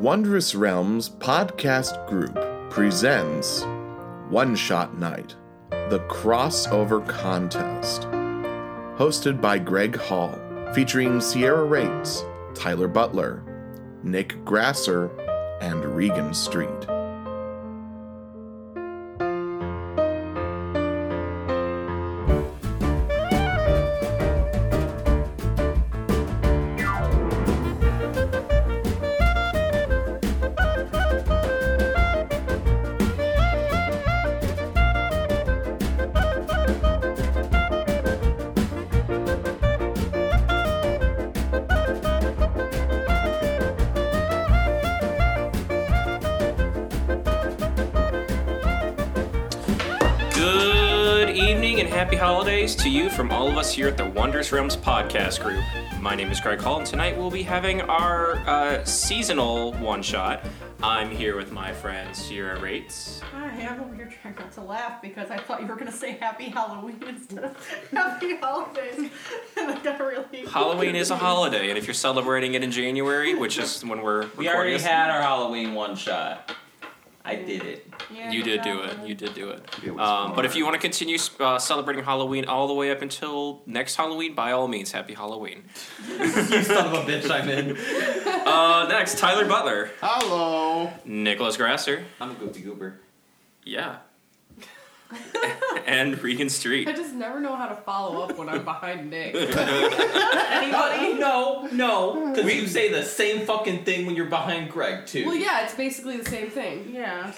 Wondrous Realms Podcast Group presents One Shot Night, the crossover contest. Hosted by Greg Hall, featuring Sierra Rates, Tyler Butler, Nick Grasser, and Regan Street. Uh, Good evening and happy holidays to you from all of us here at the Wondrous Realms podcast group. My name is Greg Hall, and tonight we'll be having our uh, seasonal one shot. I'm here with my friend Sierra Rates. Hi, I'm over here trying not to laugh because I thought you were gonna say Happy Halloween instead of Happy Holidays, and I got really. Halloween is a holiday, and if you're celebrating it in January, which is when we're recording We already this- had our Halloween one shot. I did it. Yeah, you did do yeah. it. You did do it. It was Um, but if hard. you want to continue uh, celebrating Halloween all the way up until next Halloween, by all means, happy Halloween. you son of a bitch, I'm in. Uh, next, Tyler Butler, Hello! Nicholas Grasser. I'm a goofy goober. Yeah. and Regan Street. I just never know how to follow up when I'm behind Nick. Anybody? No, no, because you say the same fucking thing when you're behind Greg too. Well, yeah, it's basically the same thing. Yeah.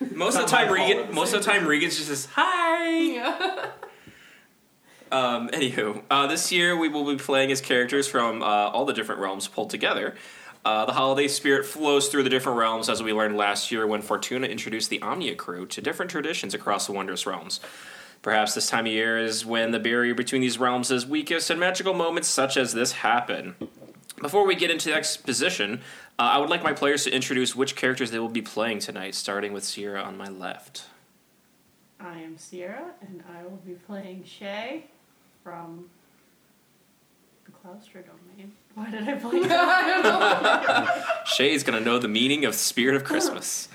Most of the Not my time, fault, Regan. I'm Most of the time, Regan's just says hi. Yeah. Um, anywho, uh, this year we will be playing as characters from uh, all the different realms pulled together. Uh, the holiday spirit flows through the different realms, as we learned last year when Fortuna introduced the Omnia crew to different traditions across the wondrous realms. Perhaps this time of year is when the barrier between these realms is weakest, and magical moments such as this happen. Before we get into the exposition, uh, I would like my players to introduce which characters they will be playing tonight, starting with Sierra on my left. I am Sierra, and I will be playing Shay from the Claustra Domain. Why did I play that? I don't know. Shay's gonna know the meaning of Spirit of Christmas.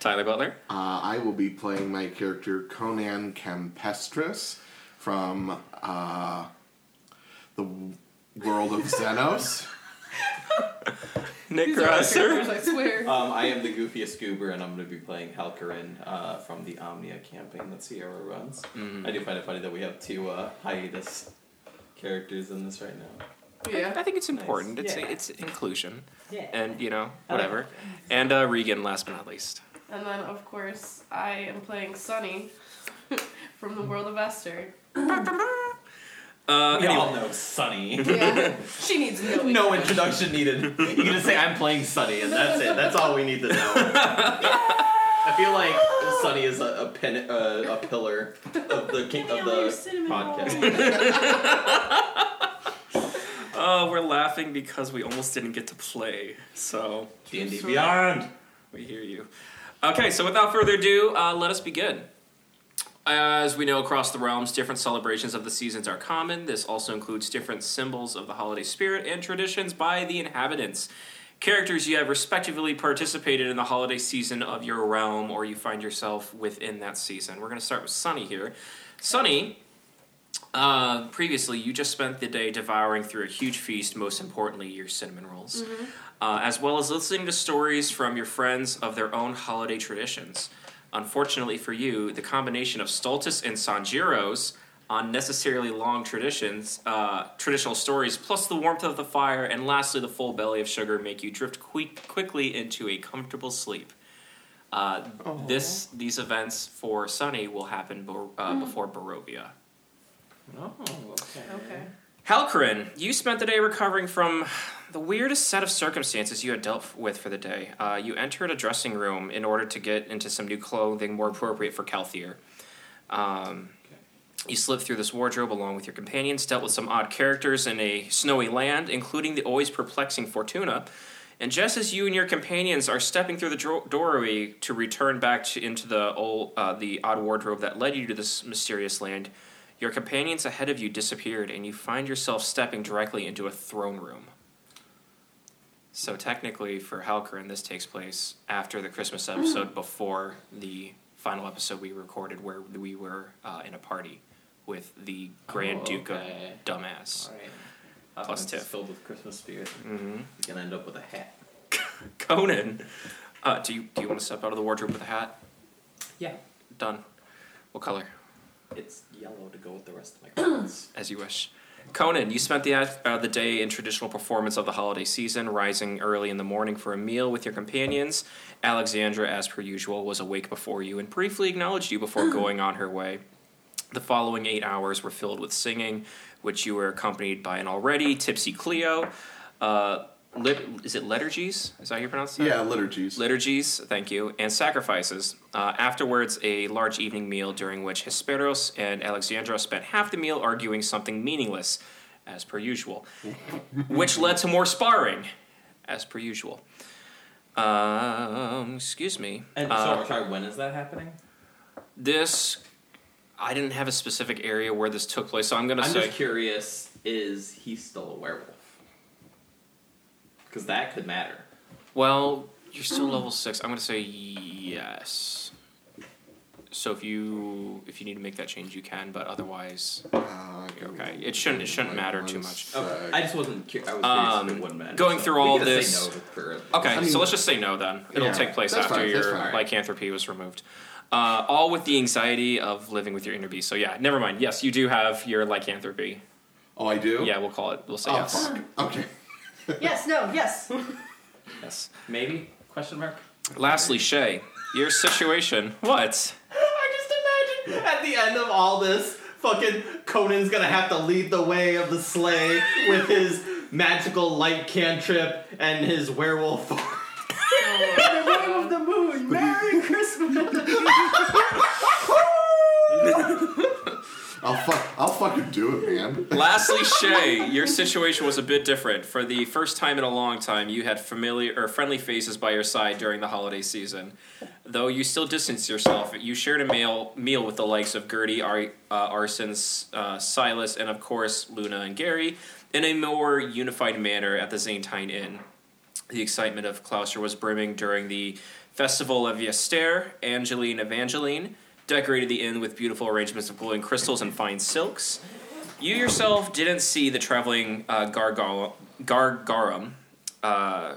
Tyler Butler. Uh, I will be playing my character Conan Campestris from uh, the w- world of Xenos. Nick These are my characters, Grasser. I swear. Uh, Um, I am the goofiest goober, and I'm going to be playing Halkarin uh, from the Omnia campaign that Sierra runs. I do find it funny that we have two uh, hiatus characters in this right now. Yeah. I think it's important. It's Yeah. it's inclusion, Yeah. and you know I like whatever. And uh, Regan, last but not least. And then, of course, I am playing Sunny from the world of Esther. Uh, We all anyway, know Sunny. Yeah. she needs no. no introduction needed. You can just say I'm playing Sunny, and that's it. That's all we need to know. I feel like Sunny is a a, pin, uh, a pillar of the king, Give me of all your the cinnamon podcast. uh, we're laughing because we almost didn't get to play. So D and D story. Beyond. we hear you. Okay, so without further ado, uh, let us begin. As we know, across the realms, different celebrations of the seasons are common. This also includes different symbols of the holiday spirit and traditions by the inhabitants. Characters you have respectively participated in the holiday season of your realm, or you find yourself within that season. We're going to start with Sunny here. Sunny, uh, previously, you just spent the day devouring through a huge feast, most importantly, your cinnamon rolls, uh, as well as listening to stories from your friends of their own holiday traditions. Unfortunately for you, the combination of Stultus and Sanjiro's unnecessarily long traditions, uh, traditional stories, plus the warmth of the fire, and lastly, the full belly of sugar make you drift quick, quickly into a comfortable sleep. Uh, this these events for Sunny will happen bo- uh, before Barovia. Oh, okay. Okay. Halcorin, you spent the day recovering from the weirdest set of circumstances you had dealt with for the day. Uh, you entered a dressing room in order to get into some new clothing more appropriate for Calthier. Um, You slipped through this wardrobe along with your companions, dealt with some odd characters in a snowy land, including the always perplexing Fortuna. And just as you and your companions are stepping through the dro- doorway to return back to, into the old, uh, the odd wardrobe that led you to this mysterious land, your companions ahead of you disappeared, and you find yourself stepping directly into a throne room. So technically, for Halcorin, this takes place after the Christmas Mm. episode, before the final episode we recorded, where we were uh, in a party with the Grand Oh, Duke of okay. Dumbass. Alright. Plus It's tip. Filled with Christmas spirit. Mm-hmm. You can end up with a hat. Conan, uh, do you do you want to step out of the wardrobe with a hat? Yeah. Done. What color? It's yellow to go with the rest of my clothes. As you wish. Conan, you spent the uh, the day in traditional performance of the holiday season, rising early in the morning for a meal with your companions. Alexandra, as per usual, was awake before you and briefly acknowledged you before going on her way. The following eight hours were filled with singing, which you were accompanied by an already tipsy Cleo. Uh, lit- is it liturgies? Is that how you pronounce that? Yeah, liturgies. liturgies, thank you, and sacrifices. Uh, afterwards, a large evening meal during which Hesperos and Alexandra spent half the meal arguing something meaningless, as per usual, which led to more sparring, as per usual. Um, excuse me. And Uh, so, sorry, when is that happening? this, I didn't have a specific area where this took place, so I'm going to I'm say. just curious is he still a werewolf? Because that could matter. Well, you're still level six. I'm gonna say yes. So if you if you need to make that change, you can. But otherwise, Uh, you're okay. It shouldn't it shouldn't Like matter too one much. Okay. sec. I just wasn't curious. I was curious Um, if it would matter. going so through we all gotta say this- no to Kurt. Okay, I mean- so let's just say no then. It'll Yeah. take place That's after fine, that's your fine. lycanthropy was removed. Uh, all with the anxiety of living with your inner beast. So yeah, never mind. Yes, you do have your lycanthropy. Oh, I do. Yeah, we'll call it. We'll say Oh, yes. fuck. Okay. yes, no, yes. Yes. Maybe? Question mark. Lastly, Shay, your situation. What? I just imagine at the end of all this, fucking Conan's gonna have to lead the way of the sleigh with his magical light cantrip and his werewolf. Oh, the moon. Merry Christmas. I'll fuck. I'll fucking do it, man. Lastly, Shay, your situation was a bit different. For the first time in a long time, you had familiar or friendly faces by your side during the holiday season. Though you still distanced yourself, you shared a meal meal with the likes of Gertie, Ar- uh, Arsons, uh, Silas, and of course Luna and Gary in a more unified manner at the Zaintine Inn. The excitement of Clouser was brimming during the Festival of Yester. Angeline Evangeline decorated the inn with beautiful arrangements of glowing crystals and fine silks. You yourself didn't see the traveling uh, gargoyle, gargarum, uh,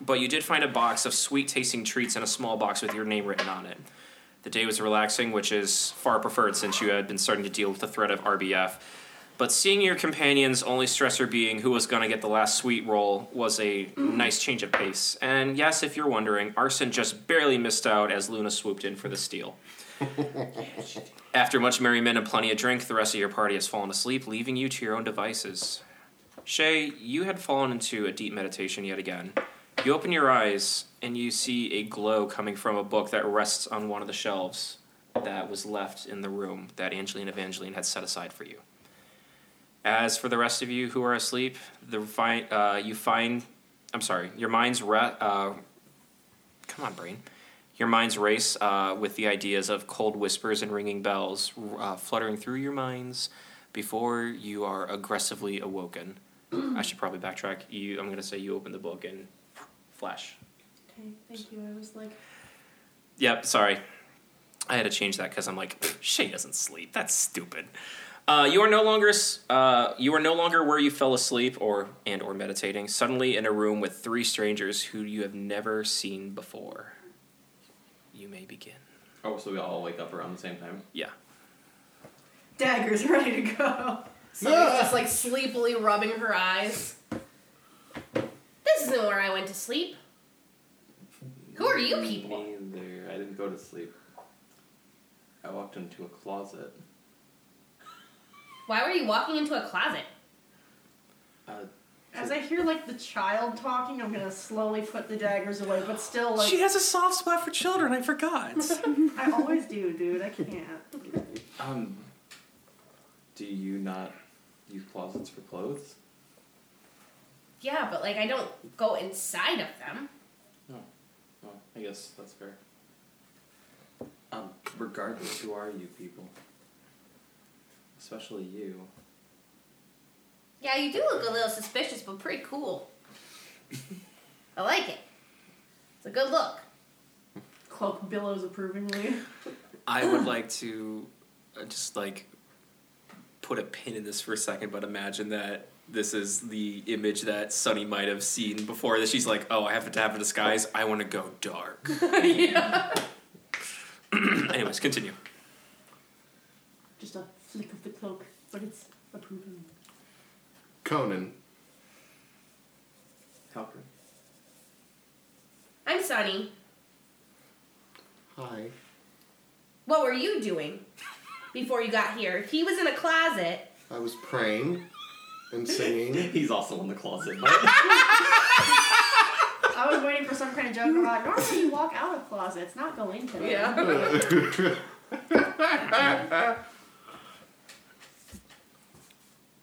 but you did find a box of sweet tasting treats and a small box with your name written on it. The day was relaxing, which is far preferred since you had been starting to deal with the threat of RBF. But seeing your companion's only stressor being who was going to get the last sweet roll was a nice change of pace. And yes, if you're wondering, Arson just barely missed out as Luna swooped in for the steal. After much merriment and plenty of drink, the rest of your party has fallen asleep, leaving you to your own devices. Shay, you had fallen into a deep meditation yet again. You open your eyes and you see a glow coming from a book that rests on one of the shelves that was left in the room that Angeline Evangeline had set aside for you. As for the rest of you who are asleep, the fi- uh, you find, I'm sorry, your minds re- uh, come on, brain. Your minds race uh, with the ideas of cold whispers and ringing bells uh, fluttering through your minds before you are aggressively awoken. I should probably backtrack. You, I'm gonna say you open the book and flash. Okay, thank you. I was like, Yep, sorry. I had to change that because I'm like, "Pfft, Shay doesn't sleep. That's stupid. Uh, you are no longer s- uh, you are no longer where you fell asleep or and or meditating. Suddenly, in a room with three strangers who you have never seen before. You may begin. Oh, so we all wake up around the same time. Yeah. Dagger's ready to go. somebody's just like sleepily rubbing her eyes. This isn't where I went to sleep. Who are you people? Neither. I didn't go to sleep. I walked into a closet. Why were you walking into a closet? Uh, As I hear like the child talking, I'm gonna slowly put the daggers away, but still like has a soft spot for children. I forgot. I always do, dude. I can't. um, do you not use closets for clothes? Yeah, but like I don't go inside of them. Well, I guess that's fair. Um, regardless, who are you people? Especially you. Yeah, you do look a little suspicious, but pretty cool. I like it. It's a good look. Cloak billows approvingly. I would like to uh, just like put a pin in this for a second, but imagine that this is the image that Sunny might have seen before. That she's like, "Oh, I have to have a disguise. I want to go dark." yeah. Anyways, continue. Just a flick of the cloak, but it's approving. Conan. Halperin. I'm Sunny. Hi. What were you doing before you got here? He was in a closet. I was praying and singing. He's also in the closet. I was waiting for some kind of joke about normally you walk out of closets, not go into them.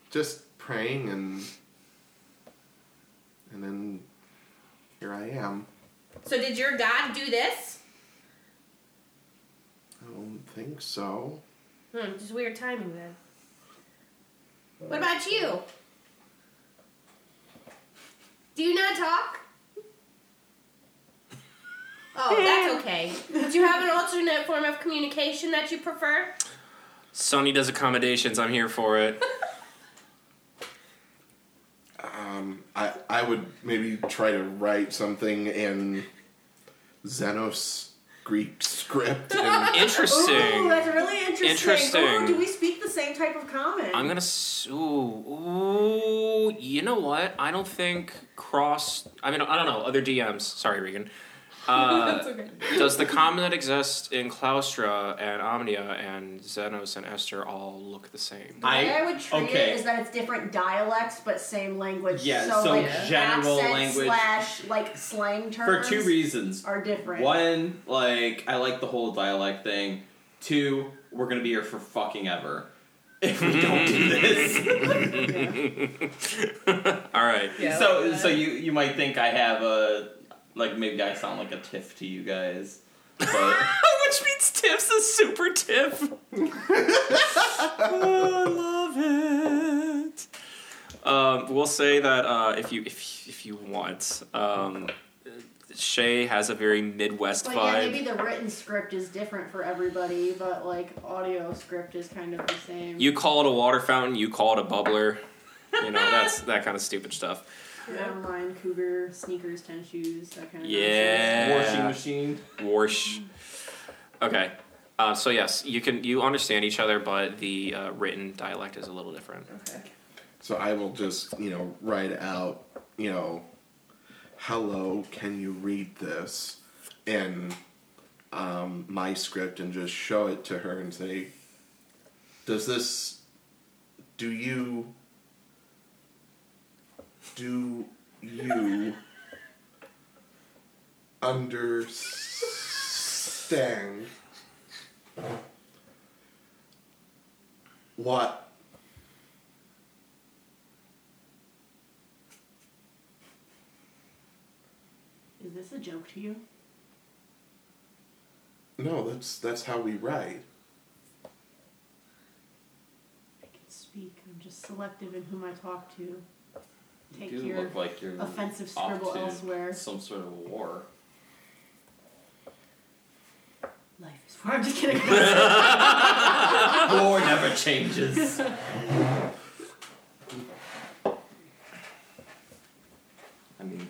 Just praying and and then here I am. So did your god do this? I don't think so. Hmm, just weird timing then. What about you? Do you not talk? Oh, that's okay. Do you have an alternate form of communication that you prefer? Sunny does accommodations. I'm here for it. Um, I I would maybe try to write something in Xenos Greek script. And Interesting. Ooh, that's really interesting. Interesting. Ooh, do we speak the same type of common? I'm gonna. s- Ooh, ooh. You know what? I don't think cross. I mean, I don't know. Other DMs. Sorry, Regan. Uh, okay. Does the common that exists in Claustra and Omnia and Xenos and Esther all look the same? The way I- I would treat okay. it is that it's different dialects but same language. Yeah, so, so like general accent language- slash like slang For terms two reasons. are different. One, like, I like the whole dialect thing. Two, we're gonna be here for fucking ever. If we don't do this. All right. Yeah, so like that. so you you might think I have a like maybe I sound like a tiff to you guys. But Which means Tiff's a super Tiff. I love it. Um, we'll say that uh, if you if if you want, um, Shay has a very Midwest But yeah, vibe. maybe the written script is different for everybody, but like audio script is kind of the same. you call it a water fountain. You call it a bubbler. You know that's that kind of stupid stuff. Never mind, cougar, sneakers, tennis shoes, that kind of Yeah. washing machine. Warsh. Okay. Uh, so yes, you can you understand each other, but the uh, written dialect is a little different. so I will just you know write out you know, hello, can you read this? And um, my script and just show it to her and say, does this? Do you? Do you? understand what Is this a joke to you? No, that's that's how we write. I can speak. I'm just selective in whom I talk to. Take you do your look like you're offensive off scribble to elsewhere. Some sort of war. Life is far. I'm just kidding. war never changes. I mean,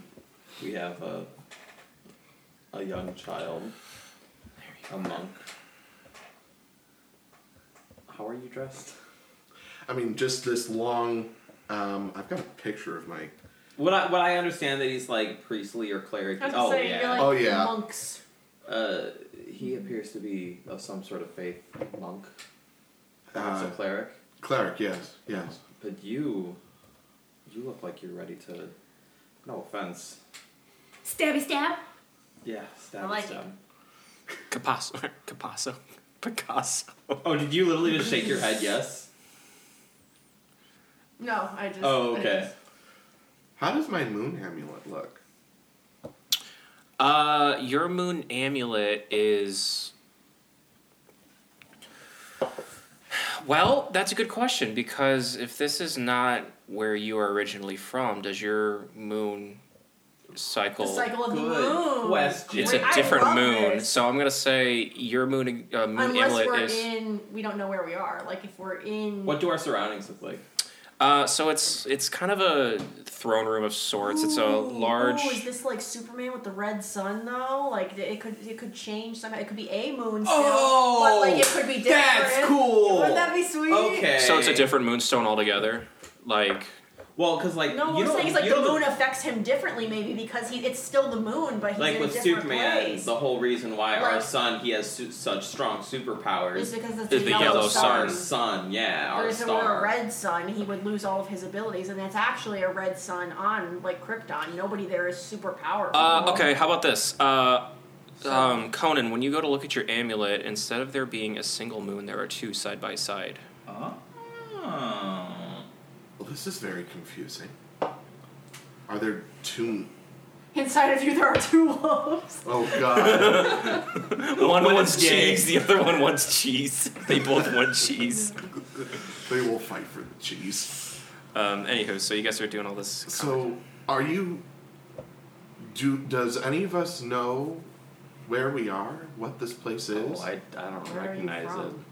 we have a a young child, a monk. How are you dressed? I mean, just this long. Um, I've got a picture of my. What I what I understand that he's like priestly or cleric. I was oh saying, yeah. you're like Oh, yeah. monks. uh, he appears to be of some sort of faith, monk, Uh, also cleric. cleric, yes, yes. But you, you look like you're ready to. No offense. Stabby stab. Yeah, stab I like stab. Picasso, Picasso, Picasso. Oh, did you literally just shake your head? Yes. No, I just. Oh, I okay. just- How does my moon amulet look? Uh, your moon amulet is. Well, that's a good question because if this is not where you are originally from, does your moon cycle. The cycle of the Good moon. question. It's Wait, a Oh, I different love moon, this. so I'm gonna say your moon, uh, moon Unless inlet we're is. in, we don't know where we are. Like if we're in, What do our surroundings look like? Uh, so it's it's kind of a throne room of sorts. it's a Ooh, large. Ooh, is this like Superman with the red sun though? Like th- it could it could change somehow. It could be a moon still, but like it could be different. Oh, That's cool. Wouldn't that be sweet? Okay. So it's a different moonstone altogether. Like Well, because like No, you I'm know, saying it's like you the know moon affects him differently, maybe because he it's still the moon, but he's like in with a different Superman, place. the whole reason why our Like- sun he has su- such strong superpowers Is because it's the the yellow yellow our sun. sun. sun, yeah, our Whereas if it were star. a red sun, he would lose all of his abilities, and that's actually a red sun on like Krypton. Nobody there is super powerful. Uh, okay, how about this? Uh, um, Conan, when you go to look at your amulet, instead of there being a single moon, there are two side by side. Oh. Well, this is very confusing. Are there two Inside of you, there are two wolves. Oh god. One one wants is gay. cheese, the other one wants cheese. They both want cheese. they will fight for the cheese. Um, anywho, so you guys are doing all this. So, are you do does any of us know where we are? What this place is? Oh, I, I don't Where are you recognize it. from?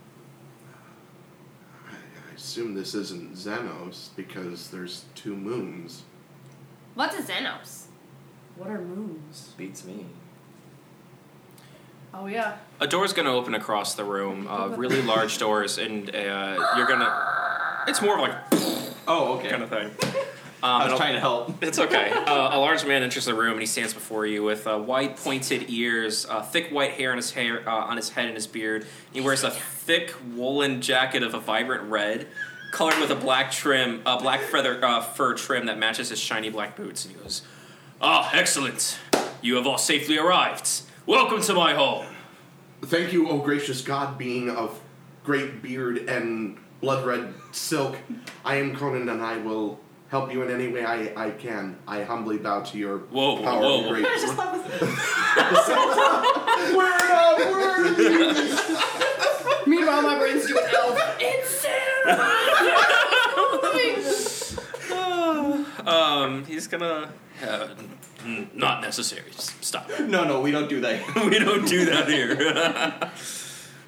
I assume this isn't Xenos because there's two moons. What's a Xenos? What are moons? Beats me. Oh yeah. A door's gonna open across the room, uh, really large doors, and uh, you're gonna. It's more of like Oh, okay. kind of thing. Um, I and was a- trying to help. It's okay. Uh, a large man enters the room and he stands before you with uh, wide pointed ears, uh, thick white hair on his hair, uh, on his head and his beard. He wears a thick woolen jacket of a vibrant red, colored with a black trim, a black feather uh, fur trim that matches his shiny black boots. And he goes, "Ah, excellent! You have all safely arrived. Welcome to my home." Thank you, O gracious God, being of great beard and blood red silk. I am Conan, and I will help you in any way I, I can. I humbly bow to your Whoa, whoa, power whoa. and great. I just love this. Word up, word! uh, Meanwhile, my brain's doing elf. Insanity! Um, he's gonna. Uh, n- not necessary. Just stop. No, no, we don't do that. we don't do that here.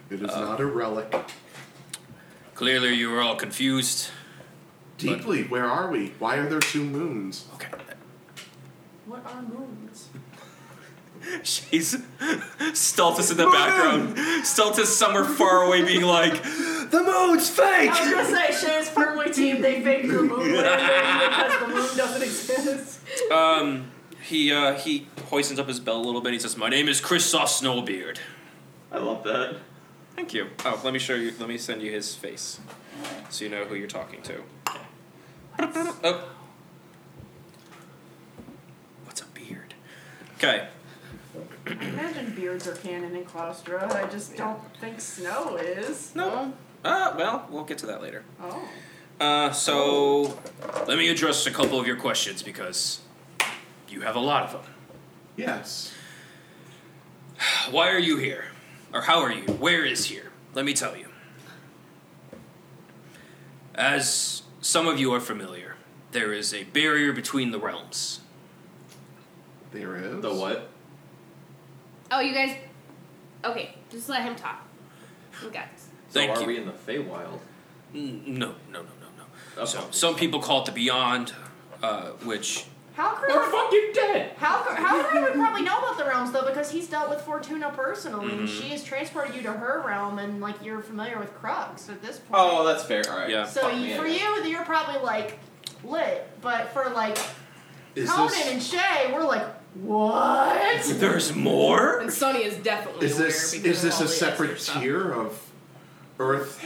It is not a relic. Uh, Clearly, you were all confused. Deeply, where are we? Why are there two moons? Okay. what are moons? She's Steltus in the background. Steltus somewhere far away being like, The moon's fake! I was gonna say, Shay's firmly team, they faked the moon because the moon doesn't exist. Um, he, uh, he hoistens up his belt a little bit. He says, My name is Christos Snowbeard. I love that. Thank you. Oh, let me show you, let me send you his face so you know who you're talking to. Oh. What's a beard? Okay. I imagine beards are canon in Claustra. I just don't think snow is. No. Uh, well, we'll get to that later. Oh. Uh, so let me address a couple of your questions because you have a lot of them. Yes. Why are you here? Or how are you? Where is here? Let me tell you. As some of you are familiar, there is a barrier between the realms. There is. The what? Oh, you guys. Okay, just let him talk. We got this. So Thank are you. we in the Feywild? N- No, no, no, no, no. Of So, course. some people call it the beyond, uh, which Halcor, We're fucking dead. Halcor, Halcor would probably know about the realms though because he's dealt with Fortuna personally. and Mm-hmm. She has transported you to her realm, and like you're familiar with Krux at this point. Oh, that's fair. All right. Yeah. So Fuck you, me, I for guess. you, you're probably like lit, but for like Is Conan this, and Shay, we're like, what? there's more. And Sonny is definitely. is this aware because is this of a all the separate extra stuff. tier of Earth,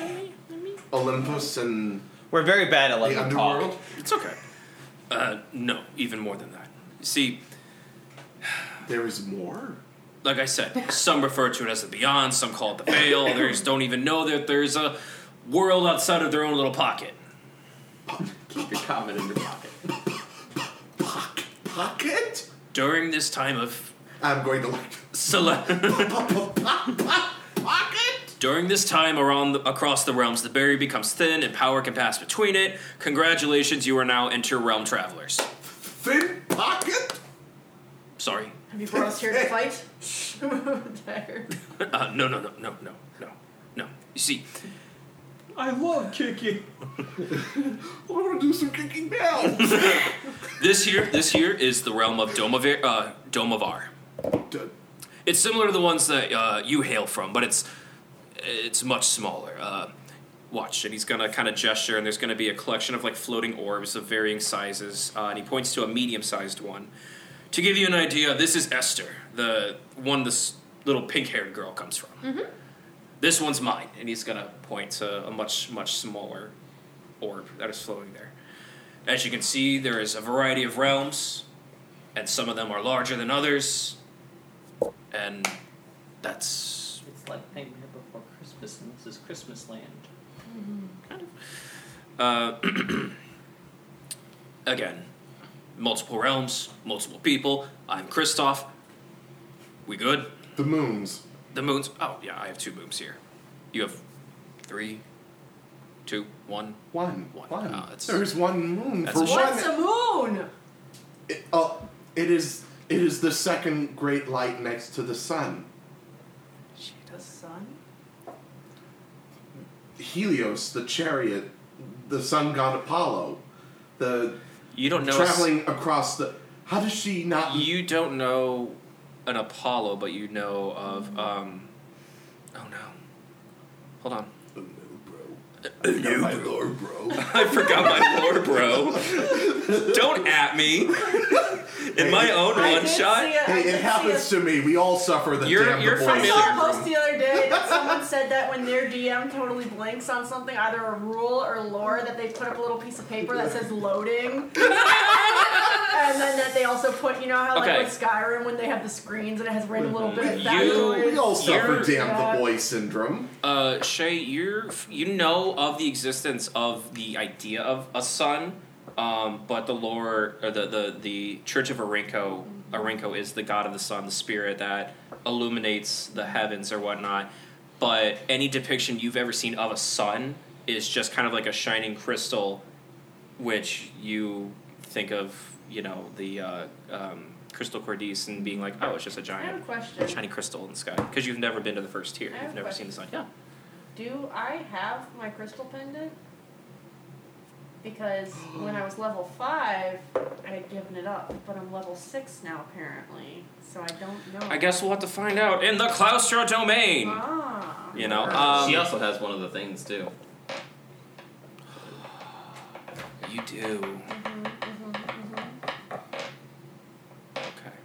Olympus, and We're very bad at the letting talk. underworld? It's okay. Uh, no, even more than that. See, There is more. like I said, some refer to it as the beyond, some call it the veil, others don't even know that there's a world outside of their own little pocket. Keep your comment in your pocket. Pocket, pocket. During this time of I'm going to like cele- pocket. during this time around the, across the realms, the barrier becomes thin and power can pass between it. Congratulations, you are now inter-realm travelers. Thin pocket. Sorry. Have you brought us here to fight? there. Uh, no, no, no, no, no, no, no. You see, I love kicking. I want to do some kicking now. This here, this here is the realm of Domavar. Uh, Domavar. D- It's similar to the ones that uh, you hail from, but it's it's much smaller. Uh, watch, and he's gonna kind of gesture, and there's gonna be a collection of like floating orbs of varying sizes, uh, and he points to a medium-sized one. To give you an idea, this is Esther, the one this little pink-haired girl comes from. This one's mine, and he's gonna point to a much much smaller orb that is floating there. As you can see, there is a variety of realms, and some of them are larger than others, and that's It's like Nightmare Before Christmas, and this is Christmas Land. uh, again multiple realms, multiple people. I'm Kristoff. We good? the moons. The moons. Oh yeah, I have two moons here. You have three, two, one. One. One. One. Ah, that's- There's one moon that's for a shame. one. What's a moon? It, oh, it is. It is the second great light next to the sun. She does sun. Helios, the chariot, the sun god Apollo, the You don't know. a s- traveling across the. How does she not? You don't know an Apollo, but you know of um. Oh no. Hold on. Oh, no, bro. I know my lord, bro. I forgot my lore, bro. Don't at me. In my own I one did See shot. it. I Hey, did it happens see to me. We all suffer the You're- damn you're I saw a familiar- post the other day that someone said that when their DM totally blanks on something, either a rule or lore, that they put up a little piece of paper that says loading. and then that they also put, you know how like Okay. with Skyrim when they have the screens and it has random little bit of that You- noise? We all suffer You're- damn Yeah. the boy syndrome. Uh, Shay, you're you know of the existence of the idea of a sun, um, but the lore or the the the Church of Arinco. Arinco is the god of the sun, the spirit that illuminates the heavens or whatnot. But any depiction you've ever seen of a sun is just kind of like a shining crystal which you think of, you know, the uh, um, crystal cordice and being like, oh, it's just a I have a giant question. shiny crystal in the sky because you've never been to the first tier. I have You've a never seen the sun. Yeah. Do I have my crystal pendant? Because when I was level 5, I had given it up, but I'm level 6 now apparently, so I don't know. I guess we'll have to find out in the claustro domain. Ah. You know, um, she also has one of the things too. you do. Okay.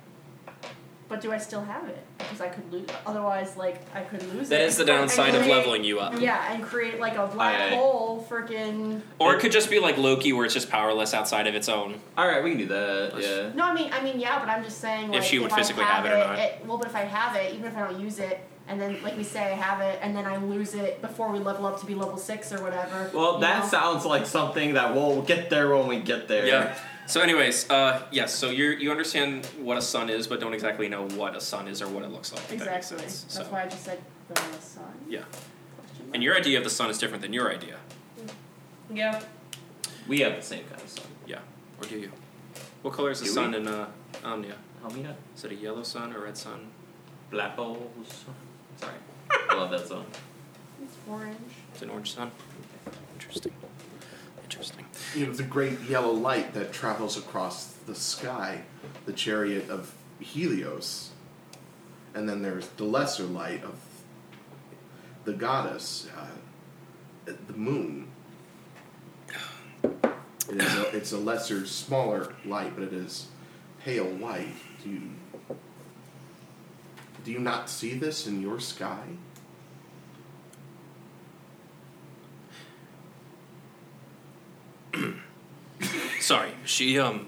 But do I still have it? Because I could lose. Otherwise, like I could lose it. That is the and downside of create- leveling you up. Yeah, and create like a black Aye, aye. hole, freaking. Or it could just be like Loki, where it's just powerless outside of its own. All right, we can do that. Yeah. No, I mean, I mean, yeah, but I'm just saying. If Like, she would I physically have, have it or not. it- well, but if I have it, even if I don't use it, and then like we say I have it, and then I lose it before we level up to be level six or whatever. Well, you that know? sounds like something that we'll get there when we get there. Yeah. So, anyways, uh, yes. So you you understand what a sun is, but don't exactly know what a sun is or what it looks like. if that makes exactly. sense. That's So- why I just said the sun. Yeah. Question And mark. your idea of the sun is different than your idea. yeah. We have the same kind of sun. Yeah. Or do you? What color is the Do sun we? in uh, Omnia? Help me out. Is it a yellow sun or red sun? Black holes. Sorry. I love that song. It's orange. It's an orange sun. Interesting. Interesting. You know, the great yellow light that travels across the sky, the chariot of Helios. And then there's the lesser light of the goddess, uh, the moon. It is a, it's a lesser, smaller light, but it is pale white. Do you, do you not see this in your sky? Sorry, she um.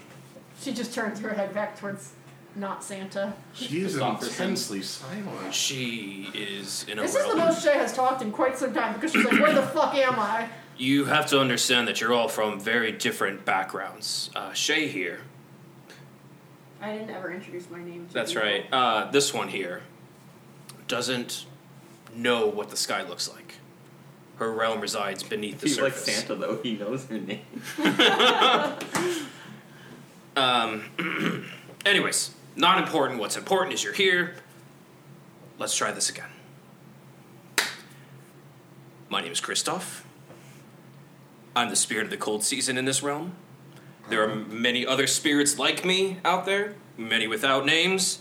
She just turns her head back towards not Santa. She is Christopherson. intensely silent. She is in a This is the realm. most Shay has talked in quite some time because she's like, where the fuck am I? You have to understand that you're all from very different backgrounds. Uh, Shay here. I didn't ever introduce my name to That's people. right. Uh, this one here doesn't know what the sky looks like. Her realm resides beneath the He's like surface. Santa though. He knows her name. Um, anyways, Not important. What's important is you're here. Let's try this again. My name is Kristoff. I'm the spirit of the cold season in this realm. There are Mm-hmm. many other spirits like me out there, many without names.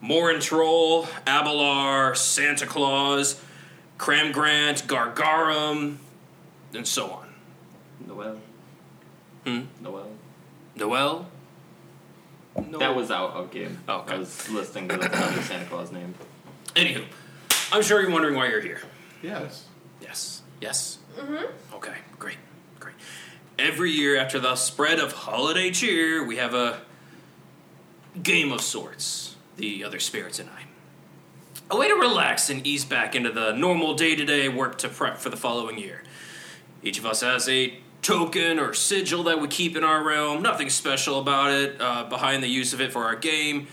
Morin Troll, Abelar, Santa Claus, Cram Grant, Gargarum, and so on. Noel. Hmm? Noel. Noel? Noel. That was out of game. Oh, okay. I was listening to the other Santa Claus name. Anywho, I'm sure you're wondering why you're here. Yes. Yes. Yes. Mm-hmm. Okay. Great. Great. Every year after the spread of holiday cheer, we have a game of sorts. The other spirits and I. A way to relax and ease back into the normal day-to-day work to prep for the following year. Each of us has a token or sigil that we keep in our realm. Nothing special about it. Uh, behind the use of it for our game.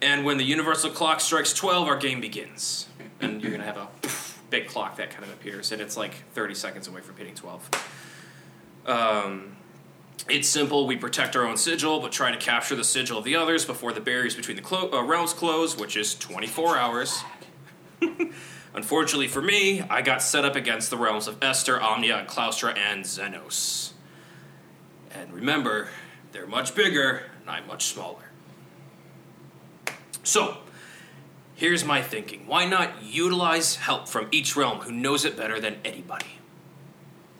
And when the universal clock strikes 12, our game begins. And you're going to have a big clock that kind of appears, and it's like 30 seconds away from hitting 12. Um, it's simple. We protect our own sigil, but try to capture the sigil of the others before the barriers between the clo- uh, realms close, which is 24 hours. Unfortunately for me, I got set up against the realms of Esther, Omnia, Claustra, and Xenos. And remember, they're much bigger, and I'm much smaller. So, here's my thinking why not utilize help from each realm who knows it better than anybody?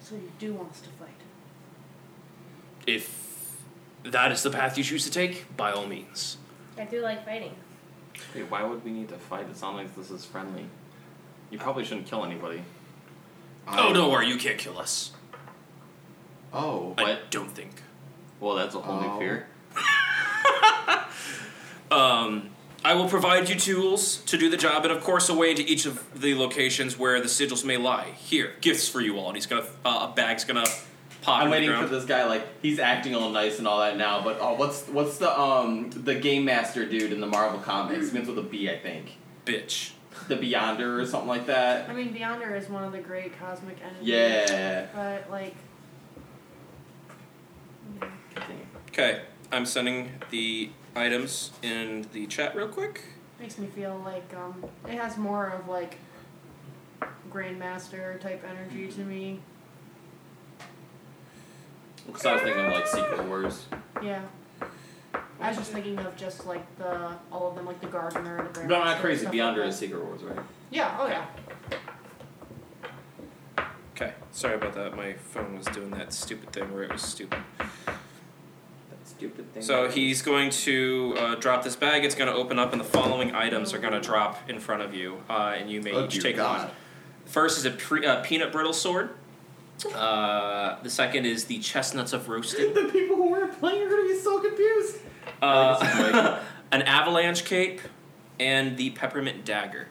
So you do want us to fight. If that is the path you choose to take, by all means. I do like fighting. Wait, why would we need to fight? It sounds like this is friendly. You probably shouldn't kill anybody. oh, don't worry, you can't kill us. Oh. I What? don't think. Well, that's a whole Oh. new fear. Um, I will provide you tools to do the job, and of course, a way to each of the locations where the sigils may lie. Here, gifts for you all. And he's gonna, uh, a bag's gonna pop. I'm in the waiting for ground. this guy. Like he's acting all nice and all that now, but oh, what's what's the um the game master dude in the Marvel comics? Begins with a B, I think. bitch. The Beyonder or something like that. I mean, Beyonder is one of the great cosmic entities. Yeah. But like, Okay, I'm sending the items in the chat real quick. makes me feel like um, it has more of like grandmaster type energy to me. Because I was thinking like Secret Wars. Yeah. I was just thinking of just like the all of them, like the gardener and the No, not grandmaster, crazy. stuff Beyonder like is that. Secret Wars, right? Yeah. Oh yeah. Okay, sorry about that. My phone was doing that stupid thing where it was stupid. That stupid thing. So he's going to uh, drop this bag. It's going to open up, and the following items are going to drop in front of you, uh, and you may Oh, each dear take God. one. First is a pre- uh, peanut brittle sword. Uh, the second is the chestnuts of roasting. the people who weren't playing are gonna be so confused. Uh, an avalanche cape and the peppermint dagger.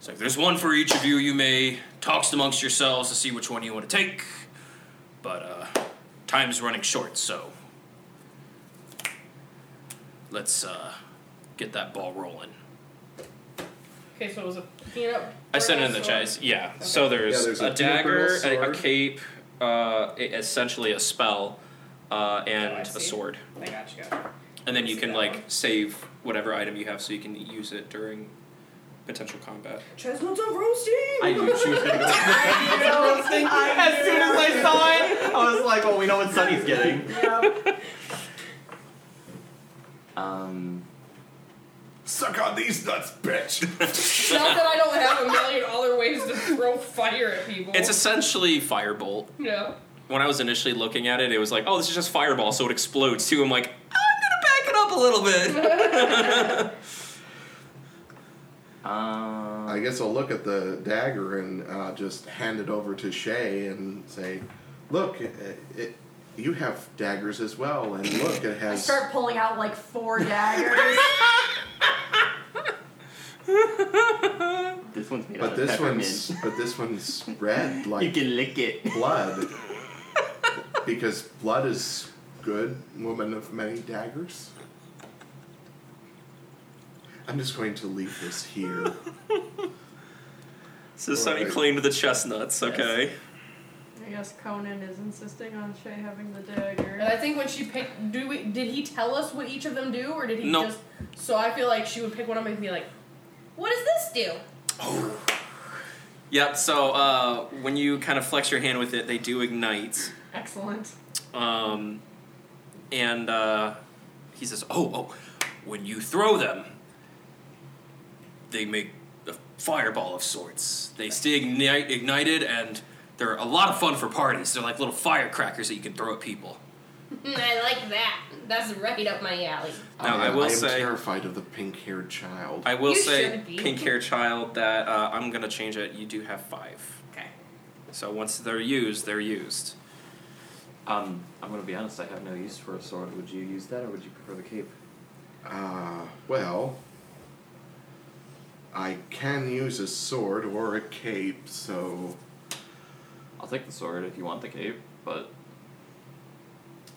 So if there's one for each of you, you may talks amongst yourselves to see which one you want to take. But uh, time's running short, so let's uh, get that ball rolling. Okay, so it was a peanut. I sent it in the brittle chat. sword. It's- Yeah. So there's, Yeah, there's a, a peanut dagger, brittle a, a sword. cape, uh, e- essentially a spell, uh, and Oh, I a see. sword. I got you. Got you. And then you See can that like one. save whatever item you have, so you can use it during potential combat. Chestnuts of roasting. I knew she was gonna go. I as soon as I saw it, I was like, "Well, we know what Sunny's getting." Um, Suck on these nuts, bitch. Not that I don't have a million other ways to throw fire at people. It's essentially firebolt. yeah. When I was initially looking at it, it was like, oh, this is just fireball, so it explodes too. I'm like, I'm gonna back it up a little bit. um, I guess I'll look at the dagger and uh, just hand it over to Shay and say, "Look, it, it, you have daggers as well, and look, it I has." start pulling out like four daggers. this one's made out But of this peppermint. one's but this one's red You like can lick it. blood, because blood is good. Woman of many daggers. I'm just going to leave this here. so Sunny Right. claimed the chestnuts. Okay. I guess Conan is insisting on Shay having the dagger. And I think when she picked, do we, did he tell us what each of them do, or did he Nope. just? So I feel like she would pick one up and be like, "What does this do?" Yep. So uh, when you kind of flex your hand with it, they do ignite. Excellent. Um, and uh, he says, "Oh, oh! When you throw them, they make a fireball of sorts. They stay igni- ignited, and they're a lot of fun for parties. They're like little firecrackers that you can throw at people." Mm, I like that. That's right up my alley. Now, I am- will am say- terrified of the pink-haired child. I will You say, should be. pink hair child, that uh, I'm gonna change it. You do have five, Okay. so once they're used, they're used. Um, I'm gonna be honest. I have no use for a sword. Would you use that, or would you prefer the cape? Uh, well, I can use a sword or a cape, so I'll take the sword if you want the cape, but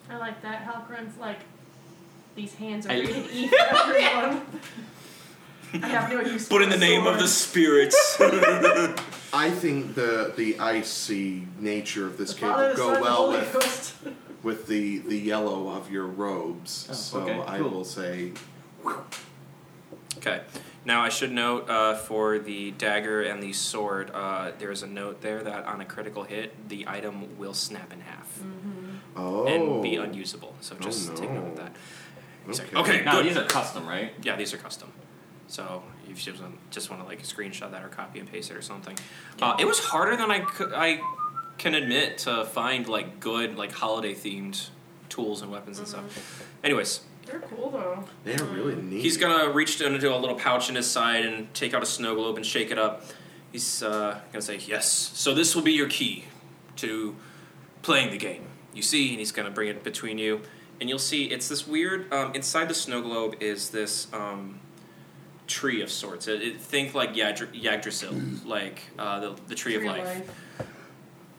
I like that. Halgren's like, these hands are I- rated E for everyone. I have no use. But for in a the name of the sword. spirits. I think the the icy nature of this The cape Father, will the go Son, well the Holy with Ghost. with the the yellow of your robes. Oh, so okay, I cool. will say, Okay. Now I should note uh, for the dagger and the sword, uh, there is a note there that on a critical hit, the item will snap in half oh, and be unusable. So Oh, just take note of no. that. He's like, Okay. Okay, now good. these are custom, right? yeah, these are custom. So you should just want to like screenshot that or copy and paste it or something. Uh, it was harder than I cou- I can admit to find like good like holiday themed tools and weapons and stuff. Mm-hmm. Anyways, They're cool though. They are really neat. He's gonna reach down into a little pouch in his side and take out a snow globe and shake it up. He's uh, gonna say, "Yes. So this will be your key to playing the game. You see?" And he's gonna bring it between you, and you'll see it's this weird. Um, inside the snow globe is this um, tree of sorts. It, it, think like Yagdr- Yagdrasil, like uh, the, the tree, of life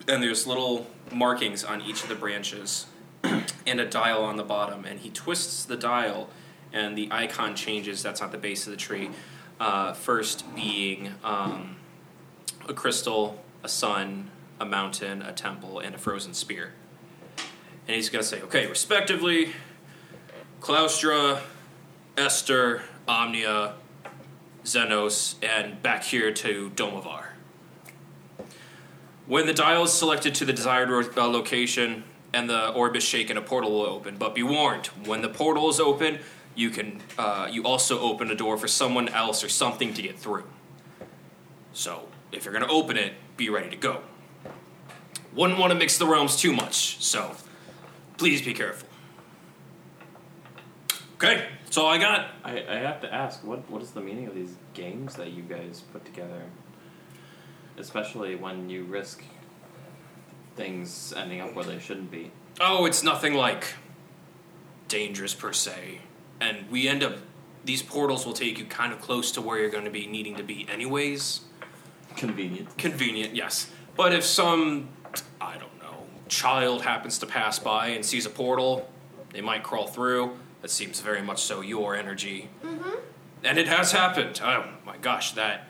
and there's little markings on each of the branches and a dial on the bottom and he twists the dial and the icon changes that's at the base of the tree uh, first being um, a crystal a sun a mountain a temple and a frozen spear and he's going to say okay respectively claustra esther omnia xenos and back here to domovar when the dial is selected to the desired ro- uh, location and the orb is shaken, a portal will open. But be warned: when the portal is open, you can uh, you also open a door for someone else or something to get through. So if you're gonna open it, be ready to go. Wouldn't want to mix the realms too much, so please be careful. Okay, that's all I got. I, I have to ask, what what is the meaning of these games that you guys put together? Especially when you risk things ending up where they shouldn't be. Oh, it's nothing like dangerous per se. And we end up, these portals will take you kind of close to where you're going to be needing to be, anyways. Convenient. Convenient, yes. But if some, I don't know, child happens to pass by and sees a portal, they might crawl through. That seems very much so your energy. Mm-hmm. And it has happened. Oh my gosh, that.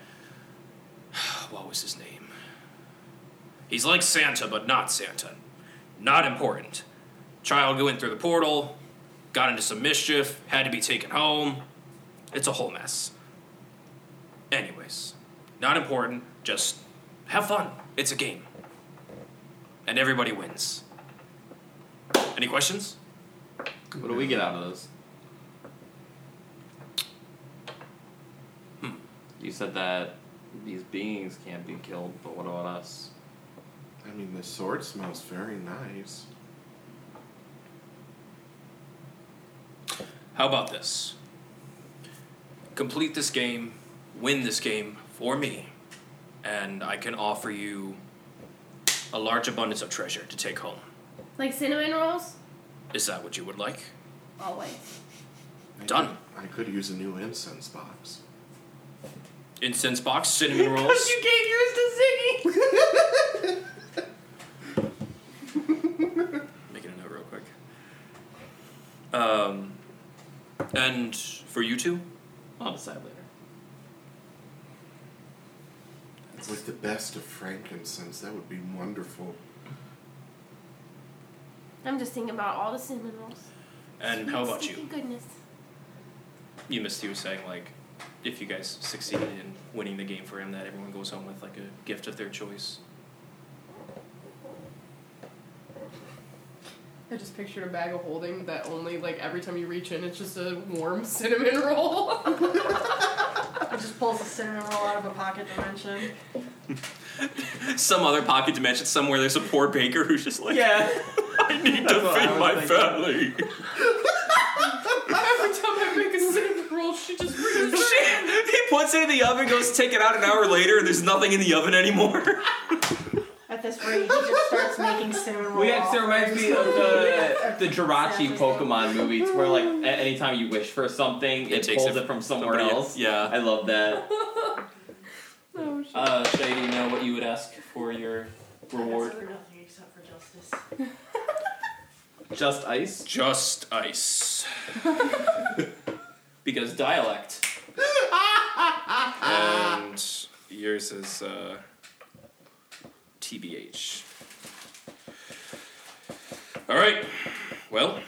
What was his name? He's like Santa, but not Santa. Not important. Child went through the portal, got into some mischief, had to be taken home. It's a whole mess. Anyways, not important. Just have fun. It's a game. And everybody wins. Any questions? What do we get out of this? Hmm. You said that these beings can't be killed, but what about us? I mean, the sword smells very nice. How about this? Complete this game, win this game for me, and I can offer you a large abundance of treasure to take home. Like cinnamon rolls? Is that what you would like? Always. I Done. Could, I could use a new incense box. Incense box, cinnamon rolls. gave yours to Ziggy! Making a note real quick. Um, and for you two, I'll decide later. With the best of frankincense, that would be wonderful. I'm just thinking about all the cinnamon rolls. and how about Sweet you? Goodness. you missed you saying like, if you guys succeeded in winning the game for him, that everyone goes home with like a gift of their choice. I just pictured a bag of holding that only like every time you reach in, it's just a warm cinnamon roll. It just pulls a cinnamon roll out of a pocket dimension. Some other pocket dimension somewhere. There's a poor baker who's just like, Yeah. I need to That's what I feed was my family. thinking. every time I make a cinnamon roll, she just reaches. Shit. He puts it in the oven, goes to take it out an hour later, and there's nothing in the oven anymore. At this rate, he just starts making cinnamon roll. Well, yeah, 'cause it reminds me of the the Jirachi Yeah. Pokemon movies, where like at any time you wish for something, It it, takes pulls it it from somewhere Somebody- else. Yeah. I love that. Oh, shit. Uh, Shady, you know what you would ask for your That's reward? for nothing except for justice. Just ice. Just ice. because dialect. and yours is uh, TBH. All right. Well,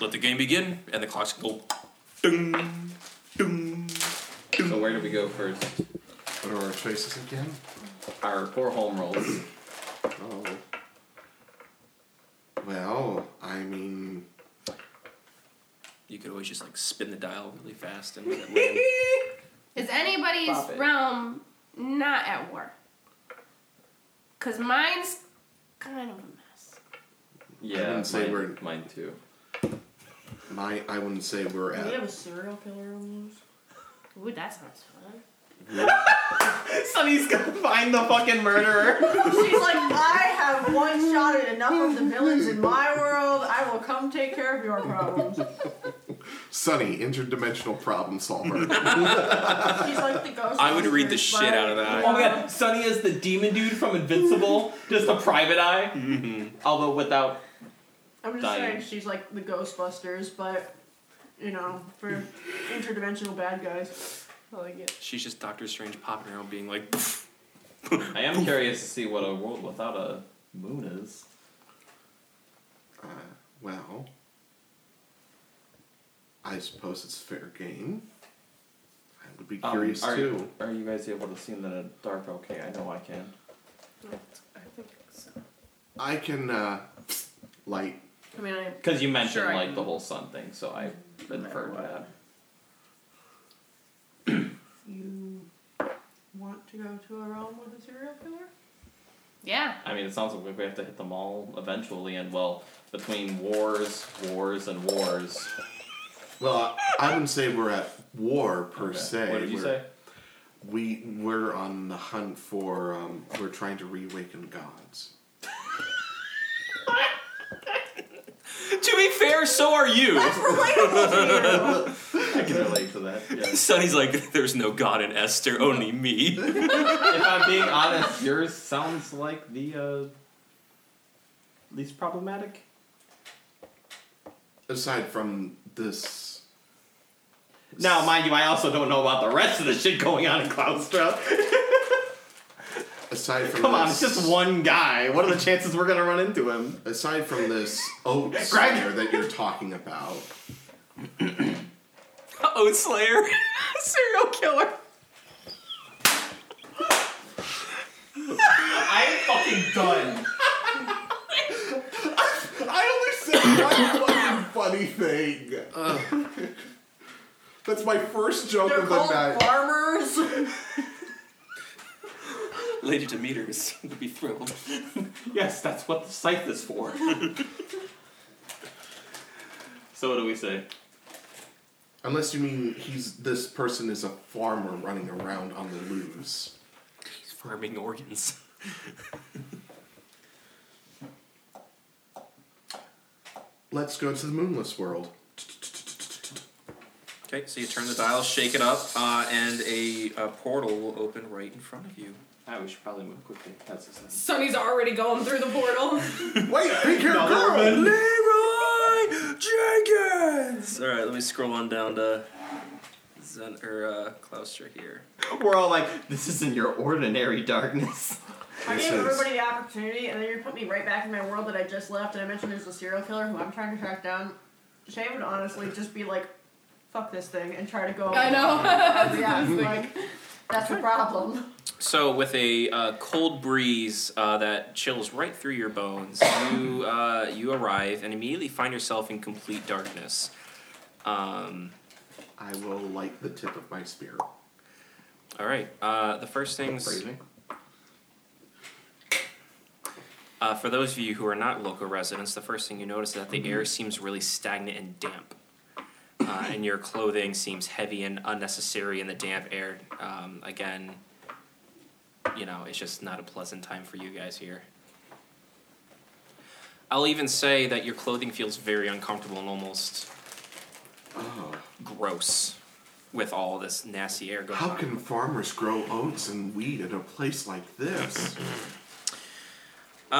let the game begin, and the clocks go. Ding, ding. So where do we go first? What are our choices again? Our poor home rolls. Oh. Well, I mean, You could always just like spin the dial really fast and let it land. Is anybody's Stop it. realm Um, not at war? Cause mine's kind of a mess. Yeah, didn't say mine, we're- mine too. my I wouldn't say we're Do we have at. a serial killer on Ooh, that sounds fun. Sonny's gonna find the fucking murderer. those? She's like, I have one shot at enough of the villains in my world. I will come take care of your problems. Sunny, interdimensional problem solver. She's like the ghost. I would of read the Jersey shit out of that. Oh my god, Sonny is the demon dude from Invincible, just a private eye, although without. I'm just Dying. saying she's like the Ghostbusters, but you know, for interdimensional bad guys. I like it. She's just Doctor Strange popping around, being like, I am curious to see what a world without a moon is. Uh, well, I suppose it's fair game. I would be Um, curious are, too. Are you guys able to see in the dark? Okay, I know I can. I think so. I can uh, light. I mean, I Because you mentioned Sure, I like can- the whole sun thing, so I inferred what. that. You want to go to a realm with a serial killer? Yeah. I mean, it sounds like we have to hit them all eventually, and well, between wars, wars, and wars. Well, I wouldn't say we're at war per Okay, se. What did you we're, say? We we're on the hunt for. Um, we're trying to reawaken gods. "To be fair, so are you." I can relate to that. Yeah. Sonny's like, "There's no God in Esther, only me." if I'm being honest, yours sounds like the uh, least problematic. Aside from this, Now, mind you, I also don't know about the rest of the shit going on in Cloudstra. aside from Come on, it's this- just one guy. What are the chances we're gonna run into him? Aside from this oat cider that you're talking about, Oat Slayer, serial killer. I'm fucking done. I only said one fucking funny thing. That's my first joke They're of the called night. farmers. Lady Demeter's would be thrilled. Yes, that's what the scythe is for. so what do we say? Unless you mean he's this person is a farmer running around on the loose. He's farming organs. Let's go to the moonless world. Okay, so you turn the dial, shake it up, uh, and a, uh portal will open right in front of you. Ah, we should probably move quickly. That's the same. Sonny's already going through the portal. Wait, pink hair girl. Leroy Jenkins. All right, let me scroll on down to Zen or uh, Claustra here. We're all like, this isn't your ordinary darkness. I This gave is- everybody the opportunity, and then you put me right back in my world that I just left, and I mentioned there's a serial killer who I'm trying to track down. Shane would honestly just be like, fuck this thing and try to go. I know. Yeah, like that's the problem. So, with a uh, cold breeze uh, that chills right through your bones, you uh, you arrive and immediately find yourself in complete darkness. Um, I will light the tip of my spear. all right. Uh, the first things Phrasing. uh, for those of you who are not local residents, the first thing you notice is that the Mm-hmm. air seems really stagnant and damp, uh, and your clothing seems heavy and unnecessary in the damp air. Um, again, you know, it's just not a pleasant time for you guys here. I'll even say that your clothing feels very uncomfortable and almost Uh-huh. gross with all this nasty air going How on. can farmers grow oats and wheat in a place like this?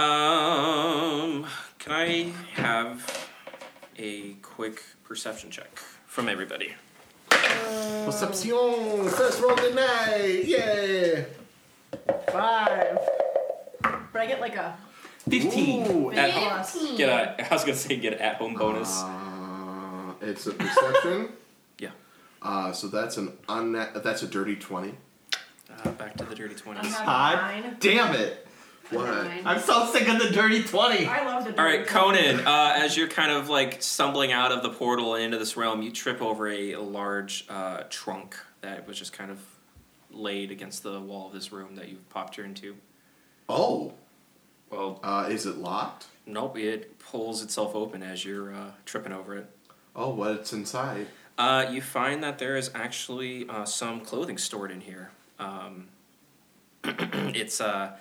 Um, can I have a quick perception check from everybody? Perception! First roll tonight! Yeah! Five. But I get like a Ooh, At big home. plus. Get a. I was gonna say get an at-home bonus. uh, it's a perception. yeah. Uh, so that's an unna- that's a dirty twenty. Uh, back to the dirty I twenties. have Hi. nine. Damn it! What? I'm so sick of the dirty 20! I love the. All right, Conan. Uh, as you're kind of like stumbling out of the portal and into this realm, you trip over a large uh, trunk that was just kind of laid against the wall of this room that you've popped her into. Oh, Well, uh, is it locked? nope. It pulls itself open as you're uh, tripping over it. Oh, what's inside? Uh, you find that there is actually uh, some clothing stored in here. Um, it's uh,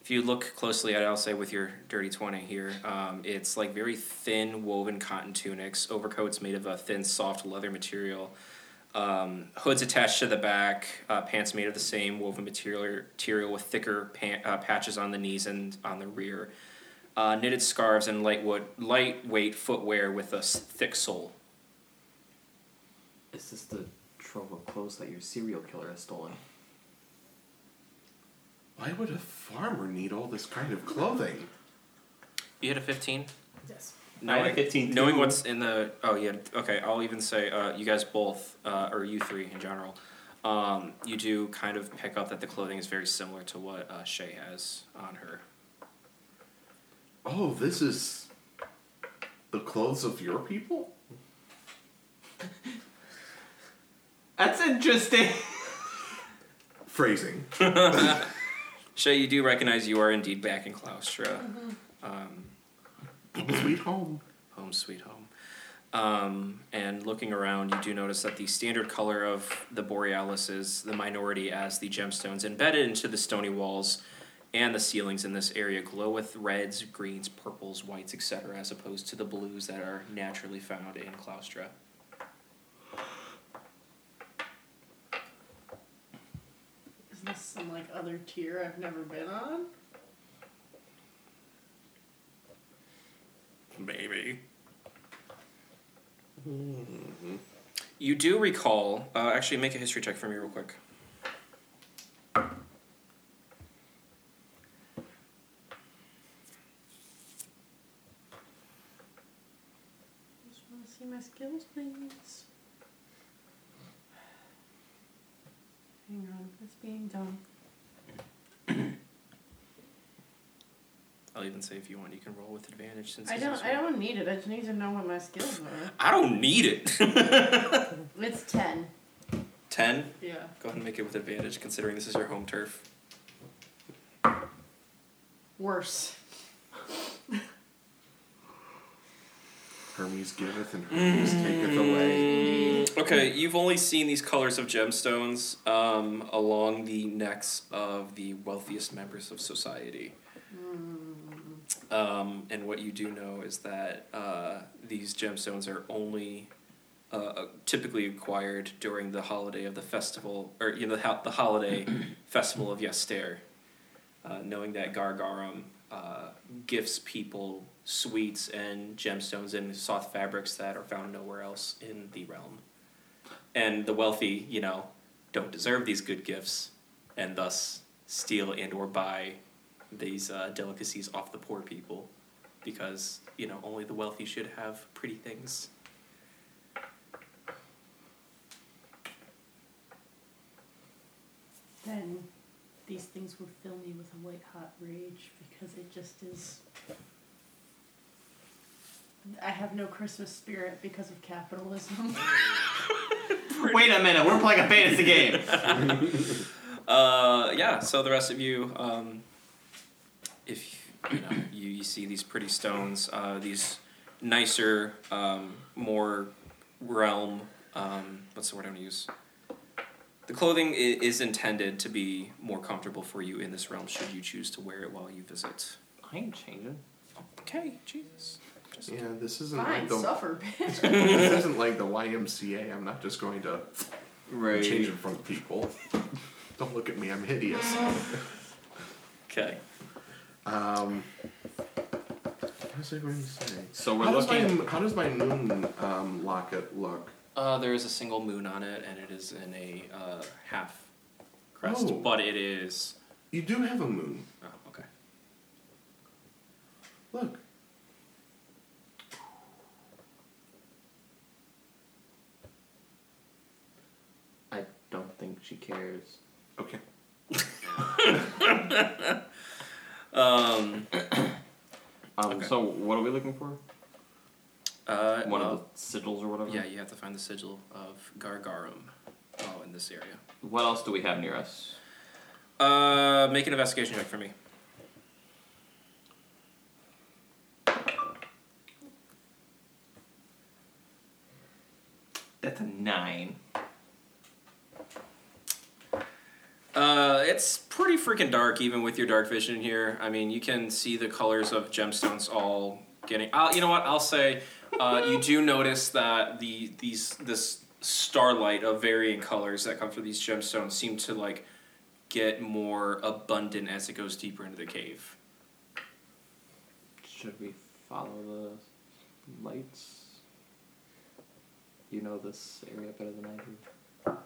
if you look closely at it, I'll say with your dirty twenty here, um, it's like very thin woven cotton tunics, overcoats made of a thin soft leather material, um, hoods attached to the back, uh, pants made of the same woven material, material with thicker pant, uh, patches on the knees and on the rear, uh, knitted scarves and lightwood, lightweight footwear with a s- thick sole. Is this the trove of clothes that your serial killer has stolen? Why would a farmer need all this kind of clothing? You hit a fifteen. Yes. I had a Knowing, 15 knowing too. what's in the oh yeah okay I'll even say uh, you guys both uh, or you three in general um, you do kind of pick up that the clothing is very similar to what uh, Shay has on her Oh, this is the clothes of your people. That's interesting! Phrasing. Shay you do recognize you are indeed back in Claustra um, Sweet home. home sweet home um, and looking around you do notice that the standard color of the borealis is the minority as the gemstones embedded into the stony walls and the ceilings in this area glow with reds greens purples whites etc as opposed to the blues that are naturally found in claustra Is this some like other tier I've never been on? Maybe. Mm-hmm. You do recall. Uh, actually, make a history check for me real quick. Just want to see my skills, please. Hang on, that's being done. I'll even say if you want, you can roll with advantage since I it's don't. this I one. don't need it. I just need to know what my skills are. I don't need it. It's ten. Ten. Yeah. Go ahead and make it with advantage, considering this is your home turf. Worse. Hermes giveth and Hermes taketh away. Okay, you've only seen these colors of gemstones um, along the necks of the wealthiest members of society. Um, and what you do know is that uh, these gemstones are only uh, typically acquired during the holiday of the festival, or you know, the, ho- the holiday festival of Yester. Uh, knowing that Gargarum uh, gifts people sweets and gemstones and soft fabrics that are found nowhere else in the realm and the wealthy, you know, don't deserve these good gifts, and thus steal and or buy these uh, delicacies off the poor people, because you know only the wealthy should have pretty things. then these things would fill me with a white hot rage because it just is. I have no Christmas spirit because of capitalism. Wait a minute, we're playing a fantasy game. Uh, yeah. So the rest of you, um, if you, know, you you see these pretty stones, uh, these nicer, um, more realm. Um, what's the word I'm gonna use? The clothing i- is intended to be more comfortable for you in this realm, should you choose to wear it while you visit. I ain't changing. Okay, Jesus. Just- Yeah, this isn't Fine, like the suffer, bitch. this isn't like the YMCA. I'm not just going to Right. change in front of people. Don't look at me. I'm hideous. Okay. Um, what was I going to say? So we're How does, my, looking. how does my moon um, locket look? Uh, there is a single moon on it, and it is in a uh, half crest, Oh. but it is. You do have a moon. Oh, okay. Look. I don't think she cares. Okay. Um, Um, Okay. So what are we looking for? uh, One well, of the sigils or whatever. Yeah, you have to find the sigil of Gargarum while in this area. What else do we have near us? Uh, make an investigation check for me. That's a nine. Uh, it's pretty freaking dark, even with your dark vision here. I mean, you can see the colors of gemstones all getting. I'll, you know what? I'll say, uh, you do notice that the these this starlight of varying colors that come through these gemstones seem to like get more abundant as it goes deeper into the cave. Should we follow the lights? You know this area better than I do.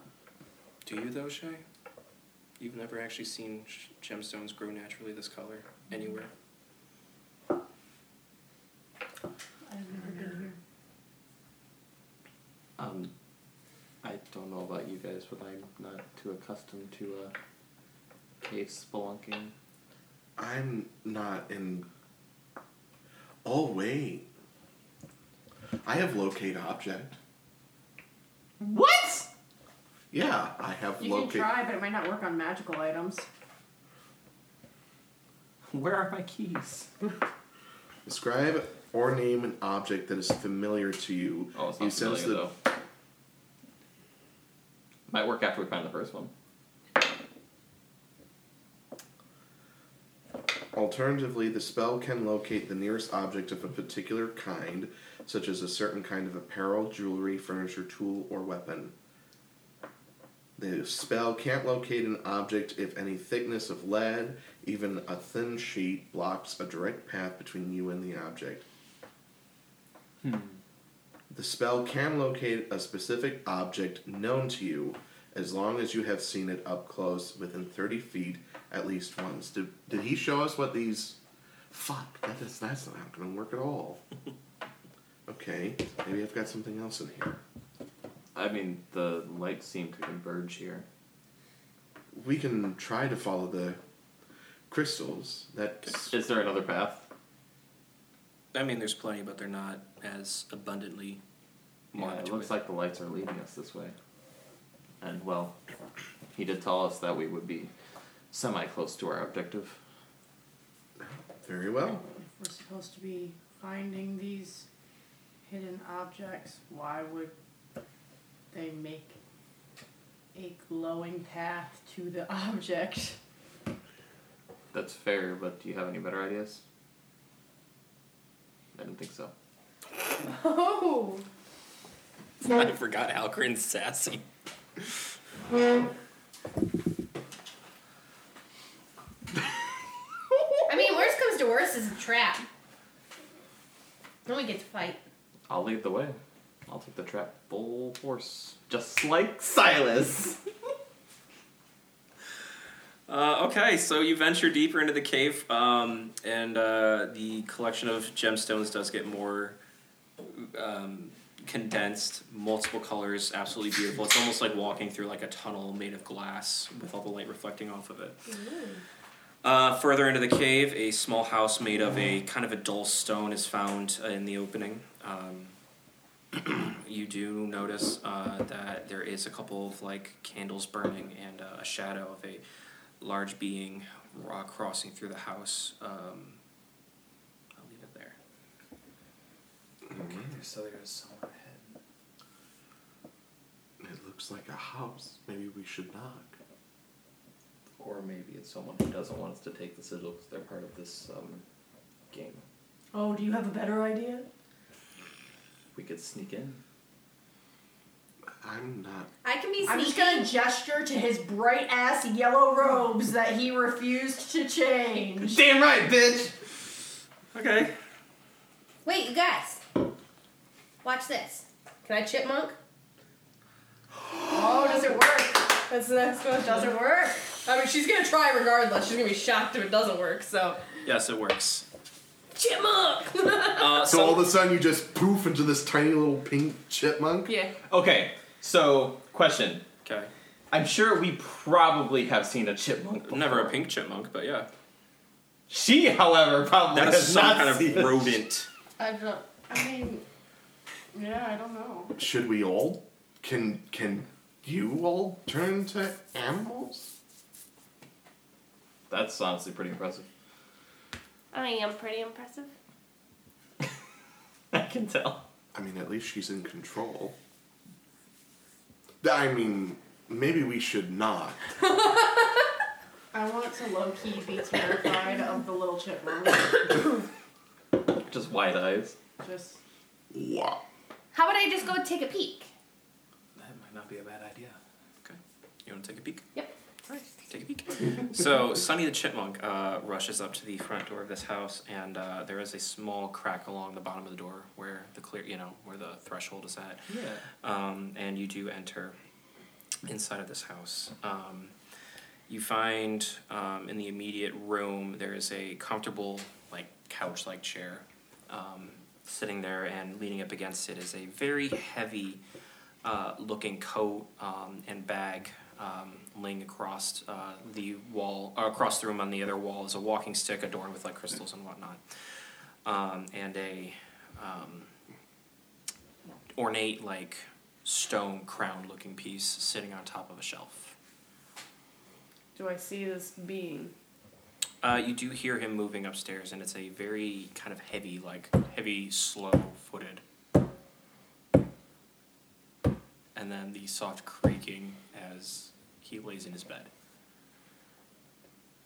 Do you though, Shay? You've never actually seen sh- gemstones grow naturally this color anywhere. I've never been here. Um, I don't know about you guys, but I'm not too accustomed to uh, cave spelunking. I'm not in. Oh wait. I have locate object. what? Yeah, I have You locate. can try, but it might not work on magical items. Where are my keys? Describe or name an object that is familiar to you. Oh, it's you not sense familiar though. Might work after we find the first one. Alternatively, the spell can locate the nearest object of a particular kind, such as a certain kind of apparel, jewelry, furniture, tool, or weapon. The spell can't locate an object if any thickness of lead, even a thin sheet, blocks a direct path between you and the object. The spell can locate a specific object known to you as long as you have seen it up close within 30 feet at least once. Did, did he show us what these. Fuck, that is, that's not going to work at all. okay, maybe I've got something else in here. I mean, the lights seem to converge here. We can try to follow the crystals. That's. Is there another path? I mean, there's plenty, but they're not as abundantly. Yeah, marked it looks with- like the lights are leading us this way. And well, he did tell us that we would be semi close to our objective. Very well. If we're supposed to be finding these hidden objects, why would they make a glowing path to the object? That's fair, but do you have any better ideas? I didn't think so. Oh! I forgot Halgrin's sassy. I mean, worst comes to worst is a trap. Then we get to fight. I'll lead the way. I'll take the trap full force. Just like Silas! Uh, okay, so you venture deeper into the cave, um, and uh, the collection of gemstones does get more um, condensed, multiple colors, absolutely beautiful. It's almost like walking through like a tunnel made of glass with all the light reflecting off of it. Uh, further into the cave, a small house made of a kind of a dull stone is found uh, in the opening. Um, you do notice uh, that there is a couple of like candles burning and uh, a shadow of a large being uh, crossing through the house. Um, I'll leave it there. Okay, there's so there's someone ahead. It looks like a house. Maybe we should knock. Or maybe it's someone who doesn't want us to take the sigil because they're part of this um, game. Oh, do you have a better idea? We could sneak in. I'm not. I can be I'm sneaky. just gonna gesture to his bright ass yellow robes that he refused to change. Damn right, bitch! Okay. Wait, you guys. Watch this. Can I chipmunk? Oh, does it work? That's the next question. Does it work? I mean, she's gonna try regardless. She's gonna be shocked if it doesn't work. So Yes, it works. Chipmunk! Uh, So some- all of a sudden, you just poof into this tiny little pink chipmunk. yeah, Okay, so question. okay. I'm sure we probably have seen a chipmunk. Before. Never a pink chipmunk, but yeah. She, however, probably That has is some not kind of seen a- rodent. I don't. I mean, yeah, I don't know. Should we all? Can can you all turn into animals? That's honestly pretty impressive. I am pretty impressive. I can tell. I mean, at least she's in control. I mean, maybe we should not. I want to low key be terrified of the little chipmunk. Just wide eyes. Just Wow. How about I just go take a peek? That might not be a bad idea. You want to take a peek? Yep. Take a peek. so Sonny the chipmunk uh, rushes up to the front door of this house, and uh, there is a small crack along the bottom of the door where the clear, you know, where the threshold is at. Yeah. um, and you do enter inside of this house. Um, you find um, in the immediate room there is a comfortable, like couch like chair um, sitting there, and leaning up against it is a very heavy uh, looking coat um, and bag. Um, laying across uh, the wall, uh, across the room on the other wall is a walking stick adorned with like crystals and whatnot, um, and a um, ornate like stone crown looking piece sitting on top of a shelf. Do I see this being? Uh, you do hear him moving upstairs, and it's a very kind of heavy, like heavy, slow footed. And then the soft creaking as he lays in his bed.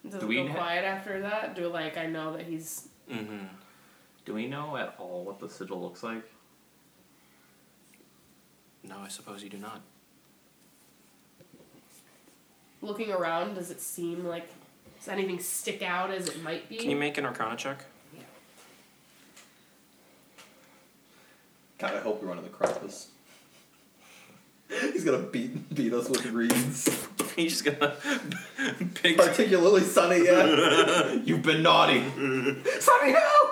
Does Do it we go ha- quiet after that? Do like I know that he's Mm-hmm. Do we know at all what the sigil looks like? No, I suppose you do not. looking around? Does it seem like does anything stick out as it might be? Can you make an arcana check? God, I hope we run into Krampus. He's gonna beat beat us with reeds. He's just gonna pick. Particularly Sunny, yeah. You've been naughty. Sunny, help!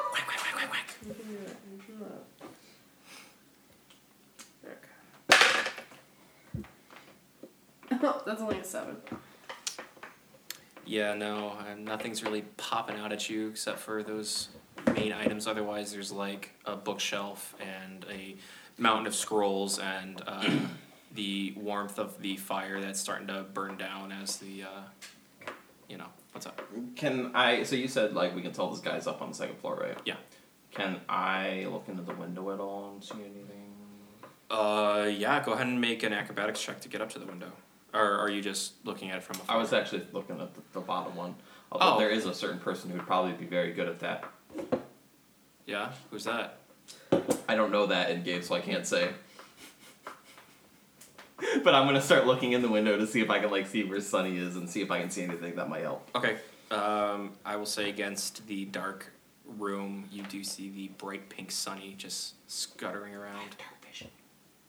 That's only a seven. Yeah, no, uh, nothing's really popping out at you except for those main items. Otherwise, there's like a bookshelf and a mountain of scrolls and uh, the warmth of the fire that's starting to burn down as the, uh, you know, what's up? Can I? So you said like we can tell this guy's up on the second floor, right? Yeah. Can I look into the window at all and see anything? Uh, yeah, go ahead and make an acrobatics check to get up to the window. Or are you just looking at it from afar? I was actually looking at the, the bottom one. Although Oh. there is a certain person who would probably be very good at that. Yeah, who's that? I don't know that in game, so I can't say. but I'm gonna start looking in the window to see if I can like see where Sunny is and see if I can see anything that might help. Okay, um, I will say against the dark room, you do see the bright pink sunny just scuttering around.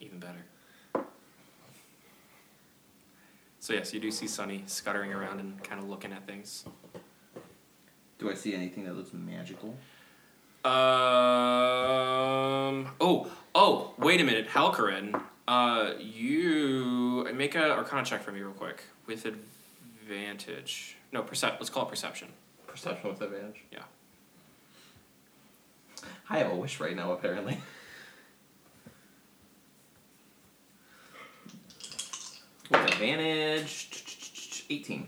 Even better. So yes, you do see Sunny scuttering around and kind of looking at things. Do I see anything that looks magical? Um. Oh. Oh, wait a minute, Halkarin. Uh, you make a Arcana check for me real quick with advantage. No, percep. Let's call it perception. Perception with advantage. Yeah. I have a wish right now, apparently. With advantage, 18.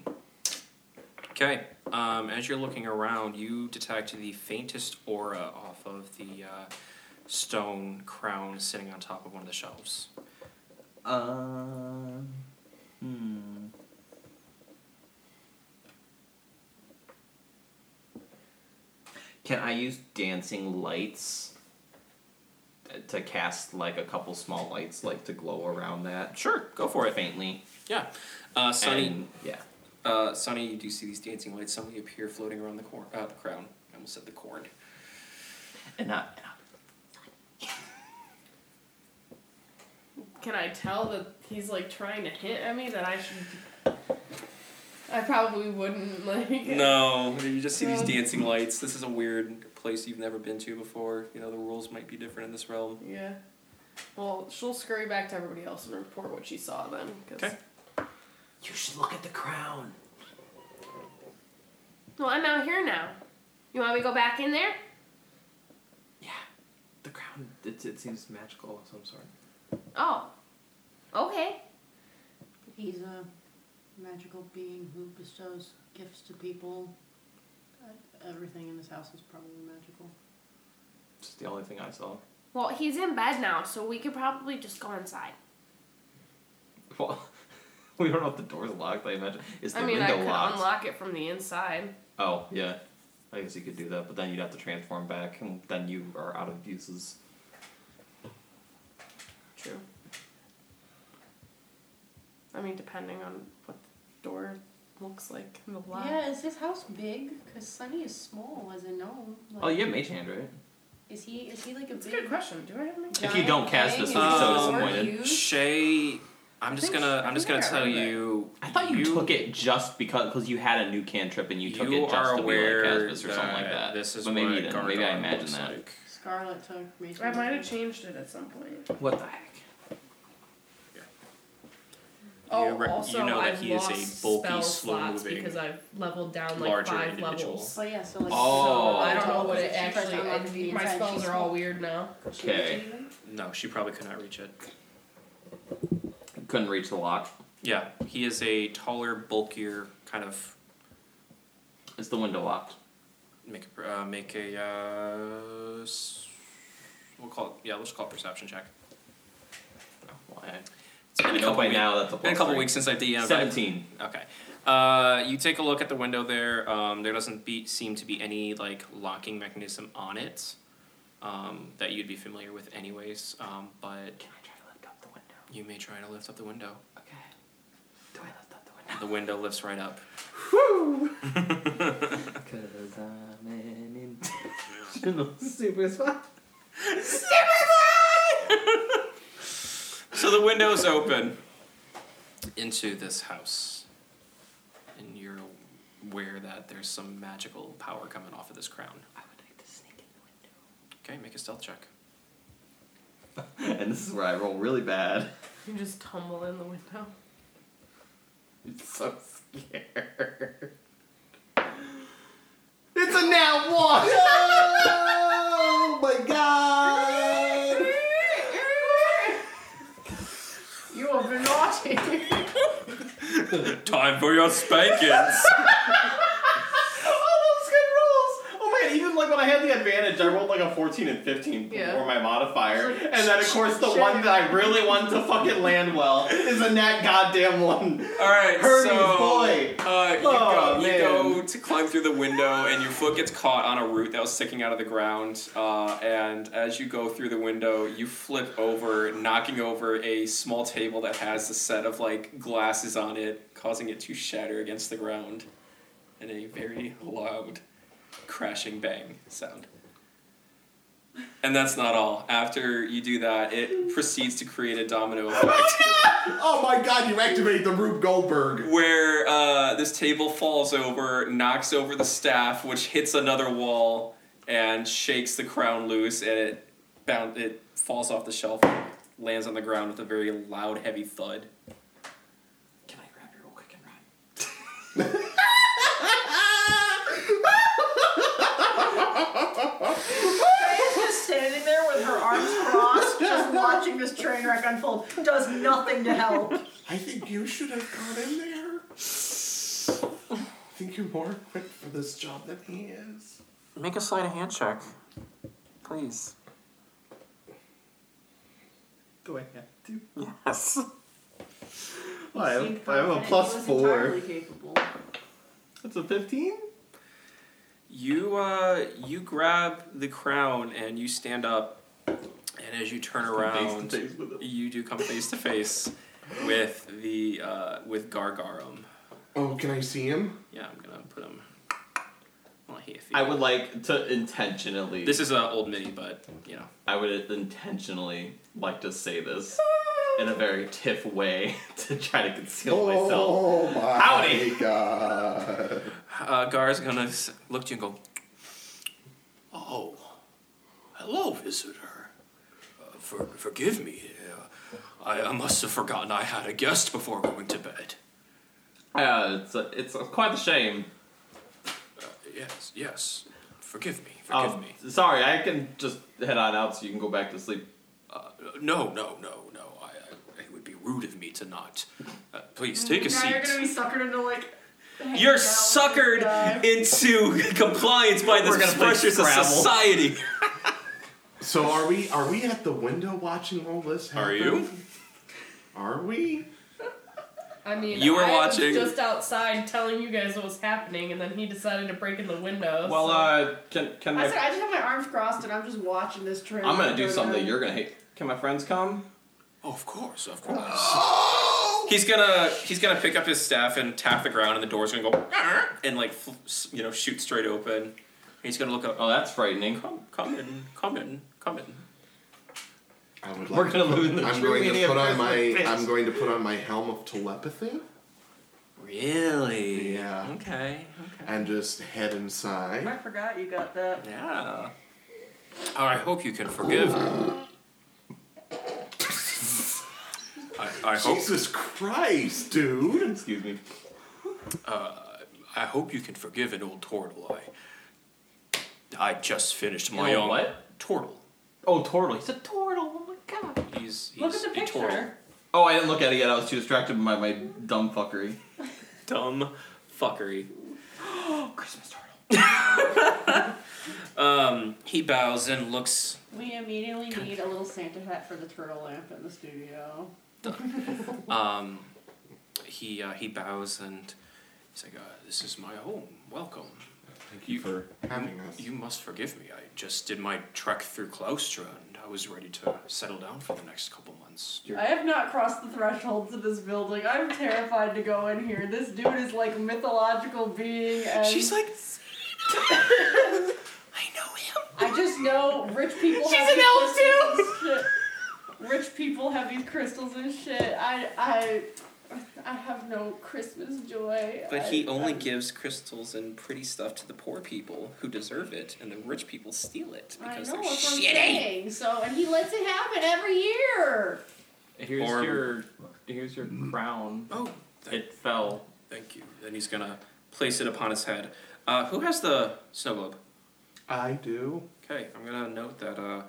Okay. Um, as you're looking around, you detect the faintest aura off of the uh, stone crown sitting on top of one of the shelves. Um. Hmm. Can I use dancing lights to cast like a couple small lights, like to glow around that? Sure, go for it. faintly. Yeah. Uh, Sunny, And, yeah. uh, Sunny, you do see these dancing lights suddenly appear floating around the corn, uh, the crown. I almost said the corn. And not. and not- Can I tell that he's like trying to hint at me that I should? I probably wouldn't like. No, you just see these Um. dancing lights. This is a weird place you've never been to before. You know, the rules might be different in this realm. Yeah. Well, she'll scurry back to everybody else and report what she saw then. 'cause- Okay. You should look at the crown. Well, I'm out here now. You want me to go back in there? Yeah. The crown. It, it seems magical of some sort. Oh. Okay. He's a magical being who bestows gifts to people. Uh, Everything in this house is probably magical. It's the only thing I saw. Well, he's in bed now, so we could probably just go inside. Well, we don't know if the door's locked. I imagine is the I mean, I window could locked. unlock it from the inside. Oh yeah, I guess you could do that, but then you'd have to transform back, and then you are out of uses. True. I mean, depending on what the door looks like in the lock. Yeah, is his house big? Cause Sunny is small as a gnome. Like, Oh, you have mage hand, right? Is he? Is he like a It's a big? Um, good question. Do I have any? If you don't cast this, I'll be so disappointed. Um, Shay, I'm just think- gonna I I'm just gonna think I tell remember. you. I thought you, took it just because because you had a new cantrip and you took you it are just to be aware like Caspis or something like that that. This is but maybe what you didn't. Maybe I Gargoyle imagined looks that. like. Scarlet took me. I might have changed it at some point. What the heck? Oh, rec- you also, know that I've he is a lost bulky, spell slow-moving, slots because I've leveled down like larger five individual. levels. Oh yeah, so like. Oh. So I don't know what She it tries to actually. unlock I- the my inside, spells she's are all small. weird now. Okay, No, she probably could not reach it. couldn't reach the lock. Yeah, he is a taller, bulkier kind of. Is the window locked? Make a uh, make a. Uh, s- we'll call it yeah. Let's call it perception check. Why? It's been I a know couple by weeks. now that's a, Been a couple three. weeks since I DM'd. Seventeen. Okay. Uh, you take a look at the window there. Um, there doesn't be, seem to be any like locking mechanism on it um, that you'd be familiar with, anyways. Um, but Can I try to lift up the window? you may try to lift up the window. Okay. Do I lift up the window? The window lifts right up. Cause I'm an intentional super spy. So the windows open into this house, and you're aware that there's some magical power coming off of this crown. I would like to sneak in Okay, make a stealth check. the window. And this is where I roll really bad. You just tumble in the window. I'm so scared. It's a nat one! oh my god! You have been naughty. Time for your spankings. Oh, those good rolls! Oh man, even like when I had the advantage, I rolled like a 14 and 15 before Yeah. my modifier. And then, of course, the one that I really wanted to fucking land well is a nat goddamn one. All right, Hermes so boy. Uh, you, Oh, go, you man. go to climb through the window, and your foot gets caught on a root that was sticking out of the ground. Uh, and as you go through the window, you flip over, knocking over a small table that has a set of like glasses on it, causing it to shatter against the ground, in a very loud crashing bang sound. And that's not all. After you do that, it proceeds to create a domino effect. Oh my god, you activate the Rube Goldberg. where uh, this table falls over, knocks over the staff, which hits another wall and shakes the crown loose, and it bound it falls off the shelf and lands on the ground with a very loud, heavy thud. Can I grab you real quick and run? Freya's just standing there with her arms crossed, just watching this train wreck unfold. Does nothing to help. I think you should have gone in there. I think you're more equipped for this job than he is. Make a sleight of hand check, please. Do I have to? Yes. Well, I, Seemed have, I have a confident he plus was four. entirely capable. That's a 15? You uh, you grab the crown and you stand up, and as you turn around, Face to face with it. you do come face to face with the uh, with Gargarum. Oh, can I see him? Yeah, I'm gonna put him. Well, he, if he- I would like to intentionally. This is an old mini, but you know. I would intentionally like to say this in a very tiff way to try to conceal myself. Oh my Howdy. god. Uh, Gar's gonna s- look to you and go, Oh, hello, visitor. Uh, for, forgive me. Uh, I, I must have forgotten I had a guest before going to bed. Uh, it's, a, it's a, quite a shame. Yes, yes. Forgive me, Oh. forgive Um, me. sorry, I can just head on out so you can go back to sleep. Uh, no, no, no, no. I, I, it would be rude of me to not. Uh, please, take a now seat. you're gonna be suckered into like. hanging out You're with this guy. suckered into compliance by We're the gonna play pressures of Scrabble. society. So are we are we at the window watching all this happen? Are you? Are we? I mean, You were I watching- was just outside telling you guys what was happening, and then he decided to break in the window. Well, so- uh, can can I said my I just have my arms crossed and I'm just watching this train. I'm gonna do go something down. you're gonna hate. Can my friends come? Oh, of course, of course. He's gonna he's gonna pick up his staff and tap the ground, and the door's gonna go "Arr!" and like fl- s- you know shoot straight open. And he's gonna look up. Oh, that's frightening. Come, come in, come in, come in. I would like We're gonna to put- lose the I'm true going meaning to of put on my Christmas. I'm going to put on my helm of telepathy Really? Yeah. Uh-huh. Okay. Okay. and just head inside. I forgot you got that. Yeah. Oh, I hope you can forgive. I, I hope Jesus Christ, dude. Excuse me. I hope you can forgive an old turtle. I I just finished my An old own what? turtle. Oh, turtle. He's a turtle. Oh my god. He's, he's Look at the a picture. turtle. Oh, I didn't look at it yet. I was too distracted by my dumb fuckery. dumb fuckery. Oh, Christmas turtle. Um, he bows and looks. We immediately need a little Santa hat for the turtle lamp in the studio. Um, he uh, he bows and he's like, uh, "This is my home. Welcome. Thank you, You- for having us. You must forgive me. I just did my trek through Claustra, and I was ready to settle down for the next couple months." I have not crossed the thresholds of this building. I'm terrified to go in here. This dude is like mythological being. And She's like, "I know him." I just know rich people. She's have an these elf crystals and shit. Rich people have these crystals and shit. I I I have no Christmas joy. I- But he only I'm- gives crystals and pretty stuff to the poor people who deserve it, and the rich people steal it I because know they're what I'm shitty. saying. So and he lets it happen every year. Here's Or- your here's your crown. Oh, thank It fell. Thank you. Then he's gonna place it upon his head. Uh, who has the snow globe? I do. Okay, I'm gonna note that uh,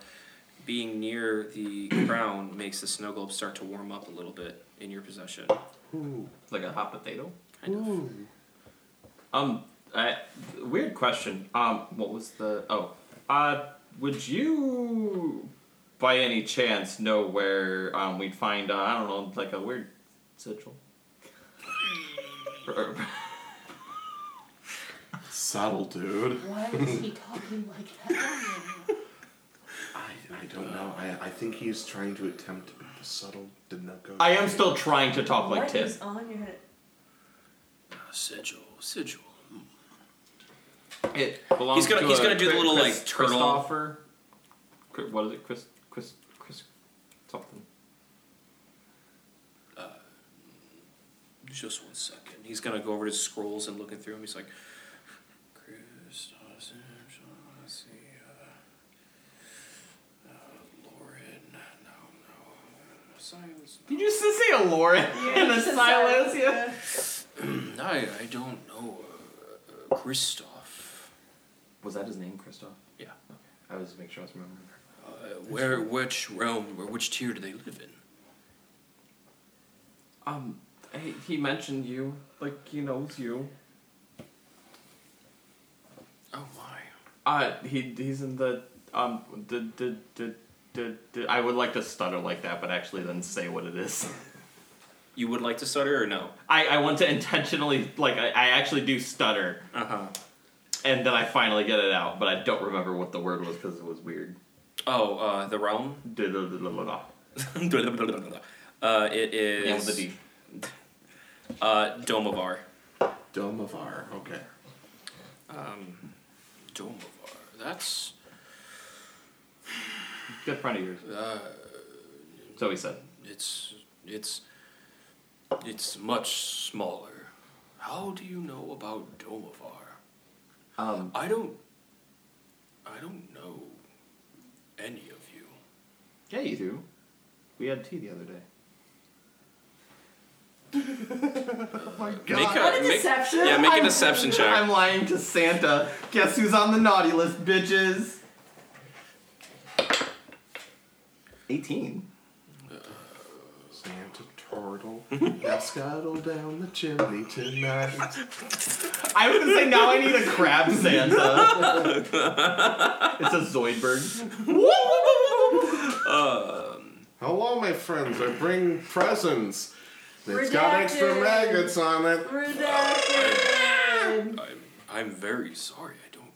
being near the crown makes the snow globe start to warm up a little bit in your possession. Ooh. It's like a hot potato. Kind of. Ooh. Um, I, weird question. Um, what was the? Oh, uh, would you, by any chance, know where um we'd find? Uh, I don't know, like a weird sigil. Or- Subtle, dude. Why is he talking like that? I, I don't know. I, I think he's trying to attempt to be the subtle Dinoco. I am still trying to talk like What is Tiff. on your head? sigil, sigil. It belongs He's gonna- to he's a gonna do the Chris- little, Chris- like, turtle. Christopher. Chri- What is it, Chris? Chris? Chris? Something. Just one second. He's gonna go over to his scrolls and looking through them. He's like, Christos, Angela, let's see, uh, uh, Lauren, Silas. Did you just say a Lauren and a Silas? Yeah. I, I don't know. Uh, uh, Christoph. Was that his name, Christoph? Yeah. I was making sure I was remembering. correctly. Uh, where, which realm, or which tier do they live in? Um, he, he mentioned you. Like, he knows you. Oh my. Uh, he, he's in the, um, the, the, the, the, the, I would like to stutter like that, but actually then say what it is. You would like to stutter or no? I, I want to intentionally, like, I, I actually do stutter, Uh huh. and then I finally get it out, but I don't remember what the word was because it was weird. Oh, uh, the realm? Da-da-da-da-da-da. uh, it is. Yeah, with a D. Uh, Domovar. Dome of R. Okay. Um, Domovar. That's. Good friend of yours. Uh, So he said. it's. It's. It's much smaller. How do you know about Domovar? Um, I don't. I don't know any of you. yeah, you do. We had tea the other day. Make What a make- deception. yeah, make a deception check. I'm lying to Santa. Guess who's on the naughty list, bitches? 18. Santa Turtle, now scuttle down the chimney tonight. I was gonna say now I need a crab Santa. it's a Zoidberg. Hello, my friends. I bring presents. It's got extra Redacted. maggots on it. Redacted. I'm, I'm very sorry. I don't.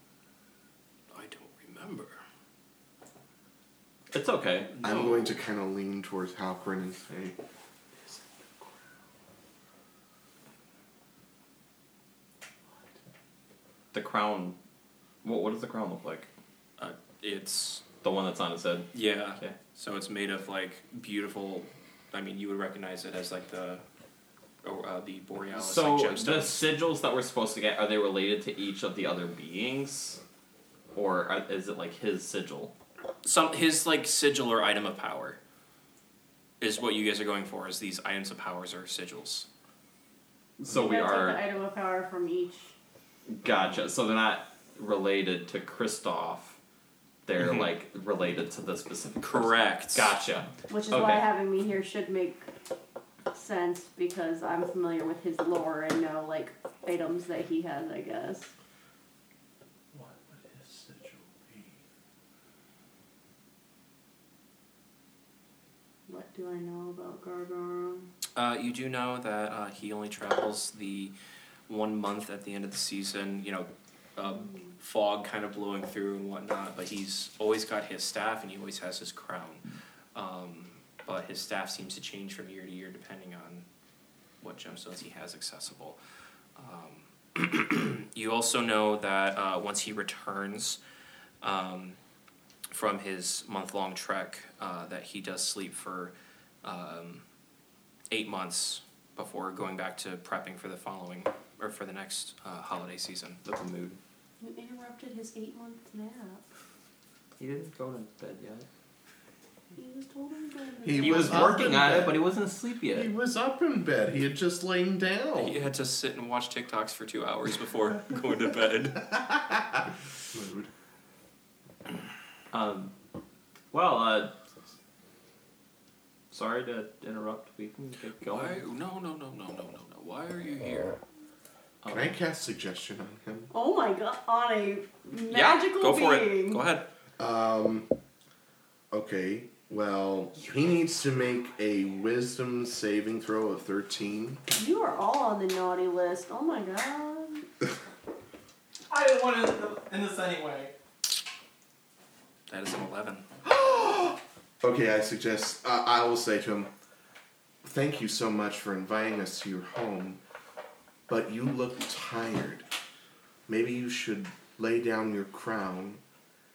I don't remember. It's okay. I'm going to kind of lean towards Halperin and say, The crown. What, what does the crown look like? Uh, it's The one that's on his head. yeah. Uh, Okay. So it's made of like beautiful. I mean, you would recognize it as like the, or, uh, the borealis So like the gemstones. sigils that we're supposed to get are they related to each of the other beings, or are, is it like his sigil? Some his like sigil or item of power. Is what you guys are going for? Is these items of powers or sigils? So we That's like are. the item of power from each. Gotcha. So they're not related to Kristoff. They're Mm-hmm. like related to the specific. person. Correct. Gotcha. Which is Okay. why having me here should make sense because I'm familiar with his lore and know like items that he has, I guess. What do I know about Gargarum? Uh, you do know that uh, he only travels the one month at the end of the season, you know, um, fog kind of blowing through and whatnot, but he's always got his staff and he always has his crown. Um, but his staff seems to change from year to year depending on what gemstones he has accessible. Um, you also know that uh, once he returns um, from his month long trek, uh, that he does sleep for. Um, eight months before going back to prepping for the following or for the next uh, holiday season. That's a mood. You interrupted his eight month nap. He didn't go to bed yet. He was totally He, He was up working in on it, bed. but he wasn't asleep yet. He was up in bed. He had just lain down. You had to sit and watch TikToks for two hours before going to bed. Rude. Um, Well, uh, sorry to interrupt. We can get Why? going. No, no, no, no, no, no, no. Why are you here? Can I cast suggestion on him? Oh my god, on a magical yeah, go for being. it. Go ahead. Um, okay. Well, he needs to make a wisdom saving throw of 13. You are all on the naughty list. Oh my god. I didn't want to in this anyway. That is an eleven. Okay, I suggest, uh, I will say to him, Thank you so much for inviting us to your home, but you look tired. Maybe you should lay down your crown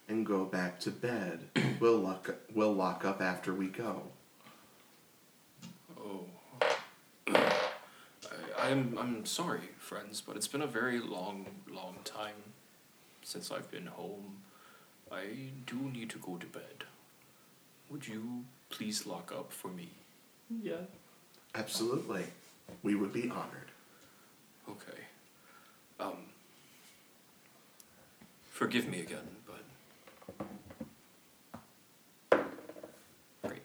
and go back to bed. We'll lock, we'll lock up after we go. Oh. I, I'm I'm sorry, friends, but it's been a very long, long time since I've been home. I do need to go to bed. Would you please lock up for me? Yeah. Absolutely. We would be honored. Okay. Um, Forgive me again, but. Great.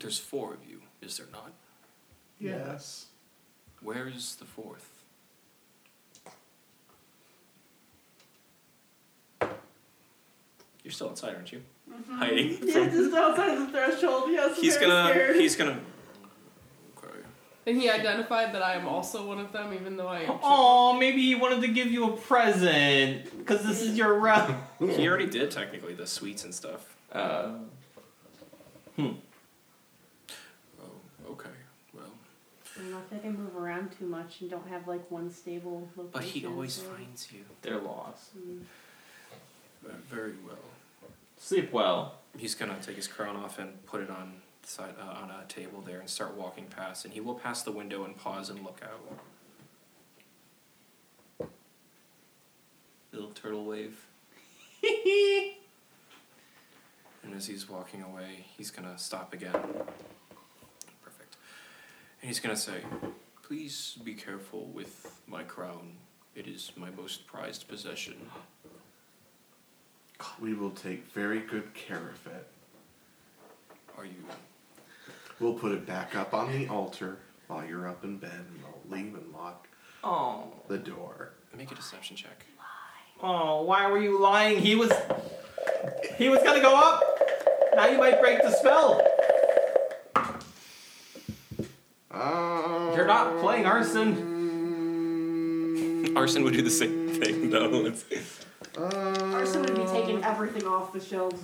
There's four of you, is there not? Yes. Where is the fourth? You're still outside, aren't you? Hiding. Yeah, just outside the threshold. Yes, He's very gonna. Scared. He's gonna. Okay. And he identified that I am also one of them, even though I am. Oh, maybe he wanted to give you a present because this is your round. He already did technically the sweets and stuff. Uh, Oh, okay. Well, I'm not that I move around too much and don't have like one stable location. but he always so- finds you. they're lost. Uh, Very well. Sleep well. He's gonna take his crown off and put it on the side uh, on a table there and start walking past. And he will pass the window and pause and look out. Little turtle wave. and as he's walking away, he's gonna stop again. Perfect. And he's gonna say, "Please be careful with my crown. It is my most prized possession." We will take very good care of it. Are you? We'll put it back up on the altar while you're up in bed and I'll leave and lock Oh, the door. Make a deception check. oh, why were you lying? He was, he was gonna go up. Now you might break the spell. Oh. You're not playing arson. Arson would do the same thing, though. Arson would be taking everything off the shelves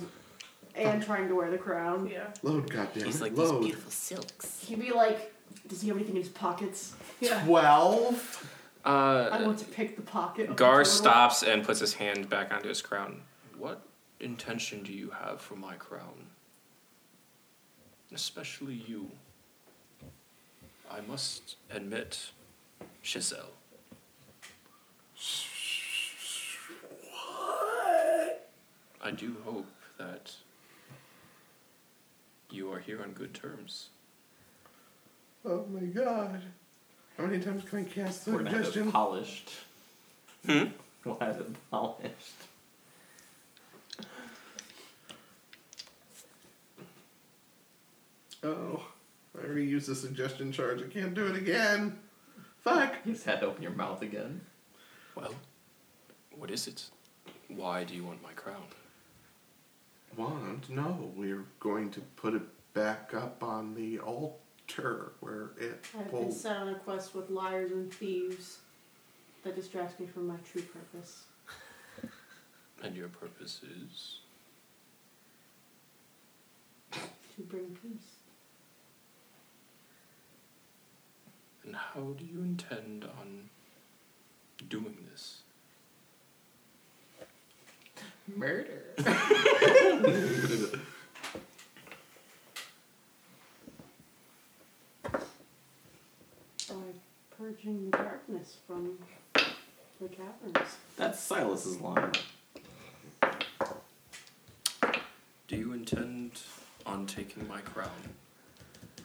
and trying to wear the crown. Yeah. Load, goddamn. He's it, like, "These load. He'd be like, does he have anything in his pockets? Twelve. I Uh, want to pick the pocket. of Gar the turtle. stops and puts his hand back onto his crown. What intention do you have for my crown? Especially you. I must admit, Giselle. I do hope that you are here on good terms. Oh my god. How many times can I cast We're gonna have it suggestion? polished. Hmm? We'll have it polished. Oh, I already used the suggestion charge. I can't do it again. Fuck. You just had to open your mouth again. Well, what is it? Why do you want my crown? Want? No, we're going to put it back up on the altar where it I've been will. set on a quest with liars and thieves that distracts me from my true purpose. And your purpose is? To bring peace. And how do you intend on doing this? Murder. By purging the darkness from the caverns. That's Silas's line. Do you intend on taking my crown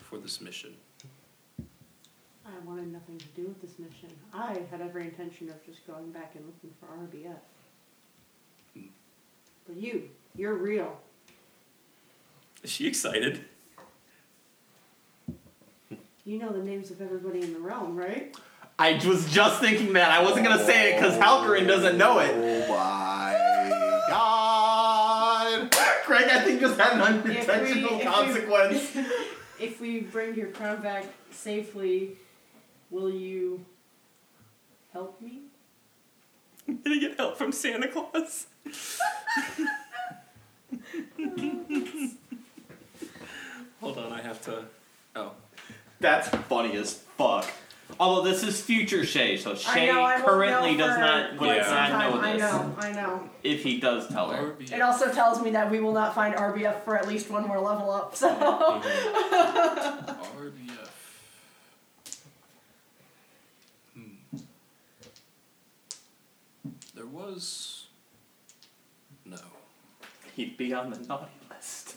for this mission? I wanted nothing to do with this mission. I had every intention of just going back and looking for RBF. But you, you're real. Is she excited? You know the names of everybody in the realm, right? I was just thinking that. I wasn't gonna say it because Halperin doesn't know it. Oh my god. Craig, I think just had an If we- unintentional if we- consequence. If we bring your crown back safely, will you help me? Did he get help from Santa Claus? Hold on, I have to. Oh. That's funny as fuck. Although this is future Shay, so Shay know, I won't currently know does for not would quite some not know I this. know, I know. If he does tell her, Barbie. It also tells me that we will not find RBF for at least one more level up, so. RBF. Hmm. There was. No. he'd be on the naughty list.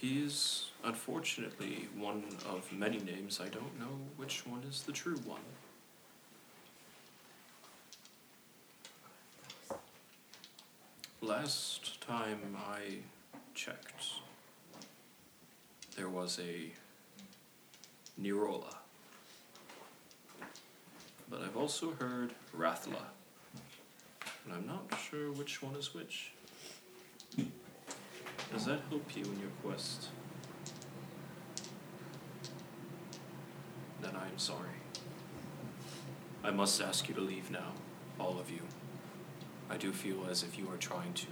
He's unfortunately one of many names. I don't know which one is the true one. Last time I checked, there was a Nerola. But I've also heard Rathla. And I'm not sure which one is which. Does that help you in your quest? Then I am sorry. I must ask you to leave now, all of you. I do feel as if you are trying to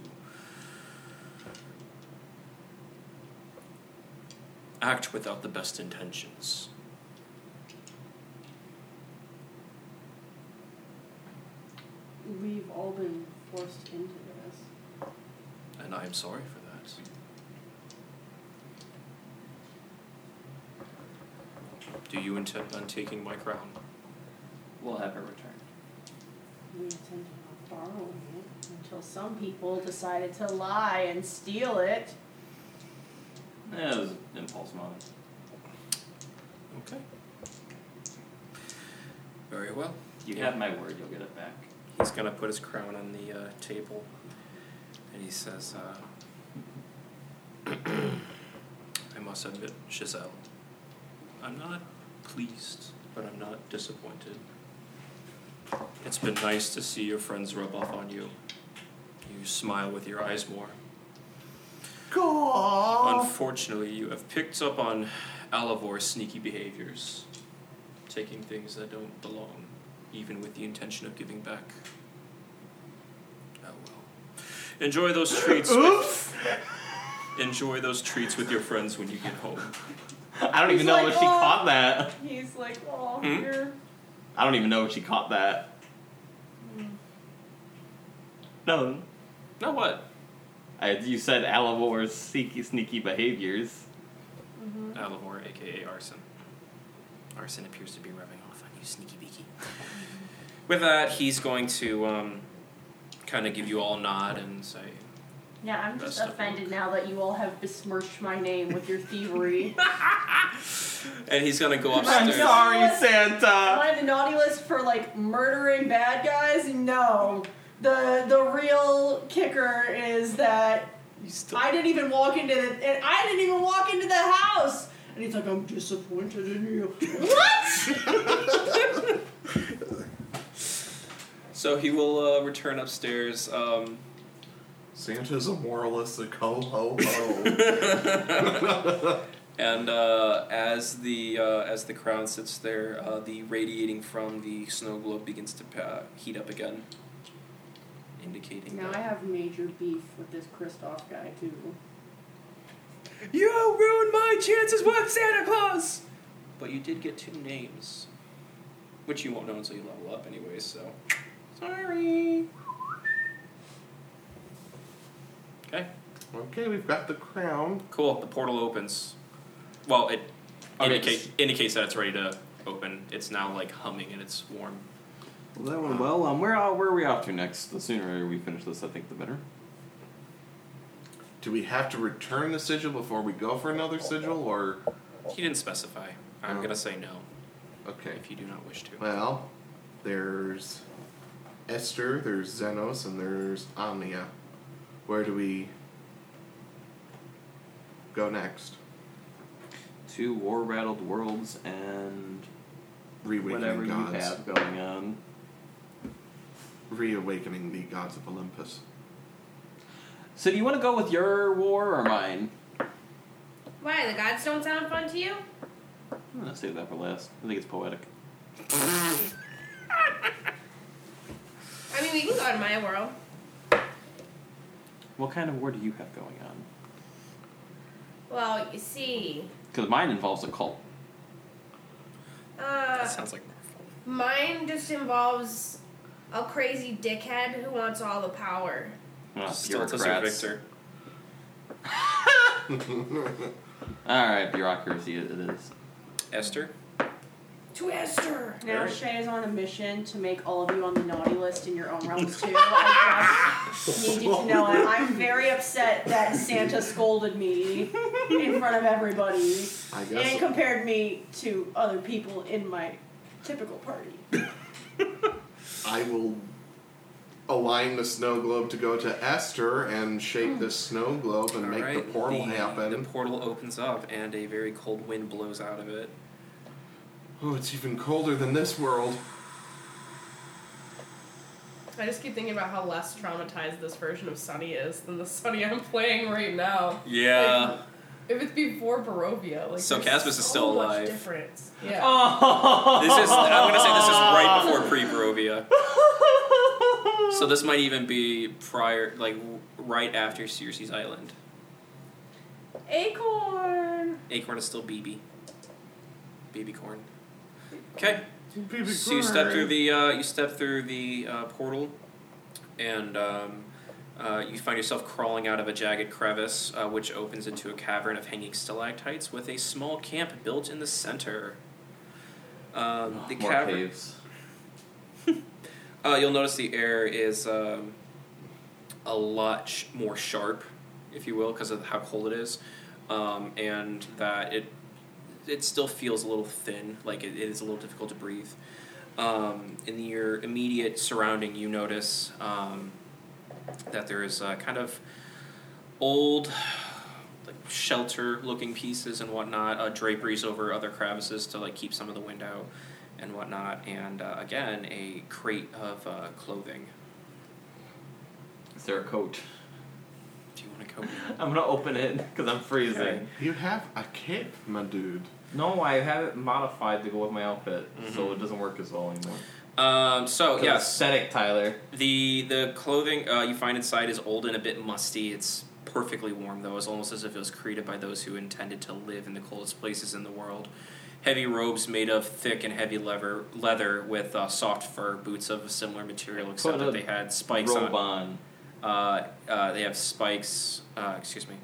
act without the best intentions. We've all been forced into this. and I am sorry for that. Do you intend on taking my crown? We'll have her return. We intended on borrowing it until some people decided to lie and steal it. Yeah, it was an impulse moment. Okay. Very well. You Yeah. have my word, you'll get it back. He's gonna put his crown on the uh, table, and he says, uh, "I must admit, Giselle, I'm not pleased, but I'm not disappointed. It's been nice to see your friends rub off on you. You smile with your eyes more. Unfortunately, you have picked up on Alivor's sneaky behaviors, taking things that don't belong." even with the intention of giving back. Oh well. Enjoy those treats. with, enjoy those treats with your friends when you get home. I don't even know like, if she "Oh." caught that. He's like, oh, Hmm? here. I don't even know if she caught that. No, Now what? I, you said Alivor's sneaky, sneaky behaviors. Alivor, aka Arson. Arson appears to be rubbing off on you, sneaky beaky. With that, he's going to um, kind of give you all a nod and say, Yeah, I'm Best just of offended now that you all have besmirched my name with your thievery. and he's gonna go upstairs. I'm sorry, Santa. Am I on the naughty list for like murdering bad guys? No. The the real kicker is that You still- I didn't even walk into the and I didn't even walk into the house. And he's like, I'm disappointed in you. what? So he will uh, return upstairs. Um, Santa's a moralistic ho ho ho. And uh, as the uh, as the crown sits there, uh, the radiating from the snow globe begins to uh, heat up again, indicating Now I that have major beef with this Kristoff guy too. you ruined my chances with Santa Claus. But you did get two names, which you won't know until you level up, anyway. So sorry. Okay, okay, we've got the crown. cool. The portal opens. Well, it Oh, Okay, indicate, indicates that it's ready to open. It's now like humming and it's warm. Well, that went well. Um, where are, where are we off to next? The sooner we finish this, I think, the better. Do we have to return the sigil before we go for another sigil, or He didn't specify. I'm Oh. gonna say no okay? if you do not wish to. Well, there's Esther, there's Xenos, and there's Omnia. Where do we go next? Two war rattled worlds and whatever Reawakening you gods. have going on. Reawakening the gods of Olympus. So, do you want to go with your war or mine? Why? The gods don't sound fun to you? I'm gonna save that for last. I think it's poetic. I mean, we can go in my world. What kind of war do you have going on? Well, you see, Because mine involves a cult. uh, That sounds like Marvel. mine just involves a crazy dickhead who wants all the power. Ah, Still to Sir bureaucrats. Victor. All right, bureaucracy it it is. Esther, Twister! Now Very. Shay is on a mission to make all of you on the naughty list in your own realms too. I just need you to know I- I'm very upset that Santa scolded me in front of everybody I and guess. compared me to other people in my typical party. I will align the snow globe to go to Esther and shape this snow globe and make the Alright, portal the- happen. The portal opens up, and a very cold wind blows out of it. oh, it's even colder than this world. I just keep thinking about how less traumatized this version of Sunny is than the Sunny I'm playing right now. Yeah. If it's before Barovia, like So there's Caspis is so still much alive. Difference. Yeah. Oh. This is. I'm gonna say this is right before pre-Barovia. So this might even be prior, like w- right after Circe's Island. Acorn! Acorn is still BB. BB corn. Okay. So you step through the uh, you step through the uh, portal, and um, uh, you find yourself crawling out of a jagged crevice, uh, which opens into a cavern of hanging stalactites with a small camp built in the center. Um, the More cavern. caves. Uh, you'll notice the air is um, a lot sh- more sharp, if you will, because of how cold it is, um, and that it it still feels a little thin, like it, it is a little difficult to breathe. Um, in your immediate surrounding, you notice um, that there is uh, kind of old. Like shelter-looking pieces and whatnot, uh, draperies over other crevices to like keep some of the wind out and whatnot, and uh, again, a crate of uh, clothing. Is there a coat? Do you want to go? I'm gonna open it because I'm freezing. Okay. You have a cape, my dude. No, I have it modified to go with my outfit, so it doesn't work as well anymore. Um, so Good Mm-hmm. yes, aesthetic, Tyler. the the clothing uh, you find inside is old and a bit musty. It's perfectly warm though. It's almost as if it was created by those who intended to live in the coldest places in the world. Heavy robes made of thick and heavy leather, leather with uh, soft fur, boots of a similar material, except Put that a they had spikes on. Robe on. Uh, uh, they have spikes. Uh, excuse me.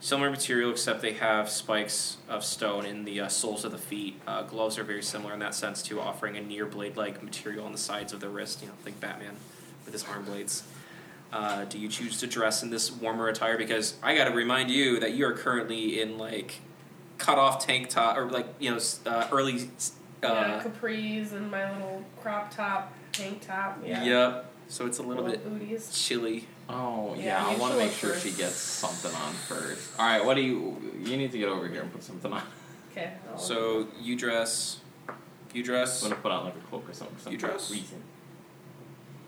Similar material, except they have spikes of stone in the uh, soles of the feet. Uh, gloves are very similar in that sense too, offering a near blade-like material on the sides of the wrist. You know, think Batman with his arm blades. Uh, do you choose to dress in this warmer attire? Because I got to remind you that you are currently in like cut-off tank top or like you know s- uh, early. s- Uh, yeah, capris and my little crop top, tank top. Yeah. Yep. So it's a little bit booties. chilly. Oh yeah, Yeah, I you want to should make look sure first. she gets something on first. All right, what do you? You need to get over here and put something on. Okay. I'll- So you dress. You dress. I'm gonna put on like a cloak or something. 'cause I'm You dress? freezing.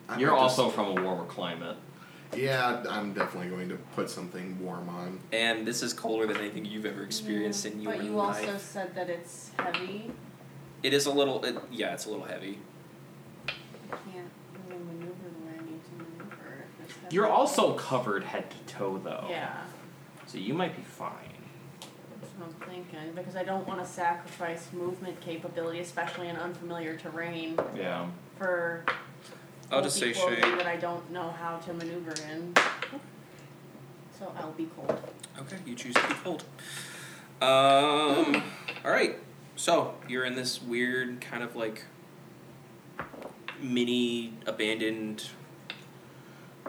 I'm You're just- also from a warmer climate. Yeah, I'm definitely going to put something warm on. and this is colder than anything you've ever experienced in your But you life. also said that it's heavy. it is a little, it, yeah, it's a little heavy. I can't really maneuver the way I need to maneuver. if it's heavy. You're also covered head to toe though. Yeah, So you might be fine. that's what I'm thinking uh, because I don't want to sacrifice movement capability, especially in unfamiliar terrain, Yeah. for I'll just say bulky Shay. clothing that I don't know how to maneuver in. So I'll be cold. Okay, you choose to be cold. Um, all right. So you're in this weird kind of like mini abandoned. I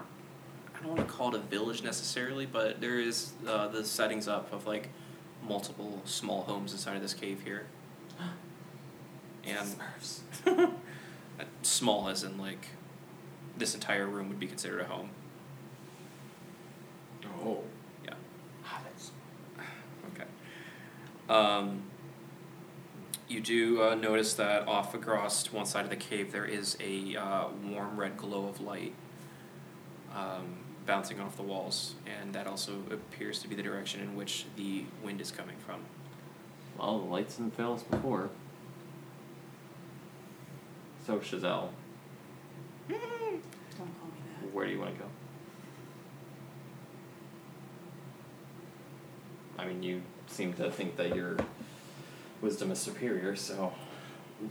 don't want to call it a village necessarily, but there is uh, the settings up of like multiple small homes inside of this cave here. And small as in like this entire room would be considered a home. Oh. Okay. Um, you do uh, notice that off across one side of the cave there is a uh, warm red glow of light um, bouncing off the walls, and that also appears to be the direction in which the wind is coming from. Well, the lights didn't fail us before. So Chazelle, Don't call me that. where do you want to go? I mean, you seem to think that your wisdom is superior, so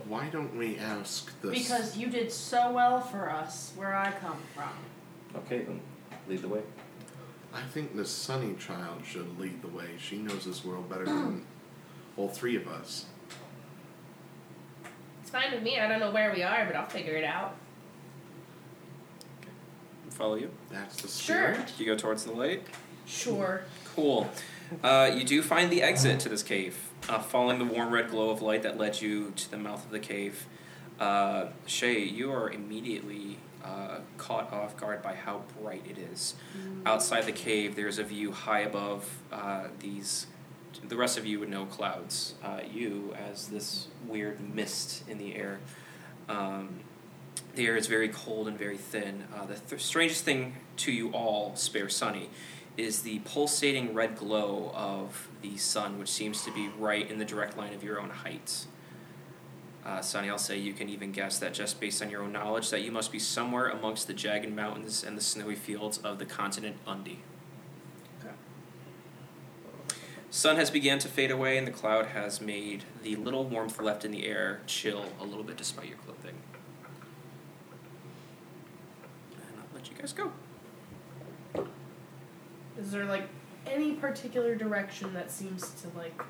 Why don't we ask this? Because you did so well for us where I come from. okay, then lead the way. I think the Sunny Child should lead the way. She knows this world better than all three of us. It's fine with me. I don't know where we are, but I'll figure it out. Follow you. That's the Sure. spirit. You go towards the lake. Sure. Cool. Uh, you do find the exit to this cave, uh, following the warm red glow of light that led you to the mouth of the cave. Uh, Shay, you are immediately uh, caught off guard by how bright it is. Outside the cave, there's a view high above uh, these. The rest of you would know clouds. Uh, you, as this weird mist in the air. Um, the air is very cold and very thin. Uh, the th- strangest thing to you all, spare Sunny, is the pulsating red glow of the sun, which seems to be right in the direct line of your own heights. Uh, Sunny, I'll say you can even guess that just based on your own knowledge that you must be somewhere amongst the jagged mountains and the snowy fields of the continent Undi. Okay. Sun has began to fade away, and the cloud has made the little warmth left in the air chill a little bit despite your clothing. And I'll let you guys go. Is there like any particular direction that seems to like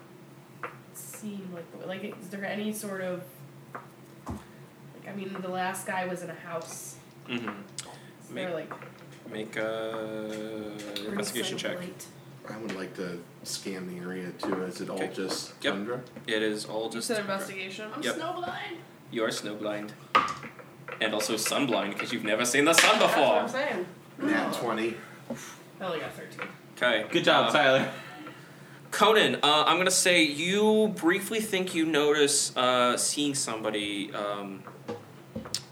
seem like the way? Like, is there any sort of like? I mean, the last guy was in a house. Mm-hmm. Is there like Make a investigation check. I would like to scan the area too. Is it all Okay. just Yep. tundra? It is all You just. said investigation. I'm Yep. snowblind. You are snowblind, and also sunblind because you've never seen the sun That's what I'm before. saying. Nat twenty. I only got thirteen. Okay. uh, Good job, Tyler. Conan, uh, I'm gonna say you briefly think you notice uh, seeing somebody um,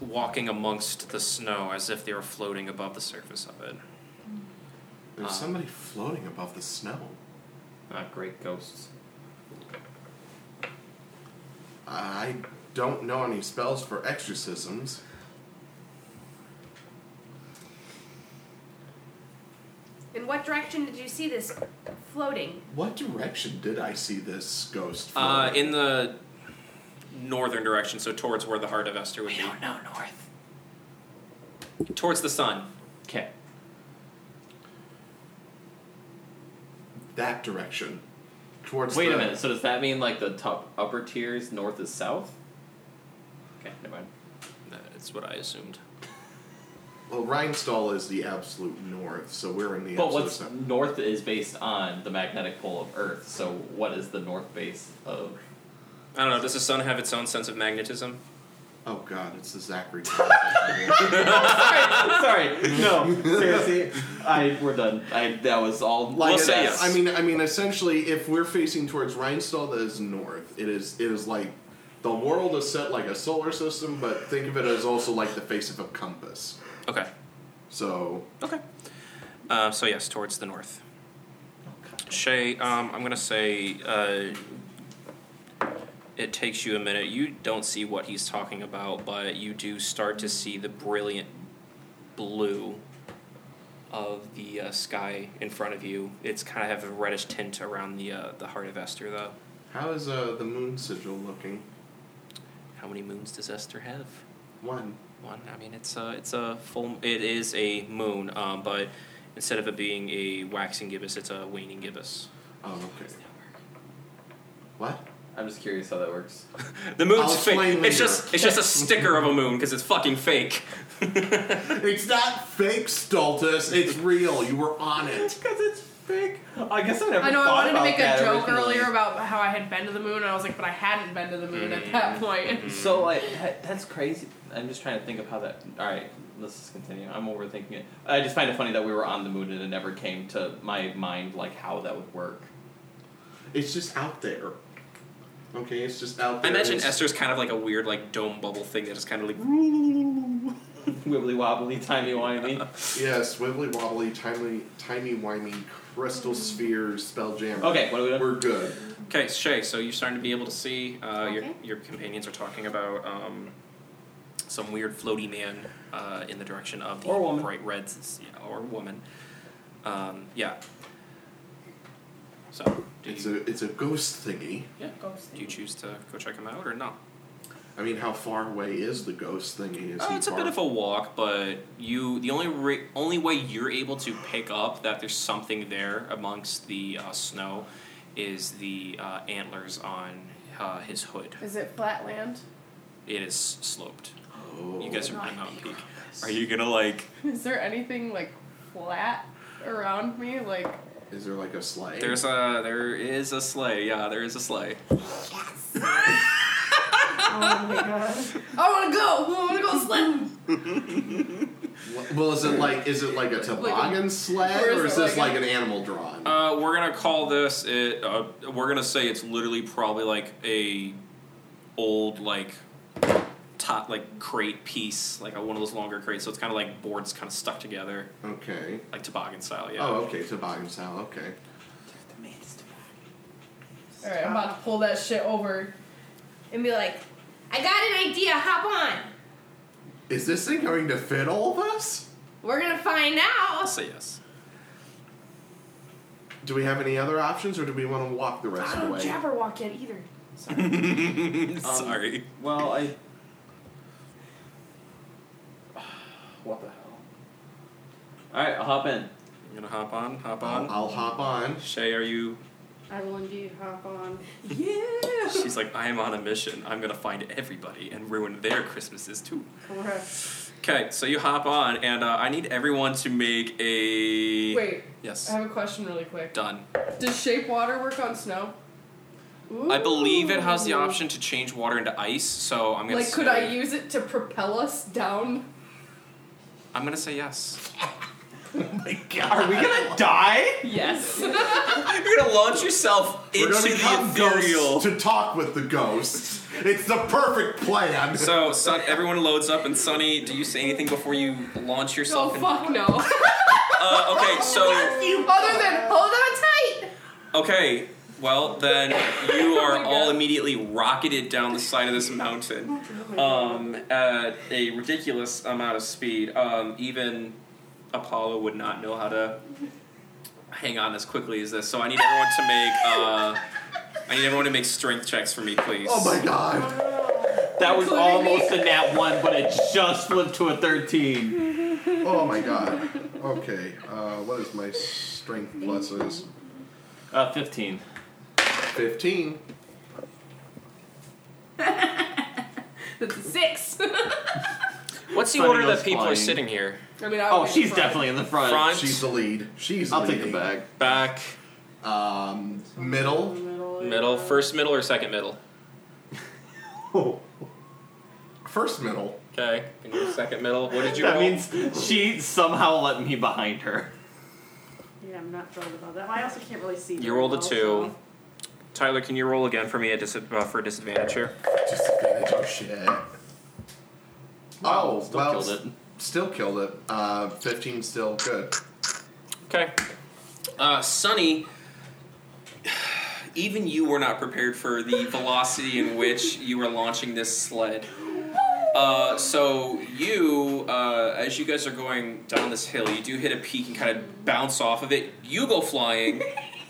walking amongst the snow as if they were floating above the surface of it. There's Uh. somebody floating above the snow. Not Ah, great ghosts. I don't know any spells for exorcisms. In what direction did you see this floating? What direction did I see this ghost? Uh, floating? in the northern direction, so towards where the heart of Esther would be. know north. Towards the sun. Okay. that direction, towards. Wait the- a minute. So does that mean like the top upper tiers, north is south? Okay, never mind. That's what I assumed. Well, Rhinestall is the absolute north, so we're in the But absolute what's south. north is based on the magnetic pole of Earth. So what is the north base of? I don't know. Does the sun have its own sense of magnetism? Oh God, it's the Zachary. Quinto. Sorry, no, seriously, I we're done. I that was all. like We'll it- say yes. I mean, I mean, essentially, if we're facing towards Rhinestall, that is north. It is. It is like the world is set like a solar system, but think of it as also like the face of a compass. Okay. So Okay. Uh, so yes, towards the north. Shay, um, I'm gonna say uh, it takes you a minute. You don't see what he's talking about, but you do start to see the brilliant blue of the uh, sky in front of you. It's kind of have a reddish tint around the uh, the heart of Esther, though. How is uh, the moon sigil looking? How many moons does Esther have? One. one. I mean, it's a it's a full. It is a moon, um, but instead of it being a waxing gibbous, it's a waning gibbous. Oh, okay. What? I'm just curious how that works. The I'll moon's explain fake. It's later. just it's just a sticker of a moon because it's fucking fake. It's not fake, Stultus. It's real. You were on it. Because it's fake. I guess I never. I know I thought wanted to about make a that joke originally. earlier about how I had been to the moon, and I was like, but I hadn't been to the moon at Mm. that point. So like that, that's crazy. I'm just trying to think of how that. All right, let's just continue. I'm overthinking it. I just find it funny that we were on the moon and it never came to my mind like how that would work. It's just out there. Okay, it's just out I there. imagine It's- Esther's kind of like a weird like dome bubble thing that is kind of like. Wibbly wobbly, timey wimey. Yes, wibbly wobbly, timely, timey wimey, crystal Mm. spheres, spell jam. Okay, what are we doing? We're good. Okay, Shay. So you're starting to be able to see. Uh, Your Okay. your companions are talking about. Um, some weird floaty man uh, in the direction of the Or woman. bright reds, yeah, or woman. Um, yeah. So, do It's you, a it's a ghost thingy. yeah, do you choose to go check him out or not? I mean, how far away is the ghost thingy? Is Uh, he it's a far? bit of a walk, but you the only re- only way you're able to pick up that there's something there amongst the uh, snow is the uh, antlers on uh, his hood. Is it flatland? It is sloped. Oh. You guys are on a mountain peak. Are you gonna like? Is there anything like flat around me? Like Is there like a slide? There's a there is a sleigh. Yeah, there is a sleigh. oh my god. I want to go. I want to go sledding. well, is it like is it like a toboggan sled or is or is it this like like an animal drawing? Uh, we're gonna call this. It, uh, we're gonna say it's literally probably like a old like top like crate piece, like a, one of those longer crates. So it's kind of like boards kind of stuck together, okay. like toboggan style. Yeah. Oh, okay, toboggan style. Okay. Alright, I'm about to pull that shit over. And be like, I got an idea. Hop on. Is this thing going to fit all of us? We're gonna find I'll out. say yes. Do we have any other options, or do we want to walk the I rest of the don't way? jabberwock yet either. Um, Sorry. Well, I. What the hell? Alright, I'll hop in. I'm gonna hop on. Hop I'll, on. I'll hop on. Shay, are you? I will indeed hop on. She's like, I am on a mission. I'm gonna find everybody and ruin their Christmases too. Correct. Okay, so you hop on, and uh, I need everyone to make a. Wait, um, I Yes. have a question really quick. Done. Does shape water work on snow? I believe it has the Ooh. option to change water into ice, so I'm gonna Like, say, could I use it to propel us down? I'm gonna say yes. Are we gonna die? Yes. You're gonna launch yourself We're gonna become ghosts to talk with the ghosts. It's the perfect plan. So, Sun, everyone loads up, and Sunny, do you say anything before you launch oh yourself? in- fuck no. Uh, okay, so Other than Hold on tight. okay, well then you Oh are my all God. immediately rocketed down the side of this mountain, um, at a ridiculous amount of speed. Um, even Apollo would not know how to hang on as quickly as this. So I need everyone to make. Uh, I need everyone to make strength checks for me, please. oh my god. That was Including almost a nat one, but it just flipped to a 13. Oh my god. Okay. Uh, what is my strength pluses? Uh, 15. Fifteen. that's a six. What's the Sunny order goes that people are flying. sitting here? I mean, I Oh, would she's prefer- definitely in the front. Front, She's the lead. She's I'll take leading. the bag. back, Um, middle. Middle. middle, first middle or second middle? First middle. Okay, and your second middle. What did you? That roll? means she somehow let me behind her. Yeah, I'm not thrilled about that. I also can't really see. you very rolled a well, two. so- Tyler, can you roll again for me at dis- uh, for disadvantage here? Disadvantage. Oh shit. Oh, Still well, killed it. Still killed it. Uh, 15 still good. Okay. Uh, Sunny, even you were not prepared for the velocity in which you were launching this sled. Uh, so you, uh, as you guys are going down this hill, you do hit a peak and kind of bounce off of it. You go flying,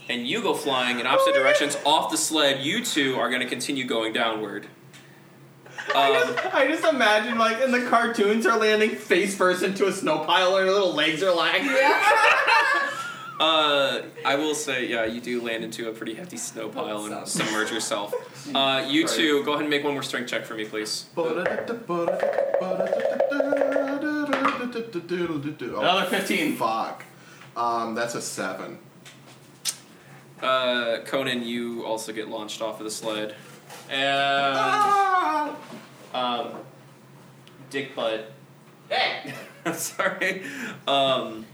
and you go flying in opposite directions off the sled. You two are going to continue going downward. I Um, just, I just imagine, like, in the cartoons, her landing face first into a snow pile and her little legs are like. Uh, I will say, yeah, you do land into a pretty hefty snow pile and submerge yourself. Uh, you two, go ahead and make one more strength check for me, please. Oh, Another 15. fuck. Um, that's a 7. Uh, Conan, you also get launched off of the sled, and Ah! um, Dick Butt. Hey, I'm sorry. Um,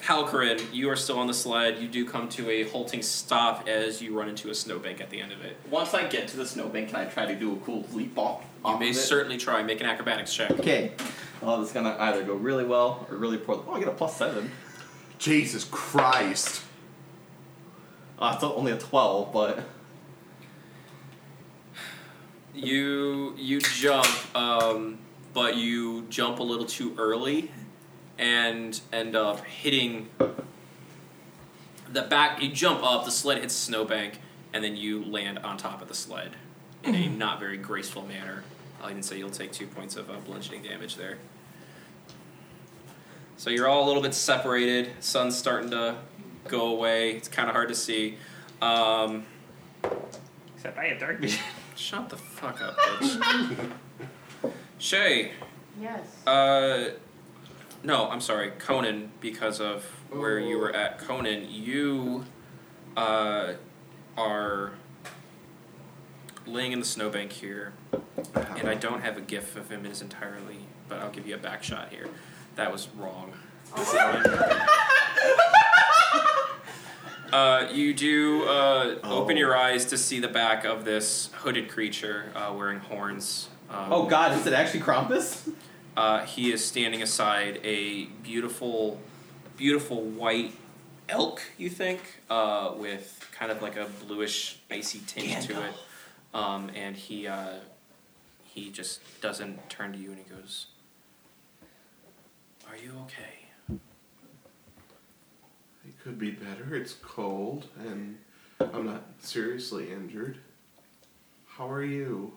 Halcorin, you are still on the sled. You do come to a halting stop as you run into a snowbank at the end of it. Once I get to the snowbank, can I try to do a cool leap off? You may certainly try make an acrobatics check. Okay. Well, it's gonna either go really well or really poorly. Oh, I get a plus seven. Jesus Christ. Uh, it's only a 12, but. You you jump, um, but you jump a little too early, and end up hitting the back. You jump up, the sled hits a snowbank, and then you land on top of the sled in a not very graceful manner. I'll even say you'll take two points of uh, bludgeoning damage there. So you're all a little bit separated. Sun's starting to go away. It's kind of hard to see. Um, Except I have dark vision. Shut the fuck up, bitch. Shay, Yes. uh, no, I'm sorry, Conan, because of where you were at. Conan, you uh, are laying in the snowbank here, and I don't have a gif of him as entirely, but I'll give you a back shot here. That was wrong. This is Uh, you do uh, open Oh. your eyes to see the back of this hooded creature uh, wearing horns. Um, Oh God, is it actually Krampus? uh, he is standing aside a beautiful, beautiful white elk, you think, uh, with kind of like a bluish, icy tinge to it. Um, and he uh, he just doesn't turn to you and he goes, Are you okay? It could be better. It's cold, and I'm not seriously injured. How are you?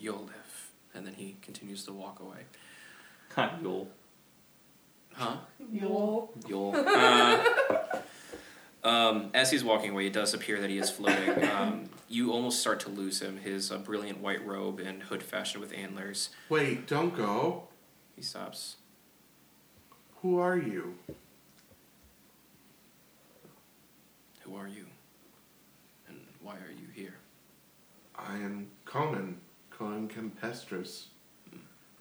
You'll live. And then he continues to walk away. Yule. Huh? Yule. Yule. Uh, um, as he's walking away, it does appear that he is floating. Um, you almost start to lose him. His uh, brilliant white robe and hood fashioned with antlers. Wait, don't go. He stops. Who are you? Who are you? And why are you here? I am Conan, Conan Campestris.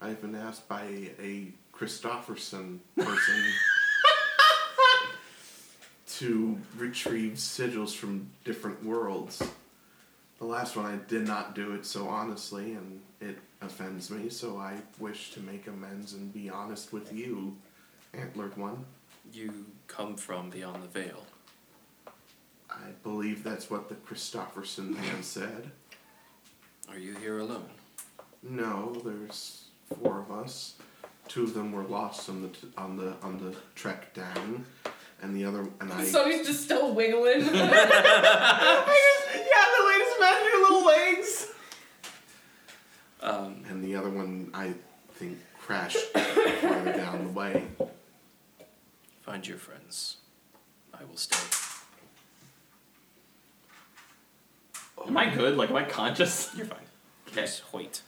I've been asked by a Christofferson person to retrieve sigils from different worlds. The last one I did not do it so honestly, and it offends me, so I wish to make amends and be honest with you, Antlered One. You come from beyond the veil. I believe that's what the Christofferson man said. Are you here alone? No, there's four of us. Two of them were lost on the t- on the on the trek down, and the other and I. So he's just still wiggling. yeah, the way to smash your little legs. Um, and the other one I think crashed farther down the way. find your friends. I will stay. Am I good? Like, am I conscious? You're fine. Okay. Just wait.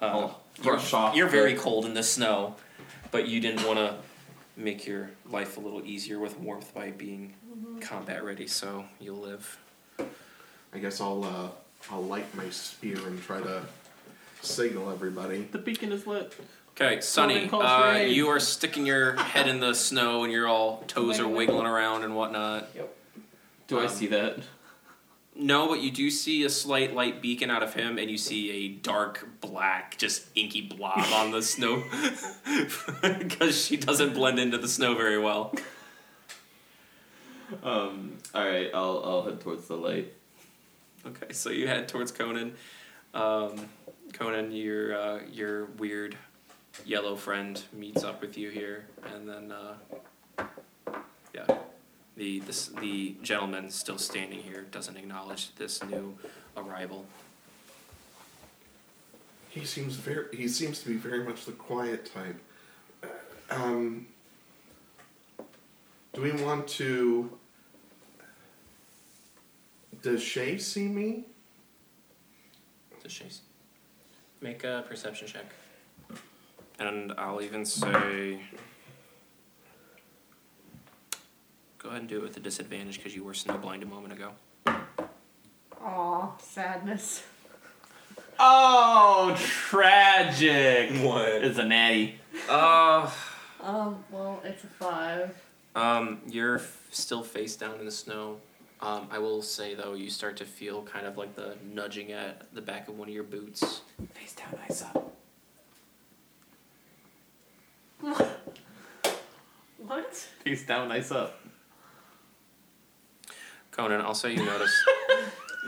Uh, I'll you're, brush off you're the- very cold in the snow, but you didn't want to make your life a little easier with warmth by being Mm-hmm. combat ready, so you'll live. I guess I'll uh, I'll light my spear and try to signal everybody. The beacon is lit. Okay, Golden Sunny, Pulse uh, Raid. you are sticking your head in the snow and your all toes are wiggling around and whatnot. Do I Um, see that? No, but you do see a slight light beacon out of him, and you see a dark black, just inky blob on the snow because she doesn't blend into the snow very well. Um, alright, I'll, I'll head towards the light. Okay, so you head towards Conan. Um, Conan, your uh, your weird yellow friend meets up with you here, and then uh, yeah, the this, the gentleman still standing here doesn't acknowledge this new arrival. He seems very he seems to be very much the quiet type. Um, do we want to? Does Shay see me? Does she s- make a perception check? And I'll even say. Go ahead and do it with a disadvantage because you were snowblind a moment ago. Aw, sadness. Oh, tragic. What? It's a natty. Uh, Um, well, it's a five. um, you're f- still face down in the snow. Um, I will say though, you start to feel kind of like the nudging at the back of one of your boots. Face down, eyes up. What? Face down, ice up. Conan, also you notice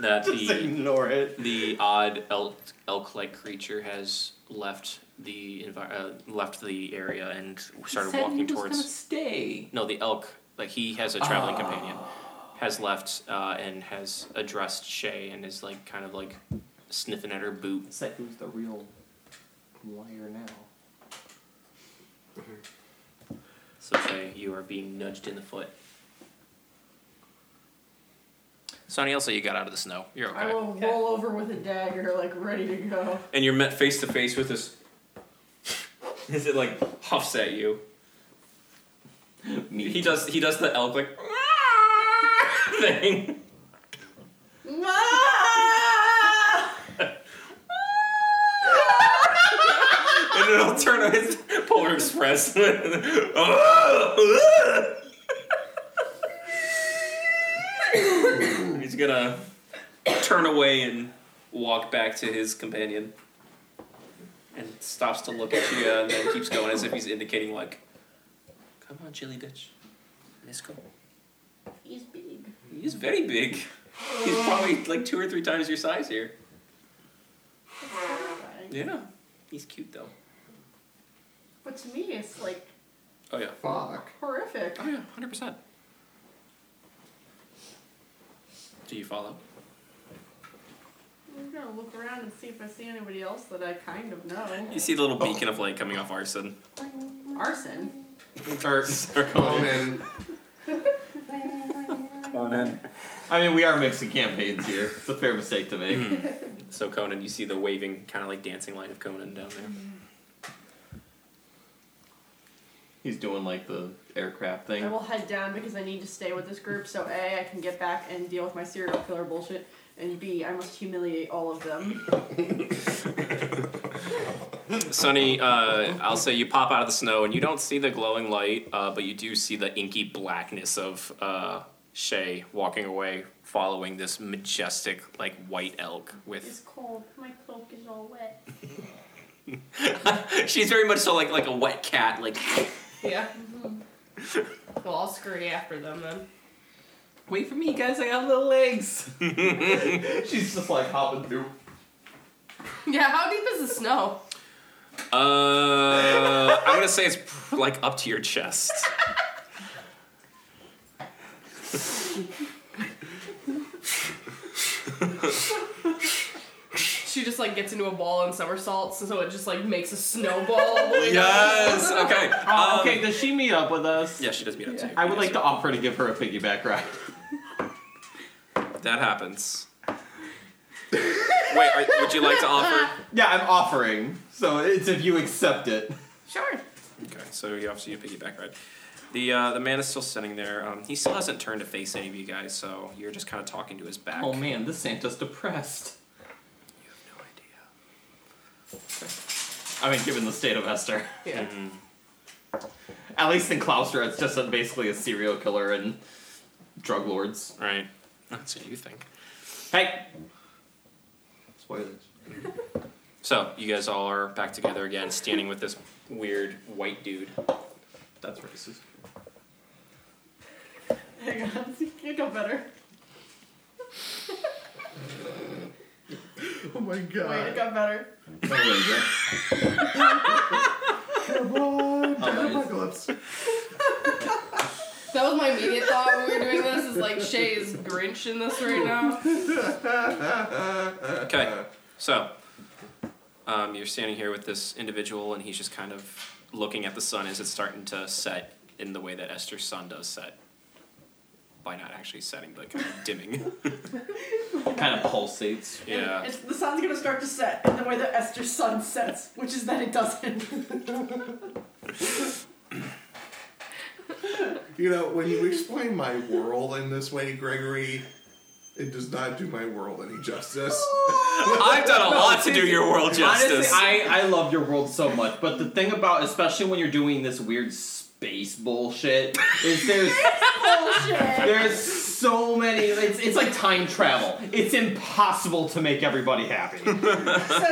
that Just the ignore it. the odd elk elk-like creature has left the envi- uh, left the area and started walking towards. stay. No, the elk. Like he has a traveling companion, has left uh, and has addressed Shay and is like kind of like sniffing at her boot. It's like who's the real liar now? So Shay, you are being nudged in the foot. Sonny Elsa, you got out of the snow. You're okay. I will roll over with a dagger, like ready to go. and you're met face to face with this. Is it like huffs at you? He does. He does the elk like thing. and it'll turn on his Polar Express. He's gonna turn away and walk back to his companion. And stops to look at you uh, and then keeps going as if he's indicating, like, come on, chili bitch. Let's go. He's big. He's very big. He's probably like two or three times your size here. Yeah. He's cute though. But to me, it's like Oh yeah. Fuck. horrific. Oh yeah, hundred percent. Do you follow? I'm gonna look around and see if I see anybody else that I kind of know. You see the little beacon of light coming off Arson. Arson. Or, or Conan. I mean, we are mixing campaigns here. It's a fair mistake to make. So Conan, you see the waving, kind of like dancing light of Conan down there. He's doing like the aircraft I thing. will head down because I need to stay with this group so A, I can get back and deal with my serial killer bullshit, and B, I must humiliate all of them. Sonny, uh, I'll say you pop out of the snow and you don't see the glowing light, uh, but you do see the inky blackness of uh, Shay walking away, following this majestic, like white elk It's with. cold. My cloak is all wet. She's very much so like like a wet cat, like. Yeah. well, I'll scurry after them then. Wait for me, guys. I got little legs. She's just like hopping through. Yeah, how deep is the snow? Uh, I'm gonna say it's pr- like up to your chest. She just like gets into a ball and somersaults, and so it just like makes a snowball. all the way down. Yes. Okay. Oh, um, okay, does she meet up with us? Yeah, she does meet up to you. I would like to offer to give her a piggyback ride. That happens. Wait, are, would you like to offer? Yeah, I'm offering. So Oh, it's if you accept it. Sure. Okay, so you obviously you piggyback ride. The uh, the man is still sitting there. Um, he still hasn't turned to face any of you guys, so you're just kind of talking to his back. Oh man, this Santa's depressed. You have no idea. I mean, given the state of Esther. Yeah. At least in Claustra, it's just a, basically a serial killer and drug lords. Right. That's what you think. Hey! Spoilers. So you guys all are back together again, standing with this weird white dude. That's racist. Hang on, you know better. Oh my Wait, it god. got better. Come on, Oh, nice. apocalypse. That was my immediate thought when we were doing this. Is like Shay is Grinch in this right now. Uh, Okay. So, um, you're standing here with this individual, and he's just kind of looking at the sun as it's starting to set in the way that Esther's sun does set. By not actually setting, but kind of dimming. kind of pulsates. yeah. It's, the sun's gonna start to set in the way that Esther's sun sets, which is that it doesn't. You know, when you explain my world in this way, Gregory, it does not do my world any justice. I've done a lot to do your world Honestly, justice. I, I love your world so much, but the thing about, especially when you're doing this weird space bullshit, is there's there's so many. It's, it's like time travel. It's impossible to make everybody happy. Says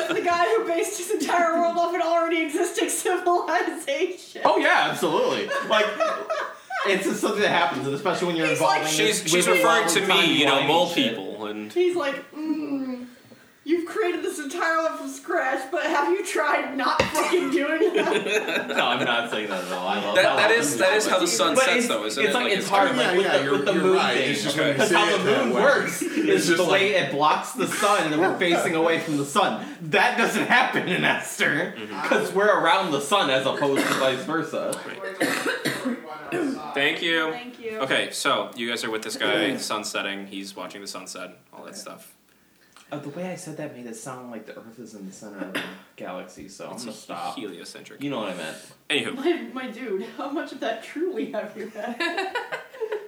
the guy who based his entire world off an already existing civilization. oh yeah, absolutely. Like it's just something that happens, and especially when you're He's involved. like- in she's this she's with a referring long to me, you know, timeline mole and shit. people, and He's like, mmm, you've created this entire world from scratch, but have you tried not fucking doing that? No, I'm not saying that at all. I love that, I that love is them. that is how the sun But sets, it's, though, isn't it's it? like, it's kind of- hard Yeah, like, with, yeah, the, you're- with the you're moon right. thing. It's just when you Because say how it the that moon way. works is just the way it blocks the sun and we're facing away from the sun. That doesn't happen in Mm-hmm. Esther because we're around the sun as opposed to vice versa. Everyone outside. Thank you. Thank you. Okay, so you guys are with this guy, sun setting. He's watching the sunset, all that stuff. Oh, the way I said that made it sound like the Earth is in the center of the galaxy, so I'm It's gonna stop. heliocentric. You know what I meant. Anywho, My, my dude, how much of that truly have you had?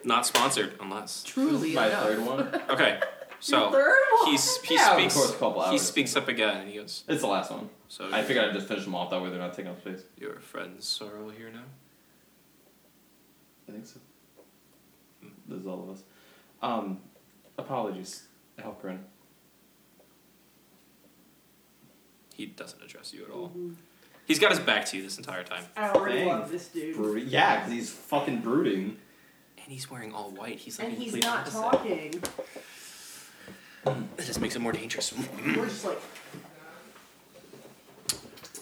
not sponsored unless. Truly. My enough. third one. Okay, Your so third one? he's, Oh, he Yeah, of speaks. course, a couple He hours. speaks up again, and he goes. It's the last one. So I your- figured I'd just finish them off that way they're not taking up space. your friend's sorrow here now. I think so. This is all of us. Um, apologies, Halperin. He doesn't address you at all. Mm-hmm. He's got his back to you this entire time, I already Dang. love this dude. Bru- yeah, because he's fucking brooding. and he's wearing all white. He's like and the he's complete not opposite. talking. That just makes it more dangerous. We're just like,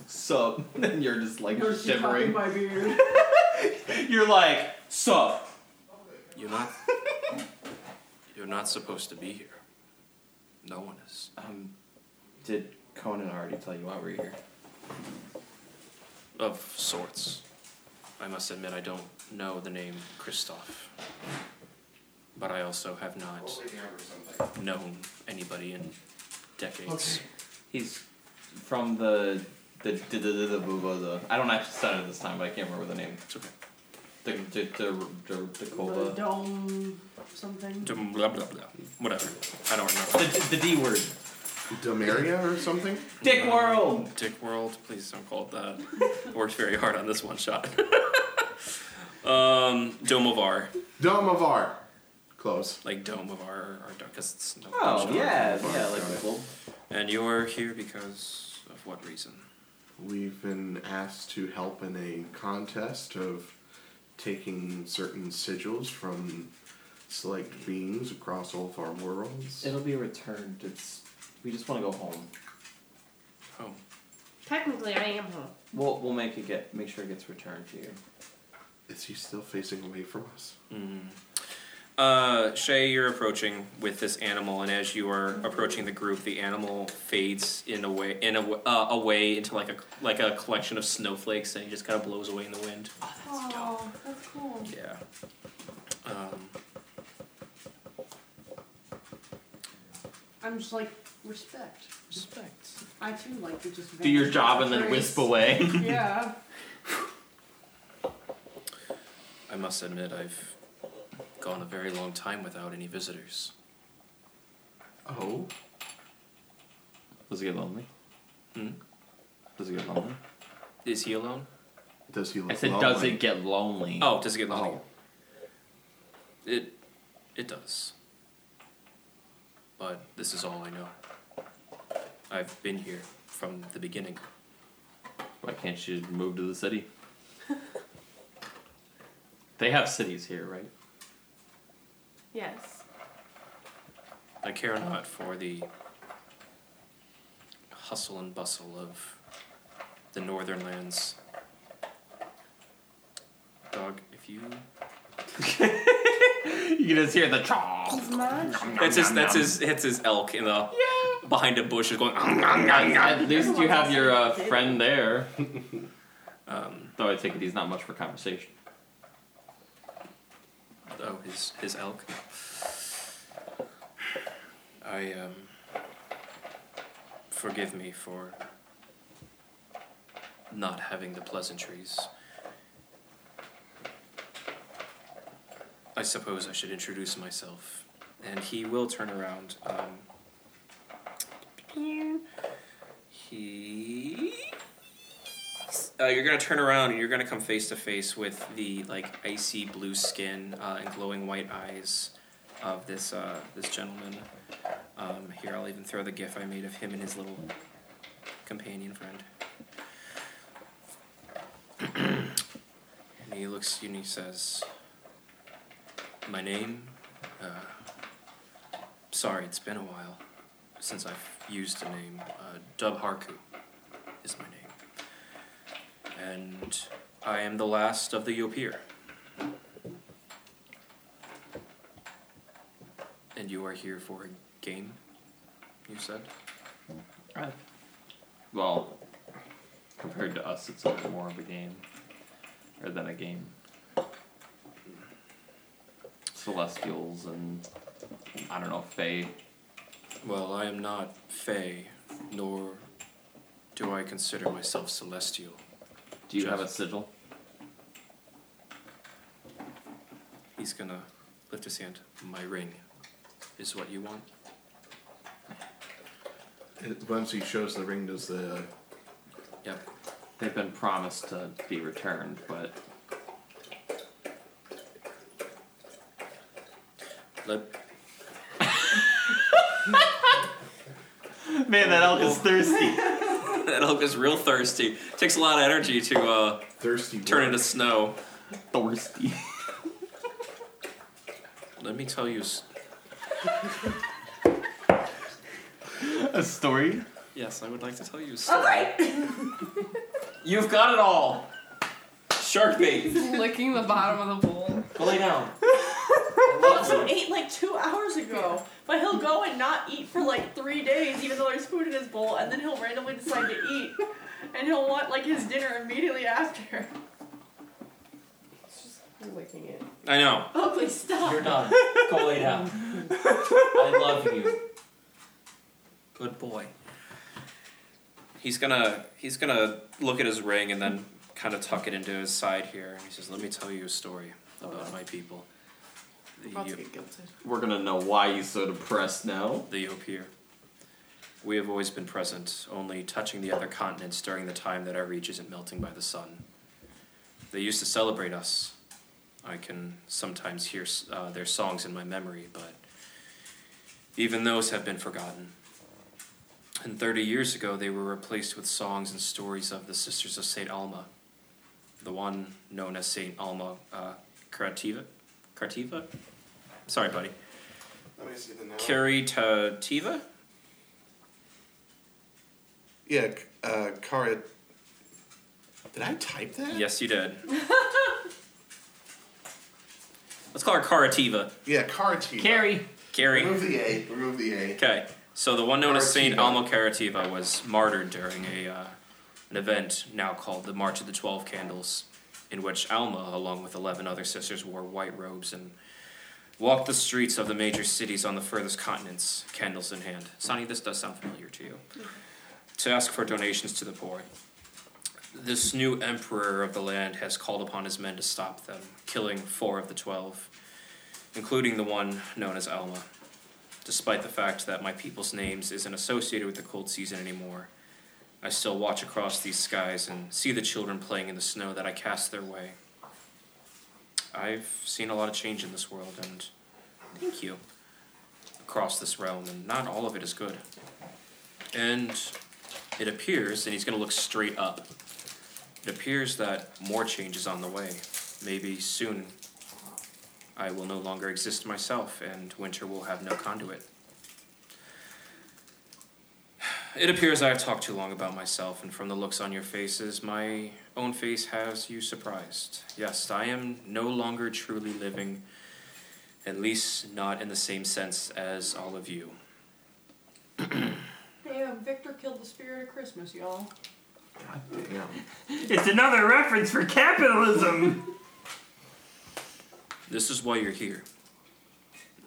Sup? And you're just like we're shivering. my beard. You're like, sup? You're not. you're not supposed to be here. No one is. Um, did Conan already tell you why we're here? Of sorts. I must admit, I don't know the name Christoph. But I also have not known anybody in decades. He's from the the the, the, the, the, the I don't actually said it this time, but I can't remember the name. It's okay. The the the the, the The Kova. dome something. Dum- Blah, blah, blah. Whatever. I don't remember. The, the D word. Demaria or something? Dick world. Dick World, please don't call it that. Worked very hard on this one shot. um, Domovar. Domavar. Close. Like Domovar or because it's no Oh shot. yeah, yeah, like the globe. And you're here because of what reason? We've been asked to help in a contest of taking certain sigils from select beings across all of our worlds. It'll be returned. It's we just want to go home. Oh. Technically, I am home. We'll we'll make it get make sure it gets returned to you. Is he still facing away from us? Uh, Shay, you're approaching with this animal, and as you are approaching the group, the animal fades in a way, in a w- uh, away into like a like a collection of snowflakes, and he just kind of blows away in the wind. Oh, that's cool. Yeah. Um, I'm just like, respect. respect. I too like to just Do your vanish job and without then trace. wisp away. Yeah. I must admit, I've gone a very long time without any visitors. Oh, Does it get lonely? Hmm? Does it get lonely? Is he alone? does he look I said, lonely? does it get lonely? Oh, does it get lonely? Oh, It, it does. But this is all I know. I've been here from the beginning. Why can't you move to the city? they have cities here, right? Yes. I care not for the hustle and bustle of the northern lands. Dog, if you You can just hear the chomp. that's his that's his that's his elk in the behind a bush is going At least you have your uh, friend there. um, though I take it he's not much for conversation. oh his his elk. I um forgive me for not having the pleasantries. I suppose I should introduce myself. And he will turn around. Um, he. Uh, you're gonna turn around and you're gonna come face to face with the like icy blue skin uh, and glowing white eyes of this uh, this gentleman. Um, here, I'll even throw the gif I made of him and his little companion friend. and he looks and he says, my name. Uh, sorry, it's been a while since I've used a name. Uh, Dub Harku is my name. And I am the last of the Yopir. And you are here for a game, you said? Well, compared to us, it's a little more of a game, or than a game. celestials and I don't know, Fae. Well, I am not Fey, nor do I consider myself celestial. Do you have a Just- sigil? He's gonna lift his hand. My ring is what you want. It- Once he shows the ring, does the Yep. They've been promised to be returned, but Let, man, that elk is thirsty. that elk is real thirsty. Takes a lot of energy to uh, thirsty turn one- into snow. thirsty. Let me tell you. s- a story. Yes, I would like to tell you. s- You've got it all. Shark bait. Licking the bottom of the bowl. Go lay down. Also ate like two hours ago, but he'll go and not eat for like three days, even though there's food in his bowl, and then he'll randomly decide to eat, and he'll want like his dinner immediately after. It's just licking it. I know. Oh, please stop. You're done. Go lay down. I love you. Good boy. He's gonna he's gonna look at his ring and then kind of tuck it into his side here. He says, "Let me tell you a story about my people, the I'm about to Yo- get guilted. We're gonna know why he's so depressed now. the Yopir. We have always been present, only touching the other continents during the time that our reach isn't melting by the sun. They used to celebrate us. I can sometimes hear s- uh, their songs in my memory, but even those have been forgotten. And 30 years ago, they were replaced with songs and stories of the Sisters of St. Alma, the one known as St. Alma uh, Cartiva. Cartiva? Sorry, buddy. Let me see the note. Caritativa? yeah, c- uh, Kara. Did I type that? Yes, you did. Let's call her Karativa. Yeah, Kara Tiva. Carrie. Carrie. Remove the A. Remove the A. Okay, so the one known as Saint Karativa. Alma Karativa was martyred during a uh, an event now called the March of the Twelve Candles, in which Alma, along with eleven other sisters, wore white robes and walked the streets of the major cities on the furthest continents, candles in hand. Sonny, this does sound familiar to you. To ask for donations to the poor. This new emperor of the land has called upon his men to stop them, killing four of the twelve, including the one known as Alma despite the fact that my people's names isn't associated with the cold season anymore. I still watch across these skies and see the children playing in the snow that I cast their way. I've seen a lot of change in this world, and thank you. Across this realm, and not all of it is good. And it appears, and he's going to look straight up, it appears that more change is on the way. Maybe soon I will no longer exist myself, and winter will have no conduit. It appears I have talked too long about myself, and from the looks on your faces, my own face has you surprised. Yes, I am no longer truly living, at least not in the same sense as all of you. Damn, Victor killed the spirit of Christmas, y'all. Damn. It's another reference for capitalism. This is why you're here.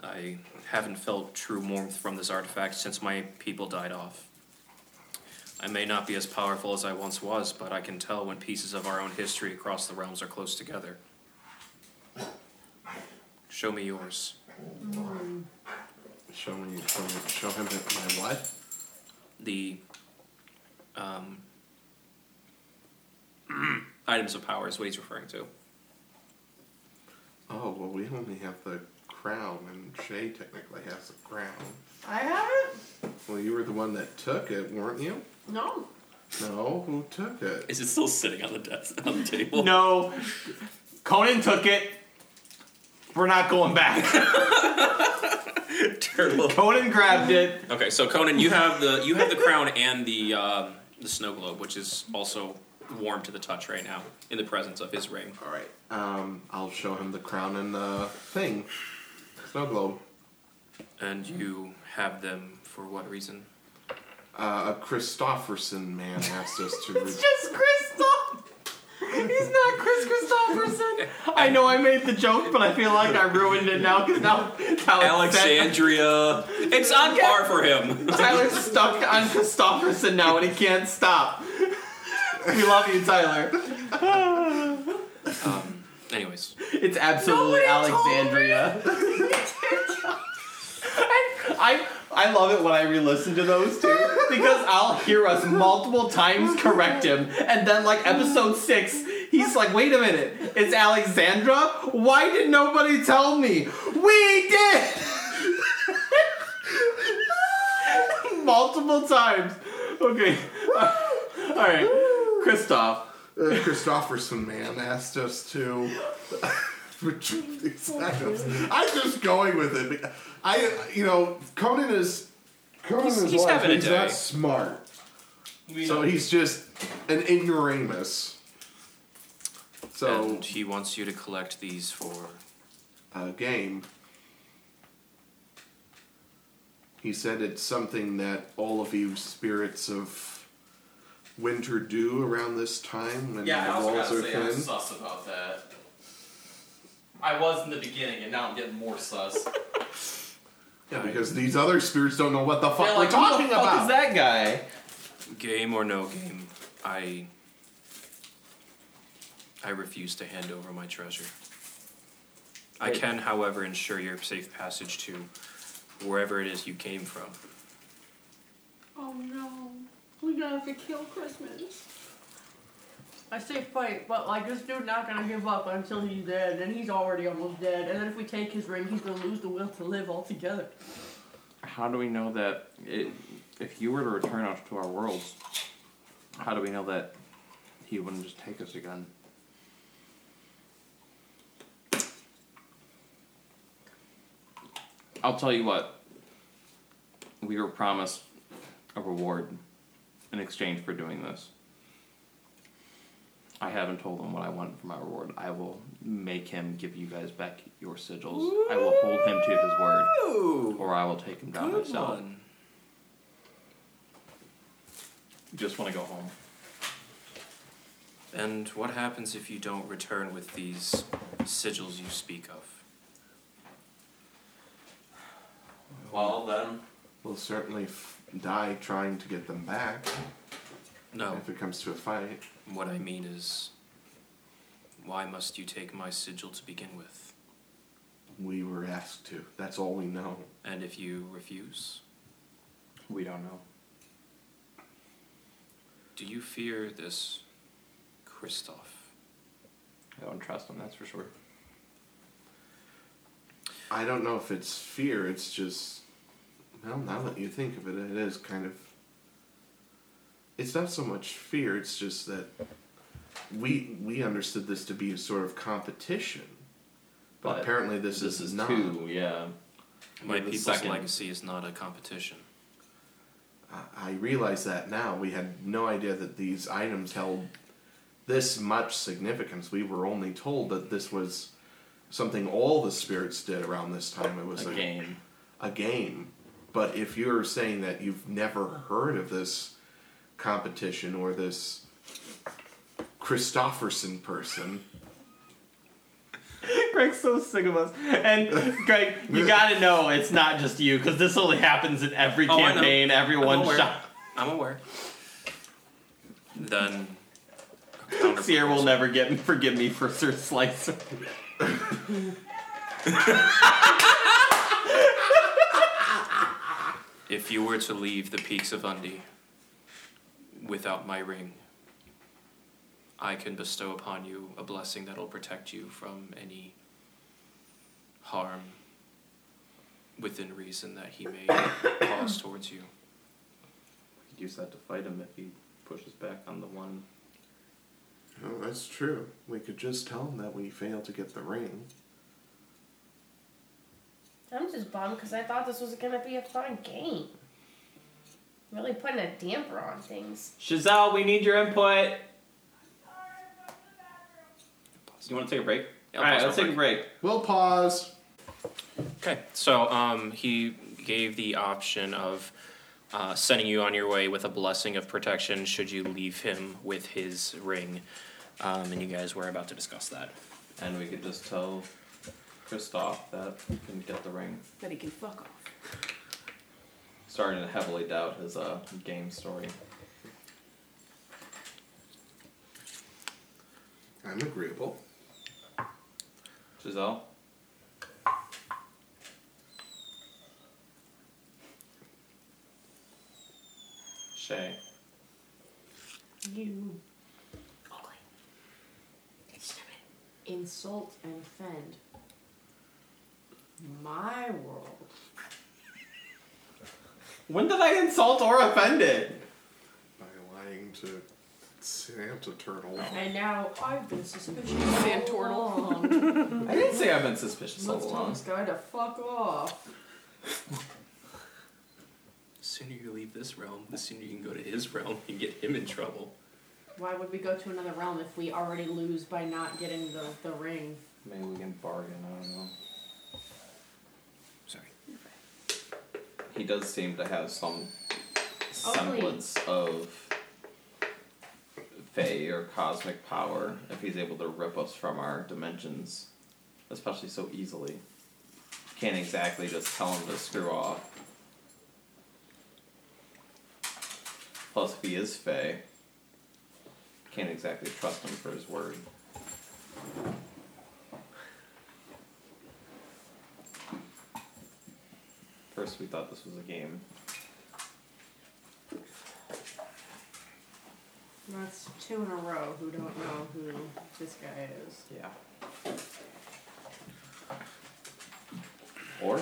I haven't felt true warmth from this artifact since my people died off. I may not be as powerful as I once was, but I can tell when pieces of our own history across the realms are close together. Show me yours. Show me. Show, me, show him that my what? The um, items of power is what he's referring to. Oh well, we only have the crown, and Shay technically has the crown. I haven't. Well, you were the one that took it, weren't you? No. No, who took it? Is it still sitting on the desk on the table? no. Conan took it. We're not going back. Turtle. Conan grabbed it. Okay, so Conan, you have the you have the crown and the um, the snow globe, which is also warm to the touch right now in the presence of his ring. All right. Um, I'll show him the crown and the thing. Snow globe. And you have them for what reason? Uh, a Christofferson man asked us to. re- Just Crystal. He's He's not Chris Christopherson. I know I made the joke, but I feel like I ruined it now because now Tyler Alexandria. It's on par for him. Tyler's stuck on Christopherson now and he can't stop. we love you, Tyler. Anyways, It's absolutely Alexandria. I, I I love it when I re-listen to those two because I'll hear us multiple times correct him, and then like episode six, he's like, "Wait a minute, it's Alexandra. Why did nobody tell me? We did." multiple times. Okay. All right, Christoph. Uh, Christopherson man asked us to. Which- I'm just going with it. I, you know, Conan is Conan He's- is he's wise, having but a he's day. not smart. So he's just an ignoramus. So and he wants you to collect these for. uh, game. He said it's something that all of you spirits of winter do around this time when Yeah, I the also walls gotta are say thin. I'm sus about that. I was in the beginning, and now I'm getting more sus. Yeah, because these other spirits don't know what the fuck They're we're like, talking who the fuck about. is that guy? Game or no game, I. I refuse to hand over my treasure. I Wait. can, however, ensure your safe passage to wherever it is you came from. Oh no. We're gonna have to kill Christmas. I say fight, but like this dude not gonna give up until he's dead, and he's already almost dead. And then if we take his ring, he's gonna lose the will to live altogether. How do we know that it, if you were to return us to our worlds, how do we know that he wouldn't just take us again? I'll tell you what. We were promised a reward in exchange for doing this. I haven't told him what I want for my reward. I will make him give you guys back your sigils. I will hold him to his word, Ooh, or I will take him down good myself. one. Just want to go home. And what happens if you don't return with these sigils you speak of? Well, then. We'll certainly f- die trying to get them back No, if it comes to a fight. what I mean is, why must you take my sigil to begin with? We were asked to. That's all we know. And if you refuse, We don't know. do you fear this Christoph? I don't trust him. That's for sure. I don't know if it's fear. It's just, well, now that you think of it, it is kind of. It's not so much fear. It's just that we we understood this to be a sort of competition, but, But apparently this, This is, is not. two, yeah. My You're the people's second. legacy is not a competition. I, I realize that now. We had no idea that these items held this much significance. We were only told that this was something all the spirits did around this time. It was A game. a game. But if you're saying that you've never heard of this competition or this Christofferson person, Greg's so sick of us. And Greg, you gotta know it's not just you, because this only happens in every Oh, I know. campaign, every I'm one aware. shot. I'm aware. Then. a counter- Sierra will never get forgive me for Sir Slicer. If you were to leave the peaks of Undi without my ring, I can bestow upon you a blessing that'll protect you from any harm within reason that he may cause towards you. We could use that to fight him if he pushes back on the one. oh, that's true. We could just tell him that we failed to get the ring. I'm just bummed because I thought this was gonna be a fun game. Really putting a damper on things. Chazelle, we need your input. You want to take a break? Yeah, All right, pause let's real take a break. We'll pause. Okay, so um, he gave the option of uh, sending you on your way with a blessing of protection should you leave him with his ring. um, and you guys were about to discuss that. And we could just tell Kristoff that he can get the ring. But he can fuck off. Starting to heavily doubt his uh, game story. I'm agreeable. Giselle? Shay. You Insult and offend. My world. When did I insult or offend it? By lying to Santa Turtle. And now I've been suspicious Sand so turtle. long. I didn't say I've been suspicious all Let's tell along. this guy to fuck off. The sooner you leave this realm, the sooner you can go to his realm and get him in trouble. Why would we go to another realm if we already lose by not getting the, the ring? Maybe we can bargain, I don't know. Sorry. He does seem to have some Oh, semblance of Fey or cosmic power if he's able to rip us from our dimensions, especially so easily. Can't exactly just tell him to screw off. Plus, if he is Fey, can't exactly trust him for his word. First, we thought this was a game. That's two in a row who don't know who this guy is. Yeah. Or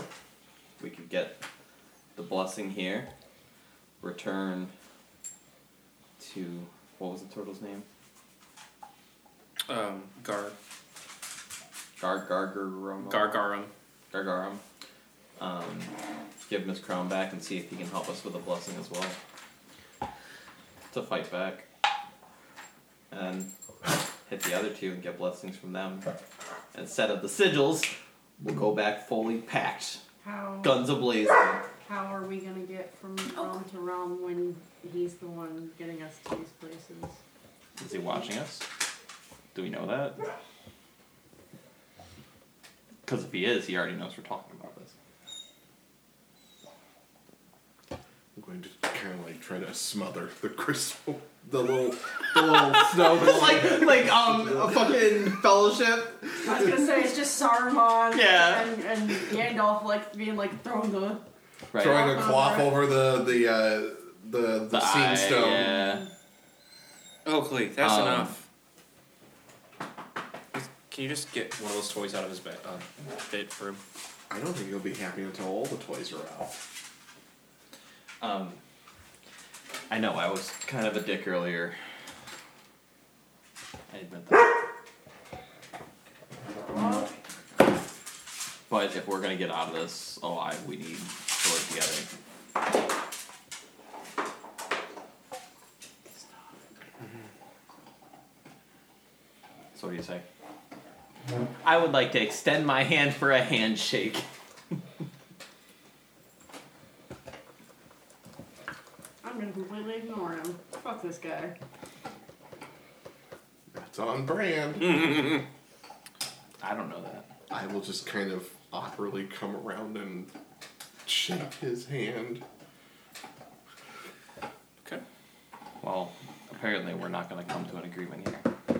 we could get the blessing here, return to what was the turtle's name? Um, Gar Gar Gargarum. Gargarum. Gargarum. Um, give Miss Crown back and see if he can help us with the blessing as well. To fight back. And hit the other two and get blessings from them. Instead of the sigils, we'll go back fully packed. How Guns ablazing. how are we gonna get from realm to realm when he's the one getting us to these places? Is he watching us? Do we know that? Because if he is, he already knows we're talking about this. I'm going to kind of like try to smother the crystal, the little, the little snow. like, like, um, a fucking fellowship. I was gonna say it's just Saruman Yeah. and, and Gandalf like being like throwing the Right. throwing a Right. cloth over the the uh, the the, the scene eye, stone. Ah, Yeah. Oakley, Oh, that's Um, enough. Can you just get one of those toys out of his bed, uh, bed room? I don't think you'll be happy until all the toys are out. Um, I know, I was kind of a dick earlier. I admit that. But if we're gonna get out of this alive, we need to work together. So, what do you say? I would like to extend my hand for a handshake. I'm gonna completely ignore him. Fuck this guy. That's on Hmm. brand. I don't know that. I will just kind of awkwardly come around and shake his hand. Okay. Well, apparently we're not going to come to an agreement here.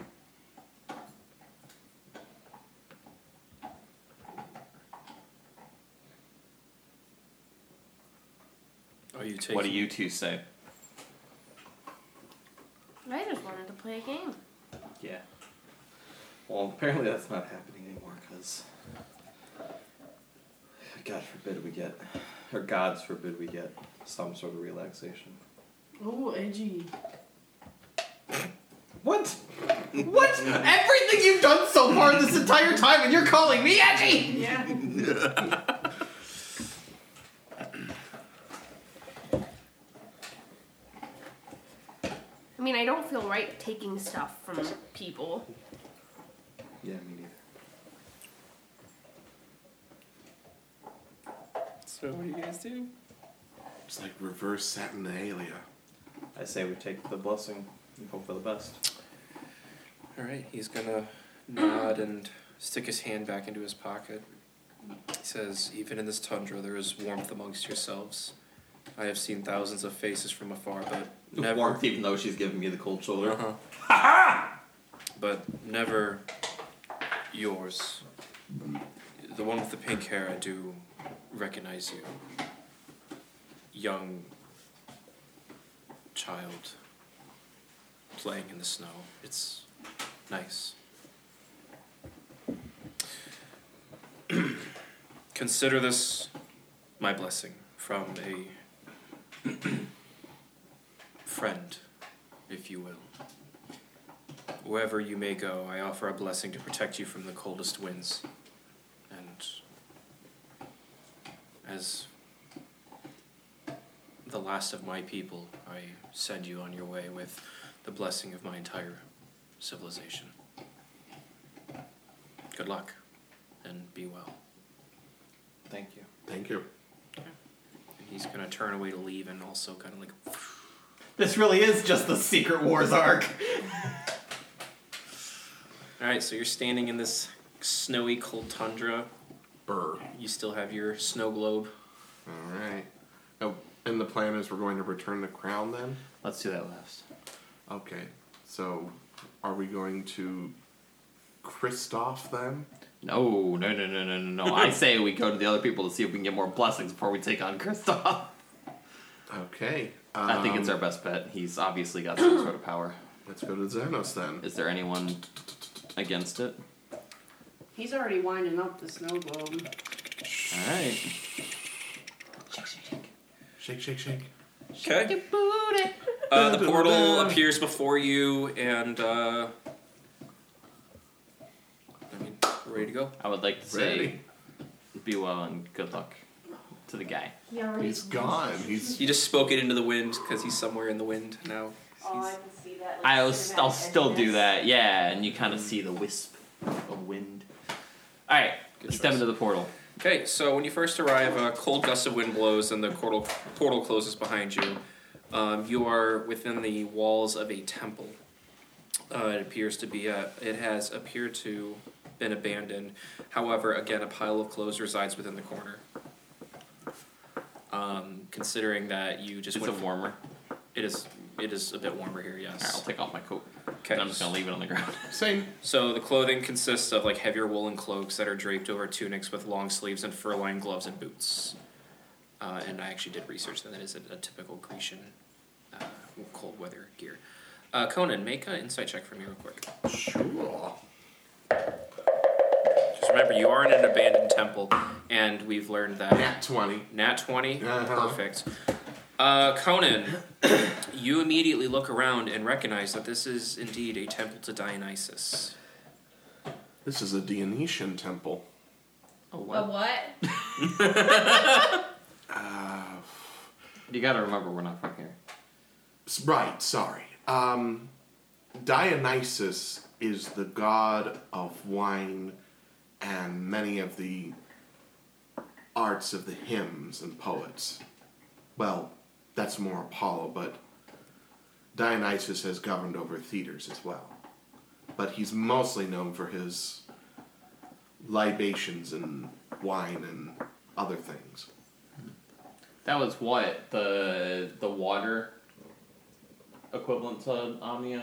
Are you taking? What do you two say? I just wanted to play a game. Yeah. Well, apparently that's not happening anymore because. God forbid we get, or gods forbid we get some sort of relaxation. Ooh, edgy. What? What? Everything you've done so far this entire time, and you're calling me edgy? Yeah. I mean, I don't feel right taking stuff from people. Yeah, me neither. So what do you guys do? It's like reverse Saturnalia. I say we take the blessing and hope for the best. All right, he's gonna nod and stick his hand back into his pocket. He says, "Even in this tundra, there is warmth amongst yourselves. I have seen thousands of faces from afar, but never." Warmth, even though she's giving me the cold shoulder. Uh-huh. but never yours. The one with the pink hair, I do recognize you. Young child playing in the snow. It's nice. Consider this my blessing from a friend, if you will. Wherever you may go, I offer a blessing to protect you from the coldest winds. And as the last of my people, I send you on your way with the blessing of my entire civilization. Good luck and be well. Thank you. Thank you. And he's gonna turn away to leave and also kind of like This really is just the Secret Wars arc. All right, so you're standing in this snowy, cold tundra. Burr. You still have your snow globe. All right. Oh, and the plan is we're going to return the crown then? Let's do that last. Okay. So are we going to Kristoff then? No, no, no, no, no, no, no. I say we go to the other people to see if we can get more blessings before we take on Kristoff. Okay. I think it's um, our best bet. He's obviously got some sort of power. Let's go to Xenos then. Is there anyone against it? He's already winding up the snow globe. All right. Shake, shake, shake. Okay. Uh, the portal appears before you, and uh, I mean, we're ready to go. I would like to say Ready. be well and good luck to the guy. He already He's gone. He's You just spoke it into the wind because he's somewhere in the wind now. Oh, I He's- can see that. Like, I'll, cinematic I'll still do edginess. that, yeah. And you kind of see the wisp of wind. All right, Good step choice. into the portal. Okay, so when you first arrive, a cold gust of wind blows and the portal, portal closes behind you. Um, you are within the walls of a temple. Uh, it appears to be a, it has appeared to been abandoned. However, again, a pile of clothes resides within the corner. Um, considering that you just Is went it warmer? it is it is a bit warmer here, All right, I'll yes. take off my coat. Okay. I'm just gonna leave it on the ground. same. So the clothing consists of like heavier woolen cloaks that are draped over tunics with long sleeves and fur-lined gloves and boots. Uh, and I actually did research that that is a, a typical Grecian uh, cold weather gear. Uh, Conan, make an insight check for me real quick. Sure. Just remember, you are in an abandoned temple, and we've learned that Nat 20. Nat 20. Uh-huh. Perfect. Uh, Conan, you immediately look around and recognize that this is indeed a temple to Dionysus. This is a Dionysian temple. Oh, A what? Uh, You gotta remember we're not from here. s- right, sorry. Um, Dionysus is the god of wine and many of the arts of the hymns and poets. Well, that's more Apollo, but Dionysus has governed over theaters as well. But he's mostly known for his libations and wine and other things. That was what the the water equivalent to Omnia,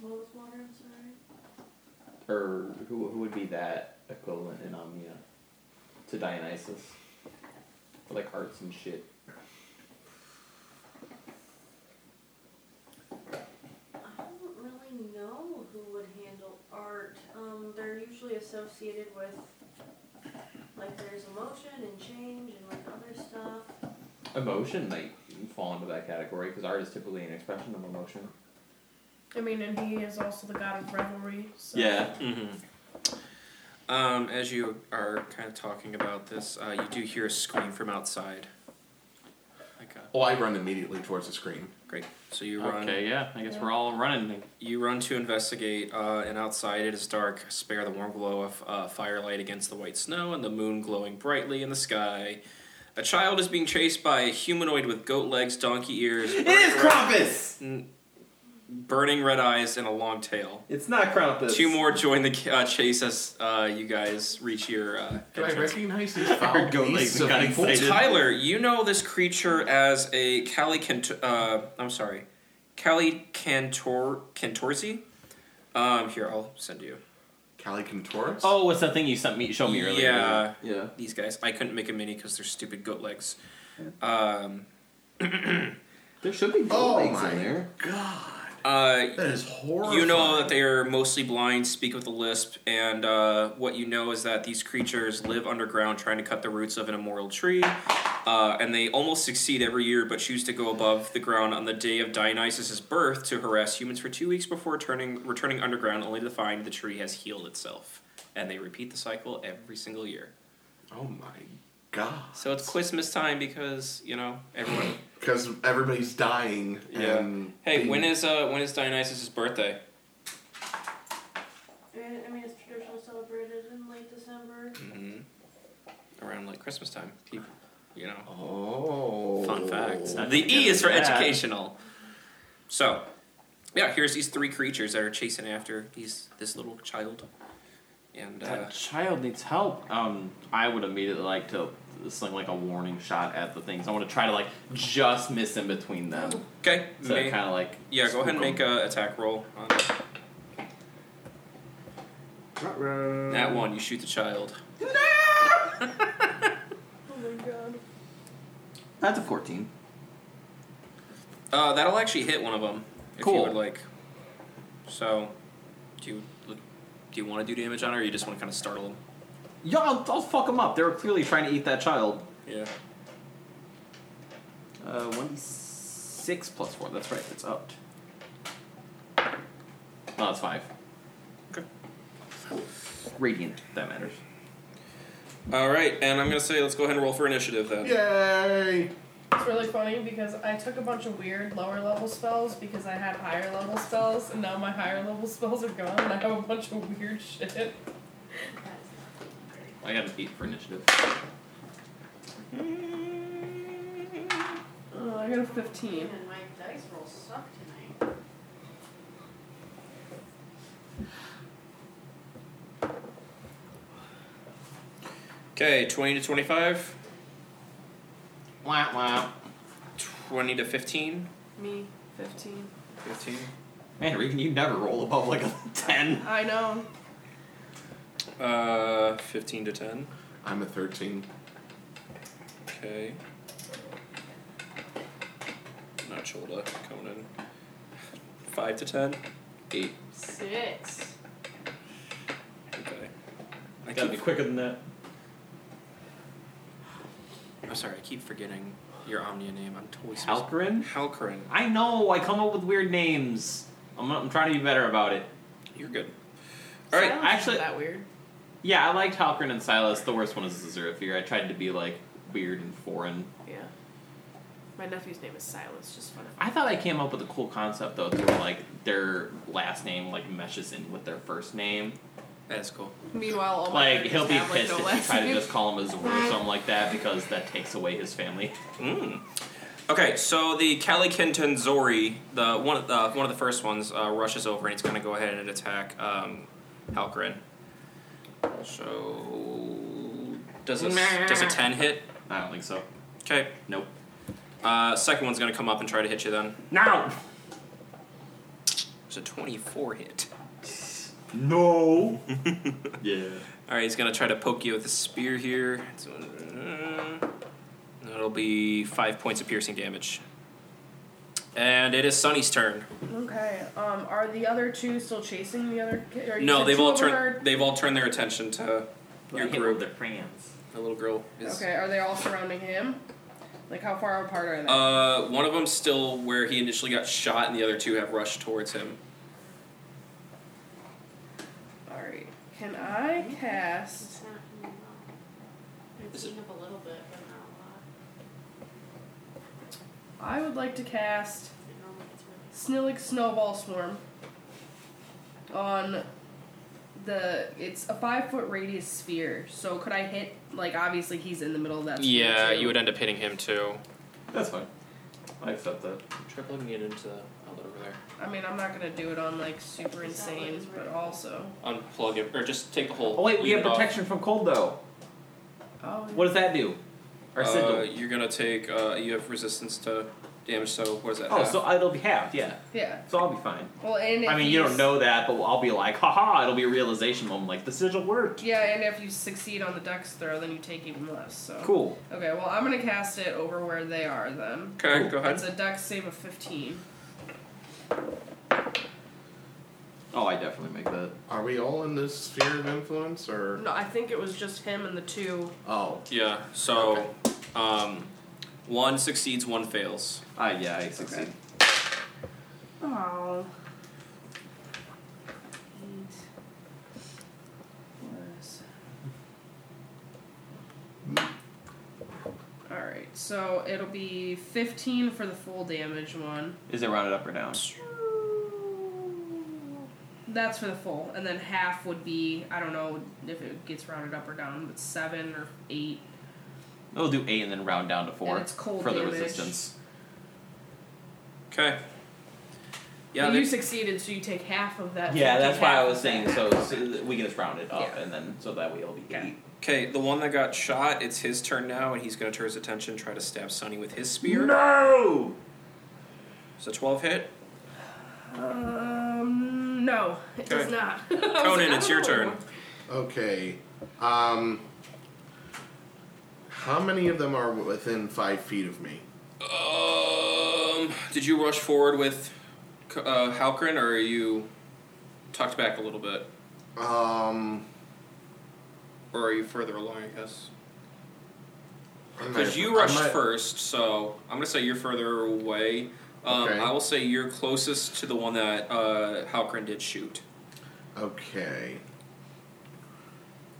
What was water? I'm sorry. or who, who would be that equivalent in Omnia to Dionysus, For, like arts and shit. I don't really know who would handle art. Um, they're usually associated with like there's emotion and change and like other stuff. Emotion might fall into that category because art is typically an expression of emotion. I mean, and he is also the god of revelry. So. Mm-hmm. Um, as you are kind of talking about this, uh, you do hear a scream from outside. Like a, Oh, I run immediately towards the screen. great. So you run. Okay, yeah. I guess we're all running. You run to investigate, uh, and outside it is dark. Spare the warm glow of uh, firelight against the white snow and the moon glowing brightly in the sky. A child is being chased by a humanoid with goat legs, donkey ears. It is Krampus. N- burning red eyes and a long tail. It's not Krampus. Two more join the uh, chase as uh, you guys reach your uh, Do I entrance. recognize these foul Go legs beasts of got people? excited. Tyler, you know this creature as a Cali Cant- uh, I'm sorry, Cali Cantor Cantorzi. Um, here I'll send you. Calicum Taurus? Oh, what's that thing you sent me? Show me earlier. Yeah, Yeah. these guys. I couldn't make a mini because they're stupid goat legs. Um, There should be gold Oh legs my in there. god. uh, That is horrible. you know that they are mostly blind, speak with a lisp, and uh, what you know is that these creatures live underground trying to cut the roots of an immoral tree. Uh, and they almost succeed every year, but choose to go above the ground on the day of Dionysus' birth to harass humans for two weeks before turning, returning underground, only to find the tree has healed itself. And they repeat the cycle every single year. Oh my god. So it's Christmas time because you know everyone. Because everybody's dying. Yeah. And hey, being- when is uh when is Dionysus' birthday? And, I mean, it's traditionally celebrated in late December. Mm-hmm. Around like Christmas time, people. You know. Oh. Fun fact. Not The gonna E get is for that. educational. So, yeah, here's these three creatures that are chasing after these this little child, and uh, That child needs help. Um, I would immediately like to sling like a warning shot at the things. I want to try to like just miss in between them okay, to may- kind of like yeah, go ahead and spook 'em. make a attack roll. On that one, you shoot the child. Oh my god. That's a fourteen. Uh, that'll actually hit one of them if you Cool. would like. So, do you do you want to do damage on her, or you just want to kind of startle them? Yeah, I'll, I'll fuck them up. They were clearly trying to eat that child. Yeah. Uh, one d six plus four. That's right. It's upped. No, it's five. Okay. Radiant. That matters. All right, and I'm gonna say let's go ahead and roll for initiative then. Yay! It's really funny because I took a bunch of weird lower level spells because I had higher level spells, and now my higher level spells are gone, and I have a bunch of weird shit. I got an eight for initiative. Oh, I got a 15. And my dice rolls suck tonight. Okay, twenty to twenty-five, Wah wah. twenty to fifteen. Me, 15. Fifteen. Man, Regan, you never roll above like a ten. I know. Uh, fifteen to ten. I'm a 13. Okay. Not shoulder, Conan. Five to ten. Eight. Six. Okay. I Gotta be keep. quicker than that. I'm sorry. I keep forgetting your Omnia name. I'm totally. supposed- Halperin? Halcorin. I know. I come up with weird names. I'm, I'm trying to be better about it. You're good. All right. actually- that weird. Yeah, I liked Halperin and Silas. The worst one is Zerafir. I tried to be like weird and foreign. Yeah. My nephew's name is Silas, just fun. I thought I came up with a cool concept though, to where like their last name like meshes in with their first name. That's cool. Meanwhile, all my Like friends he'll be have, like, pissed no if you last try to name. just call him a Zor or something like that because that takes away his family. Mm. Okay, so the Kali Kenton Zori, the one, of the one of the first ones, uh, rushes over and he's going to go ahead and attack um, Halgren. So does a does a ten hit? I don't think so. Okay. Nope. Uh, second one's going to come up and try to hit you. Then No. it's a twenty-four hit. No. yeah. All right, he's going to try to poke you with a spear here. So, uh, that'll be five points of piercing damage. And it is Sunny's turn. Okay. Um, are the other two still chasing the other? ki- Or you No, said they've two all of them turned. They've all turned their attention to your group. their friends. The little girl Are, is. okay. Are they all surrounding him? Like how far apart are they? Uh, one of them's still where he initially got shot, and the other two have rushed towards him. all right. Can I cast? It's not happening well. I've Is seen up a little bit, but not a lot. I would like to cast It normally gets really Snillig Snowball Swarm. On the it's a five foot radius sphere. So could I hit? Like obviously he's in the middle of that. sphere, Yeah, too. you would end up hitting him too. That's fine. I accept that. Try plugging it into the outlet over there. I mean, I'm not gonna do it on like super insane, but also. Unplug it, or just take the whole. Oh wait, we leave have it off. protection from cold though. Oh. What does that do? Or Uh, Sigil. you're gonna take. Uh, you have resistance to damage, so what is that? Oh, half? so it'll be half, yeah. Yeah. So I'll be fine. Well, and if I mean, you you don't know that, but I'll be like, haha, it'll be a realization moment, like, the sigil worked. Yeah, and if you succeed on the dex throw, then you take even less. So. Cool. Okay, well, I'm gonna cast it over where they are then. Okay, go ahead. It's a dex save of 15. Oh, I definitely make that. Are we all in this sphere of influence, or No, I think it was just him and the two. oh, Yeah. So, um, one succeeds, one fails. Ah, yeah, I succeed. Okay. Oh. Eight. Plus. Alright, so it'll be 15 for the full damage one. Is it rounded up or down? That's for the full, and then half would be I don't know if it gets rounded up or down, but seven or eight. It'll do eight and then round down to four And it's cold for the damage. resistance. Okay. Yeah. But They, you succeeded, so you take half of that. Yeah, so you that's take why I half was of saying that. so, so we can just round it up Yeah. and then so that way it'll be eight. okay. The one that got shot. It's his turn now, and he's gonna turn his attention, and try to stab Sunny with his spear. No! So twelve hit. Um, no, it does Okay. not. I was like, "Oh." Conan, I it's don't your know. turn. okay. Um, how many of them are within five feet of me? Um, did you rush forward with uh, Halcrin, or are you tucked back a little bit, Um, or are you further along? I guess I might- because I you rushed might- first, so I'm gonna say you're further away. Um, Okay. I will say you're closest to the one that uh, Halcrin did shoot. Okay.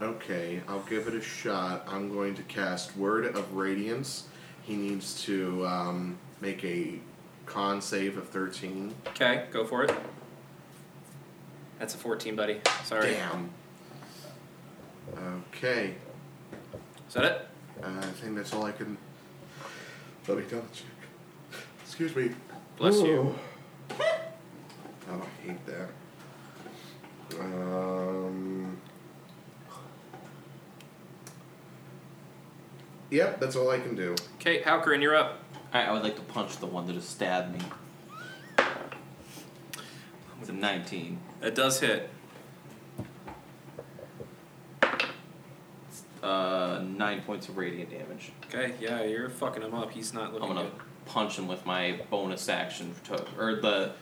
Okay, I'll give it a shot. I'm going to cast Word of Radiance. He needs to um, make a con save of 13. Okay, go for it. That's a 14, buddy. Sorry. Damn. Okay. Is that it? Uh, I think that's all I can. Let me double check. Excuse me. Bless you. Oh, I hate that. Um. Yep, that's all I can do. Okay, Halcrin, you're up. Alright, I would like to punch the one that just stabbed me. It's a 19. That does hit. Uh, 9 points of radiant damage. Okay, yeah, you're fucking him up. He's not looking I'm gonna good. punch punch him with my bonus action, to, or the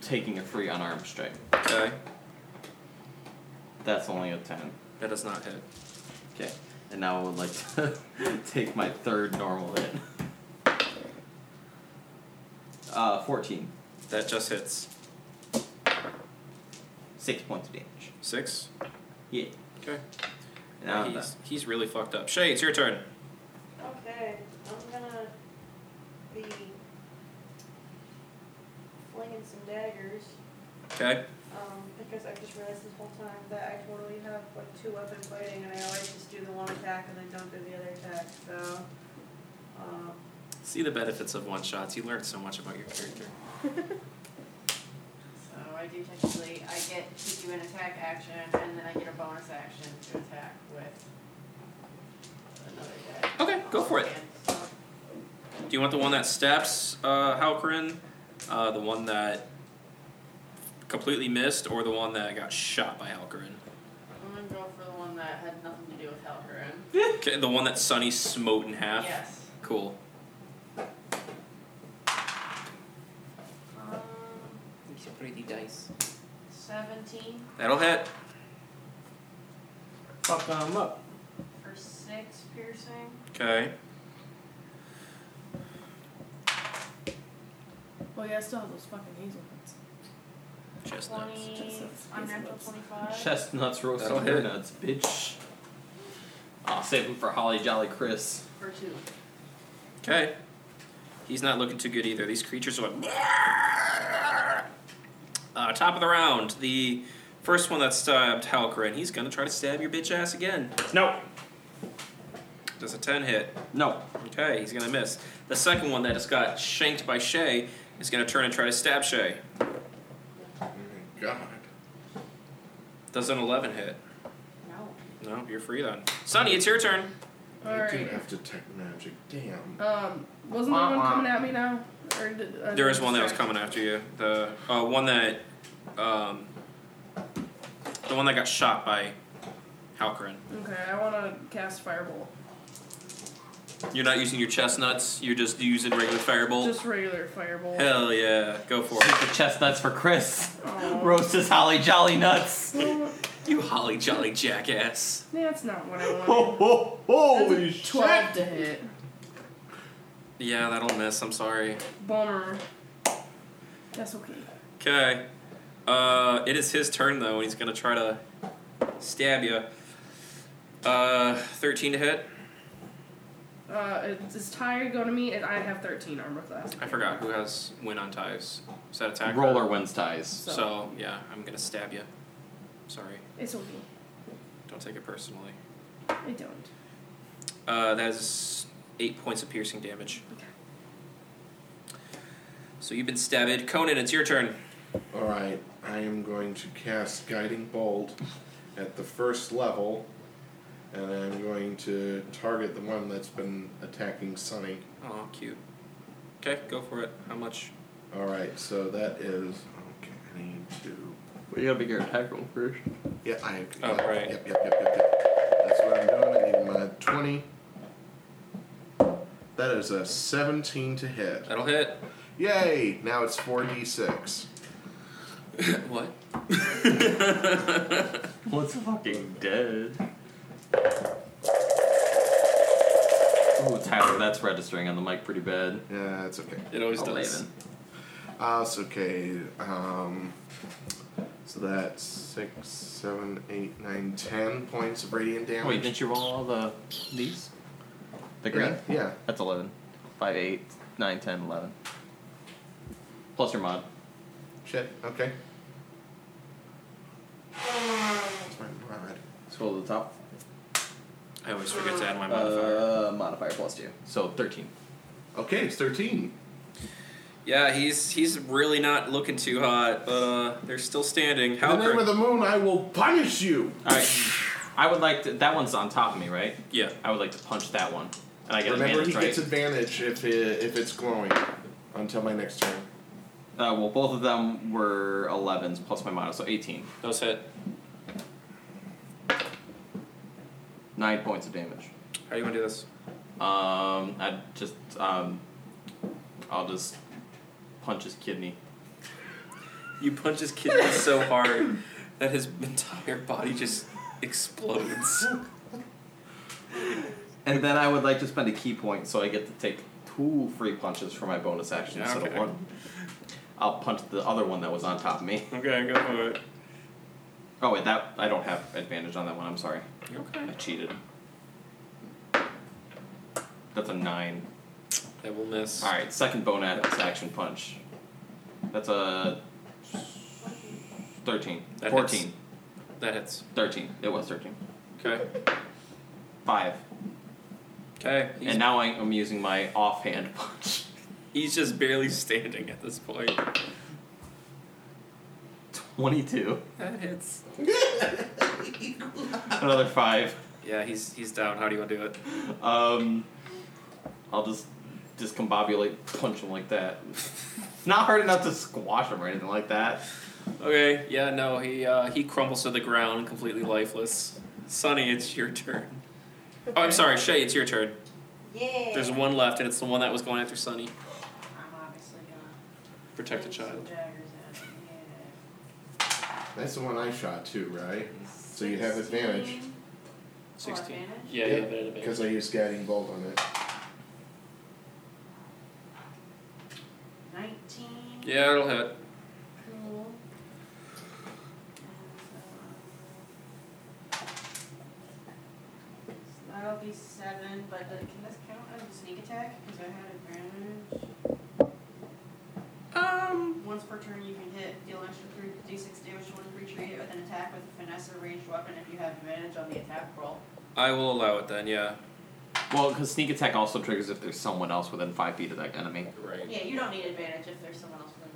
taking a free unarmed strike. Okay, That's only a 10. that does not hit. Okay, and now I would like to take my third normal hit. Uh, 14. That just hits. 6 points of damage. Six. Yeah. Okay. And now I'm done. he's, he's really fucked up. Shay, it's your turn. Okay, I'm gonna be flinging some daggers. Okay. Um, because I just realized this whole time that I totally have like two weapon fighting, and I always just do the one attack and then don't do the other attack. So, um, See the benefits of one shots. You learned so much about your character. So I do technically, I get to do an attack action, and then I get a bonus action to attack with another deck. Okay, go for it. And so- Do you want the one that steps, uh, Halcrin? Uh, the one that completely missed, or the one that got shot by Halcrin? I'm gonna go for the one that had nothing to do with Helgren. Okay, the one that Sunny smote in half. Yes. Cool. Um, seventeen That'll hit. Fuck him up. for six piercing. Okay. Well, yeah, I still have those fucking hazelnuts. Chestnuts. Just Twenty, says unnatural business. twenty-five. Chestnuts roasting That'll hit. nuts, bitch. I'll save them for Holly Jolly Chris. For two. Okay. He's not looking too good either. These creatures are like. Uh, top of the round, the first one that stabbed Halcrin. He's gonna try to stab your bitch ass again. No. Does a 10 hit? No. Okay, he's gonna miss. The second one that just got shanked by Shay is going to turn and try to stab Shay. Oh my god. Does an 11 hit? No. No, you're free then. Sonny, it's your turn. I do Alright. have detect magic. Damn. Um, wasn't there one coming at me now? Or did, uh, There is one that was distracted? coming after you. The uh, one that, um, the one that got shot by Halcrin. Okay, I want to cast Firebolt. You're not using your chestnuts. You're just using regular firebolt. Just regular Firebolt. Hell yeah, go for it. The chestnuts for Chris. Aw. Roast his holly jolly nuts. Well, You holly jolly jackass. that's not what I Ho, wanted. ho, holy That's a 12 to hit. Yeah, that'll miss. I'm sorry. Bummer. That's okay. Okay. Uh, it is his turn though, and he's gonna try to stab you. Uh, 13 to hit. Uh, it- does Ty go to me? And I have 13 armor class. I forgot who has win on ties. Is that attack? Roller wins ties. So, So yeah, I'm gonna stab you. Sorry, it's okay. don't take it personally. I don't. Uh, that is eight points of piercing damage. Okay. So you've been stabbed. Conan, it's your turn. Alright, I am going to cast Guiding Bolt at the first level, and I'm going to target the one that's been attacking Sunny. Oh, cute. Okay, go for it. How much? Alright, so that is. Okay, I need to. You gotta make your attack roll first. Yeah, I have. Oh, yeah, right. Yep, yep, yep, yep, yep. That's what I'm doing. I need my 20. That is a 17 to hit. That'll hit. Yay! Now it's 4d6. what? Well, it's fucking dead. Ooh, Tyler, that's registering on the mic pretty bad. Yeah, it's okay. It always does. Eleven. Ah, it's okay. Um, so that's six, seven, eight, nine, ten points of radiant damage. Wait, didn't you roll all the these? The green? Yeah, yeah. That's 11. 5, 8, 9, 10, 11. Plus your mod. Shit, okay. That's my rod. Scroll to the top. I always forget to add my modifier. Uh, modifier plus 2. So 13. Okay, it's 13. yeah, he's he's really not looking too hot, but uh, they're still standing. In the Halcrin. name of the moon, I will punish you! Alright. I would like to. That one's on top of me, right? yeah. I would like to punch that one. And I get Remember, he advantage, right? gets advantage if, it, if it's glowing until my next turn. uh, well, both of them were 11s plus my mod, so 18. Those hit. 9 points of damage. How do you want to do this? Um, I just um, I'll just punch his kidney. You punch his kidney so hard that his entire body just explodes. And then I would like to spend a key point, so I get to take two free punches for my bonus action instead of Okay. one. I'll punch the other one that was on top of me. Okay, go for it. Oh wait, that I don't have advantage on that one. I'm sorry, I Okay. cheated. That's a nine. That will miss. All right, second bonus action punch. That's a thirteen. That hits. Fourteen. That hits. Thirteen. It was thirteen. Okay. Five. Okay. He's, and now I- I'm using my offhand punch. he's just barely standing at this point. 22. That hits. Another 5. Yeah, he's he's down. How do you want to do it? Um, I'll just discombobulate, punch him like that. It's Not hard enough to squash him or anything like that. Okay. Yeah. No. He uh, he crumbles to the ground, completely lifeless. Sonny, it's your turn. Oh, I'm sorry, Shay. It's your turn. Yeah. There's one left, and it's the one that was going after Sonny. I'm obviously gonna Protect the throw child. some Daggers at him. Yeah. That's the one I shot too, right? So you have advantage. 16. Oh, Sixteen. advantage? Yeah. Yeah. but it- Because I used Guiding Bolt on it. 19. Yeah, it'll hit. Cool. So that'll be seven, but uh, can this count as a sneak attack? Because I had advantage. Um. Once per turn, you can hit, deal extra three d6 damage to one creature you hit with an attack with a finesse or ranged weapon if you have advantage on the attack roll. I will allow it then. Yeah. Well, because sneak attack also triggers if there's someone else within five feet of that enemy. Right. Yeah, you don't need advantage if there's someone else within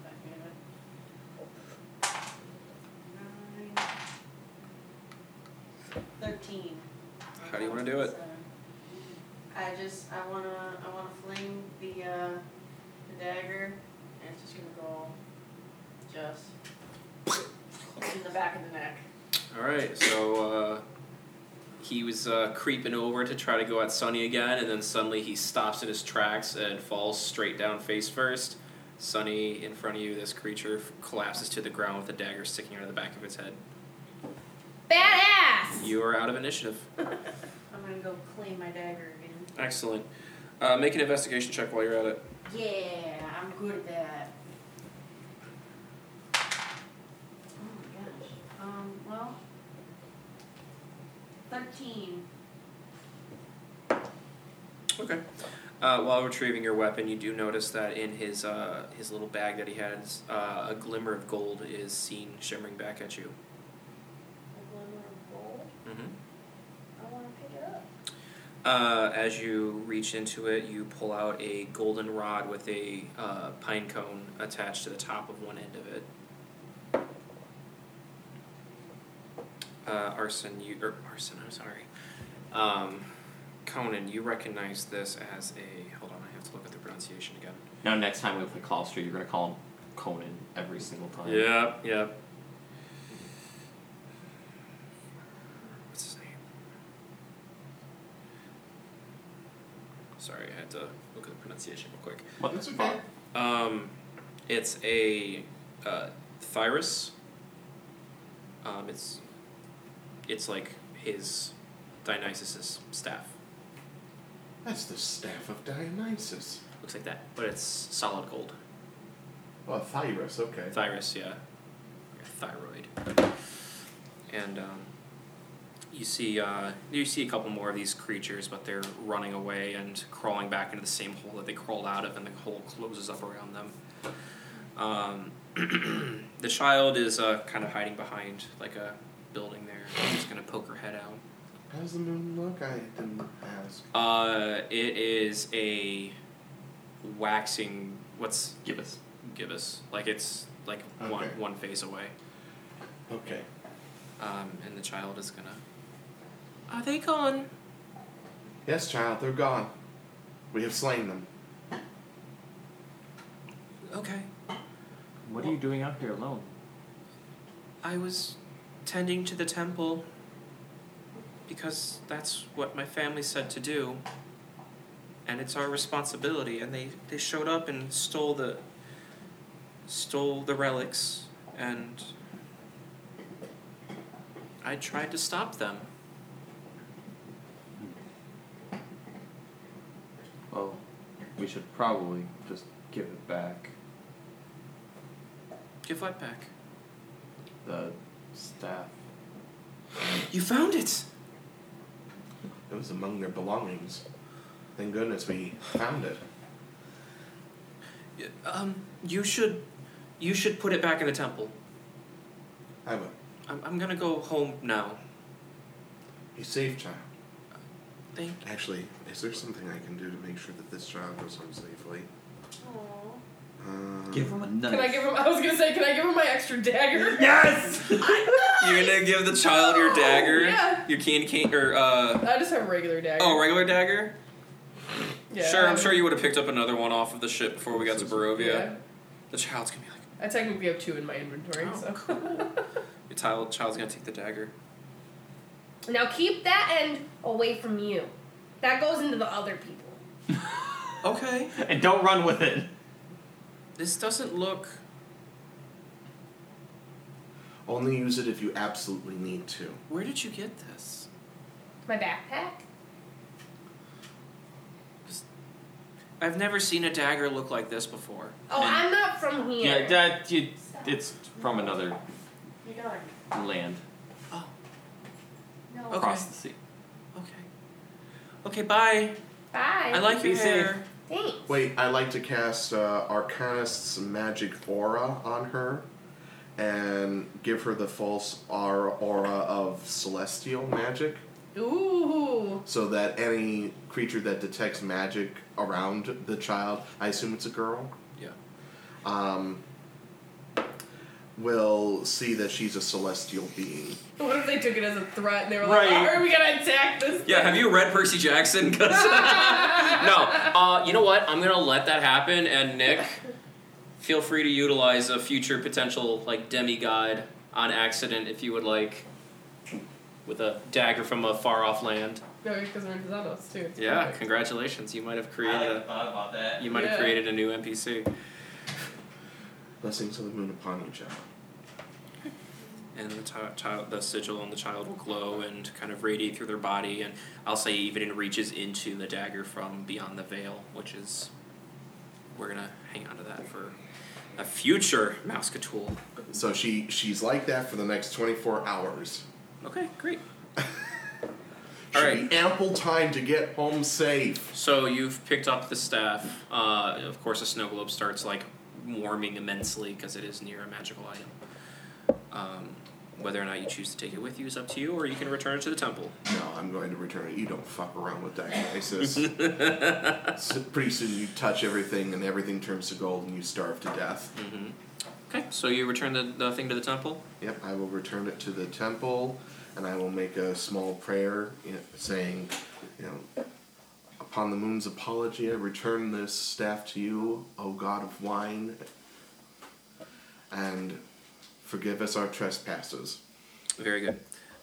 five feet of it. Nine. Thirteen. How do you wanna do it? I just I wanna I wanna fling the uh the dagger and it's just gonna go just in the back of the neck. All right, so uh, he was uh, creeping over to try to go at Sunny again, and then suddenly he stops in his tracks and falls straight down face first. Sunny, in front of you, this creature f- collapses to the ground with a dagger sticking out of the back of its head. Badass! You are out of initiative. I'm gonna go claim my dagger again. Excellent. Uh, make an investigation check while you're at it. Yeah, I'm good at that. Oh my gosh. Um, well, 13. Okay. Uh, while retrieving your weapon, you do notice that in his uh, his little bag that he has, uh, a glimmer of gold is seen shimmering back at you. Mm-hmm. I want to pick it up. Uh, as you reach into it, you pull out a golden rod with a uh, pine cone attached to the top of one end of it. Uh, Arson, you or Arson, I'm sorry. Um, Conan, you recognize this as a. Hold on, I have to look at the pronunciation again. Now, next time we play Closter, you're going to call him Conan every single time. Yep, yep. What's his name? Sorry, I had to look at the pronunciation real quick. What? That's okay. Um, it's a uh, thyrus. Um, it's it's like his Dionysus's staff. That's the staff of Dionysus. Looks like that, but it's solid gold. Oh, a Thyrus, okay. Thyrus, yeah. Thyroid. And um, you see uh, you see a couple more of these creatures, but they're running away and crawling back into the same hole that they crawled out of, and the hole closes up around them. Um, the child is uh, kind of hiding behind like a building there. She's gonna poke her head out. How's the moon look? I didn't ask. Uh, it is a waxing. What's Give us. gibbous? Like it's like one Okay. one face away. Okay. Um, and the child is gonna. Are they gone? Yes, child, they're gone. We have slain them. Okay. What are you doing out here alone? I was tending to the temple because that's what my family said to do. And it's our responsibility. And they, they showed up and stole the stole the relics and I tried to stop them. Well, we should probably just give it back. Give what back? The staff. You found it! It was among their belongings. Thank goodness we found it. Y- Um, you should you should put it back in the temple. I will. I'm, I'm gonna go home now. Be safe, child. Thank Actually, is there something I can do to make sure that this child goes home safely? Aw. Um, him a knife. Can I give him? I was gonna say, can I give him my extra dagger? Yes! You're gonna give the child your dagger, Yeah. your candy cane, or uh, I just have a regular dagger. oh, regular dagger. yeah, sure, I'm I- sure you would have picked up another one off of the ship before we got to Barovia. Yeah. The child's gonna be like, I technically have two in my inventory, Oh, so. the child, child's gonna take the dagger. Now keep that end away from you. That goes into the other people. Okay, and don't run with it. this doesn't look. Only use it if you absolutely need to. Where did you get this? My backpack? I've never seen a dagger look like this before. Oh, And- I'm not from here. Yeah, that you, it's from another You got it. land Oh, No. Okay. across the sea. okay, okay. Bye. Bye. I like your Be safe. hair. Thanks. Wait, I like to cast uh, Arcanist's magic aura on her and give her the false aura, aura of celestial magic. Ooh. so that any creature that detects magic around the child, I assume it's a girl, Yeah. um, will see that she's a celestial being. What if they took it as a threat and they were like, Right. "Are we gonna attack this?" Yeah, have you read Percy Jackson? 'Cause- no. Uh, you know what? I'm gonna let that happen. And Nick, feel free to utilize a future potential like demigod on accident if you would like, with a dagger from a far off land. No, because we're in Xenos too. It's Yeah, perfect. congratulations. You might have I created hadn't a, thought about that. you might have Yeah. created a new NPC. Blessings of the moon upon you, child. and the ti- child, the sigil on the child will glow and kind of radiate through their body, and I'll say even it reaches into the dagger from beyond the veil, which is we're gonna hang on to that for a future Mousketool. So she she's like that for the next twenty four hours. Okay, great. All All right, right. ample time to get home safe. So you've picked up the staff. Uh, of course, a snow globe starts like warming immensely because it is near a magical item. Um, whether or not you choose to take it with you is up to you, or you can return it to the temple. No, I'm going to return it. You don't fuck around with diagnosis. so pretty soon you touch everything and everything turns to gold and you starve to death. hmm Okay, so you return the, the thing to the temple. Yep, I will return it to the temple and I will make a small prayer you know, saying, you know, upon the moon's apology, I return this staff to you, O God of wine, and forgive us our trespasses. Very good.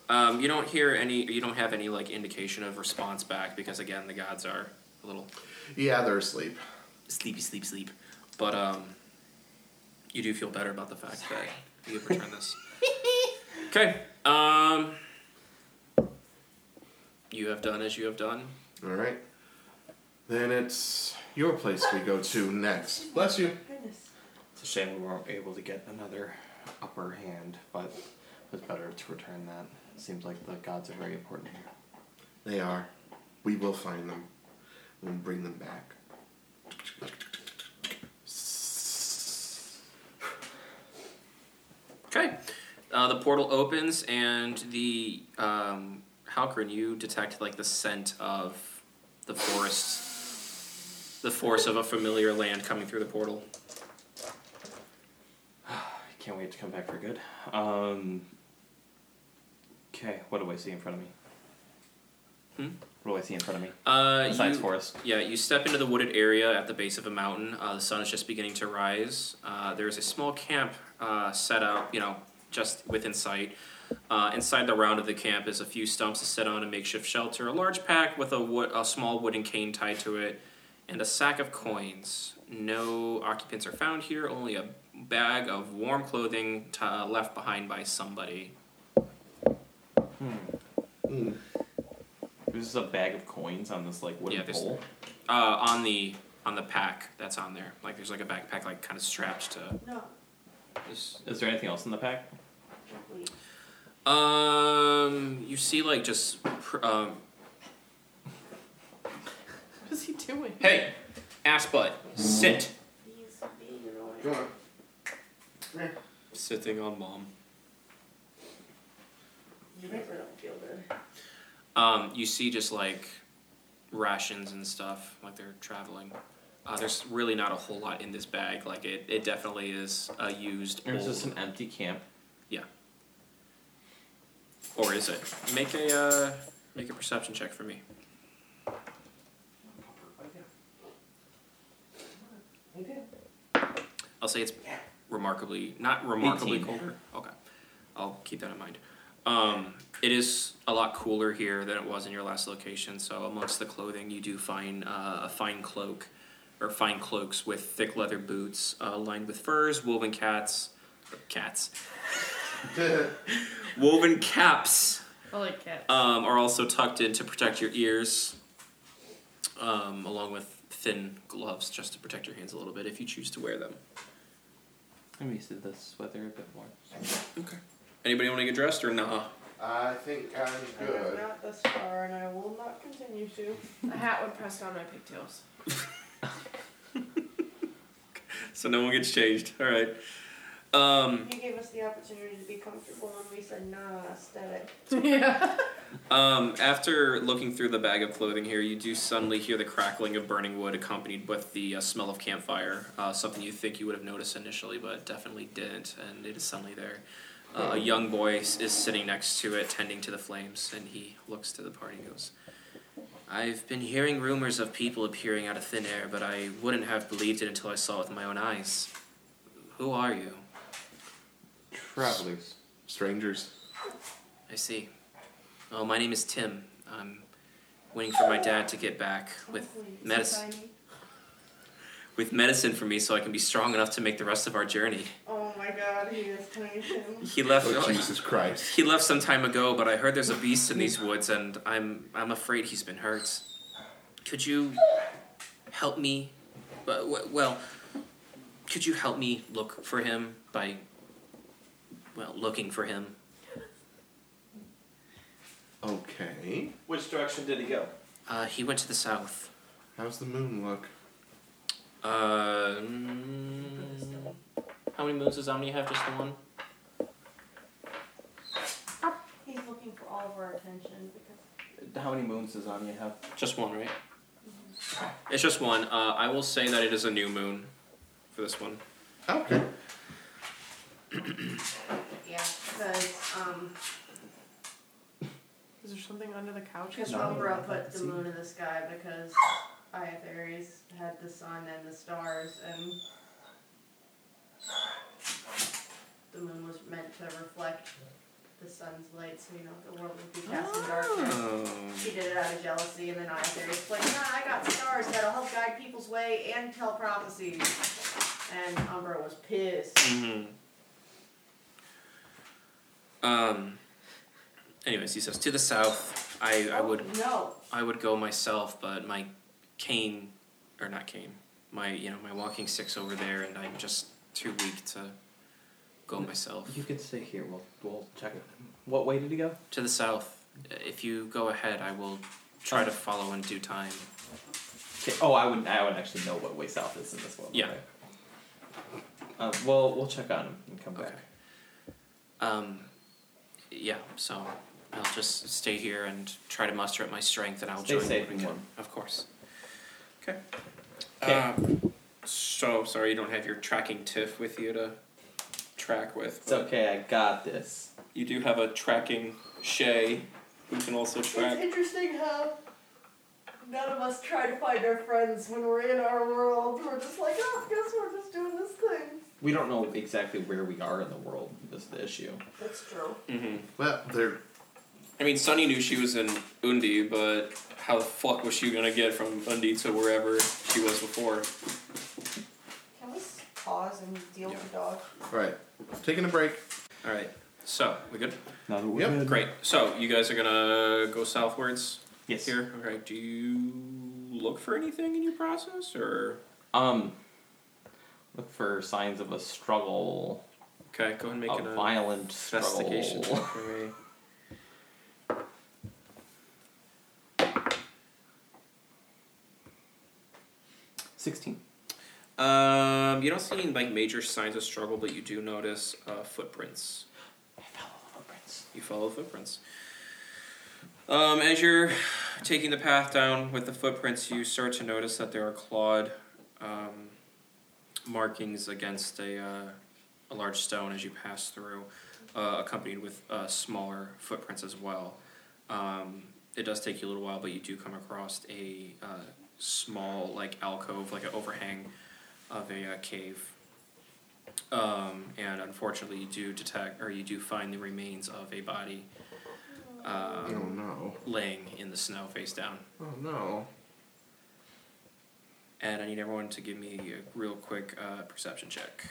Um, you don't hear any. You don't have any like indication of response back because again, the gods are a little Yeah, they're asleep. sleepy, sleep, sleep. But um, you do feel better about the fact that you have returned this. okay. Um, you have done as you have done. All right. Then it's your place we go to next. Bless you. Goodness. It's a shame we weren't able to get another upper hand, but it was better to return that. It seems like the gods are very important here. They are. We will find them. We'll bring them back. Okay. Uh, the portal opens and the um, Halcrin, you detect like the scent of the forest, the forest of a familiar land coming through the portal. I can't wait to come back for good. Um, okay, what do I see in front of me? Hmm? What do I see in front of me? Uh, Besides you, forest. Yeah, you step into the wooded area at the base of a mountain. Uh, the sun is just beginning to rise. Uh, there is a small camp uh, set out, you know, just within sight. Uh, inside the round of the camp is a few stumps to sit on a makeshift shelter, a large pack with a, wood, a small wooden cane tied to it, and a sack of coins. No occupants are found here, only a bag of warm clothing t- uh, left behind by somebody. This is a bag of coins on this like wooden Yeah, there's- pole. Uh, on the on the pack that's on there, like there's like a backpack, like kind of strapped to No. Just- Is there anything else in the pack? Wait. Um, you see, like just pr- um, What is he doing? hey, ass butt, sit. He's being annoying. Go on. Sitting on mom. You never don't feel good. Um, you see just like rations and stuff, like they're traveling. Uh, there's really not a whole lot in this bag. Like it, it definitely is a used Or is old- this an empty camp? or is it? Make a uh, make a perception check for me. I'll say it's remarkably not remarkably 18. colder. Okay, I'll keep that in mind. Um, it is a lot cooler here than it was in your last location. So amongst the clothing, you do find uh, a fine cloak, or fine cloaks with thick leather boots uh, lined with furs, woven cats, cats, woven caps I like cats. um, are also tucked in to protect your ears, um, along with thin gloves just to protect your hands a little bit if you choose to wear them. I'm used to this weather a bit more. Okay. Anybody want to get dressed or nah? I think I'm I have good. not thus far, and I will not continue to. A hat would press down my pigtails. So no one gets changed. All right. Um, You gave us the opportunity to be comfortable and we said, nah, aesthetic. yeah. Um, after looking through the bag of clothing here, you do suddenly hear the crackling of burning wood accompanied with the uh, smell of campfire, uh, something you think you would have noticed initially, but definitely didn't, and it is suddenly there. Uh, a young boy s- is sitting next to it, tending to the flames, and he looks to the party and goes, I've been hearing rumors of people appearing out of thin air, but I wouldn't have believed it until I saw it with my own eyes. Who are you? Travelers. Strangers. I see. Well, my name is Tim. I'm waiting for my dad to get back with medicine, with medicine for me, so I can be strong enough to make the rest of our journey. Oh my god, he is tiny Tim. He left. Oh, Jesus Christ. He left some time ago, but I heard there's a beast in these woods, and I'm I'm afraid he's been hurt. Could you help me? But w- well, could you help me look for him by well looking for him? Okay. Which direction did he go? Uh, he went to the south. How's the moon look? Um, Uh, how many moons does Omni have? Just the one? He's looking for all of our attention because How many moons does Anya have? Just one, right? It's just one. Uh, I will say that it is a new moon for this one. Okay. Yeah. because um Is there something under the couch? because Umbra put the moon in the sky because Eye of Aries had the sun and the stars and the moon was meant to reflect the sun's light so you know the world would be cast in darkness. Oh. She did it out of jealousy and then Eye of Aries was like, nah, I got stars that'll help guide people's way and tell prophecies. And Umbra was pissed. Mm-hmm. Um. Anyways, he says to the south. I, I would Oh, No. I would go myself, but my cane, or not cane, my you know my walking stick's over there, and I'm just too weak to go myself. You could stay here. We'll we'll check it. What way did he go? To the south. If you go ahead, I will try to follow in due time. Okay. Oh, I wouldn't. I would actually know what way south is in this one. Yeah. right? Um, well, we'll check on him and come Okay. back. Um, yeah, so I'll just stay here and try to muster up my strength, and I'll Stay join safe when and I can. warm. Of course. Okay. Um, 'Kay. so sorry you don't have your tracking tiff with you to track with. It's okay. I got this. You do have a tracking Shay, who can also It's interesting how none of us try to find our friends when we're in our world. We're just like, oh, guess we're just doing this thing. We don't know exactly where we are in the world. Is the issue. That's true. hmm Well, they're I mean, Sunny knew she was in Undi, but how the fuck was she gonna get from Undi to wherever she was before? Can we pause and deal with the dog? right. Taking a break. All right. So we good? Another Yep. word. Great. So you guys are gonna go southwards Yes. here. Okay. Do you look for anything in your process, or Um. Look for signs of a struggle. okay? Go ahead and make a an uh, violent struggle. investigation check for me. Sixteen. Um, you don't see any like major signs of struggle, but you do notice uh, footprints. I follow the footprints. You follow the footprints. Um, as you're taking the path down with the footprints, you start to notice that there are clawed um, markings against a, uh, a large stone as you pass through, uh, accompanied with uh, smaller footprints as well. Um, it does take you a little while, but you do come across a uh, small like alcove, like an overhang of a uh, cave um, and unfortunately, you do detect or you do find the remains of a body Oh um, no. laying in the snow face down. Oh no. And I need everyone to give me a real quick uh, perception check.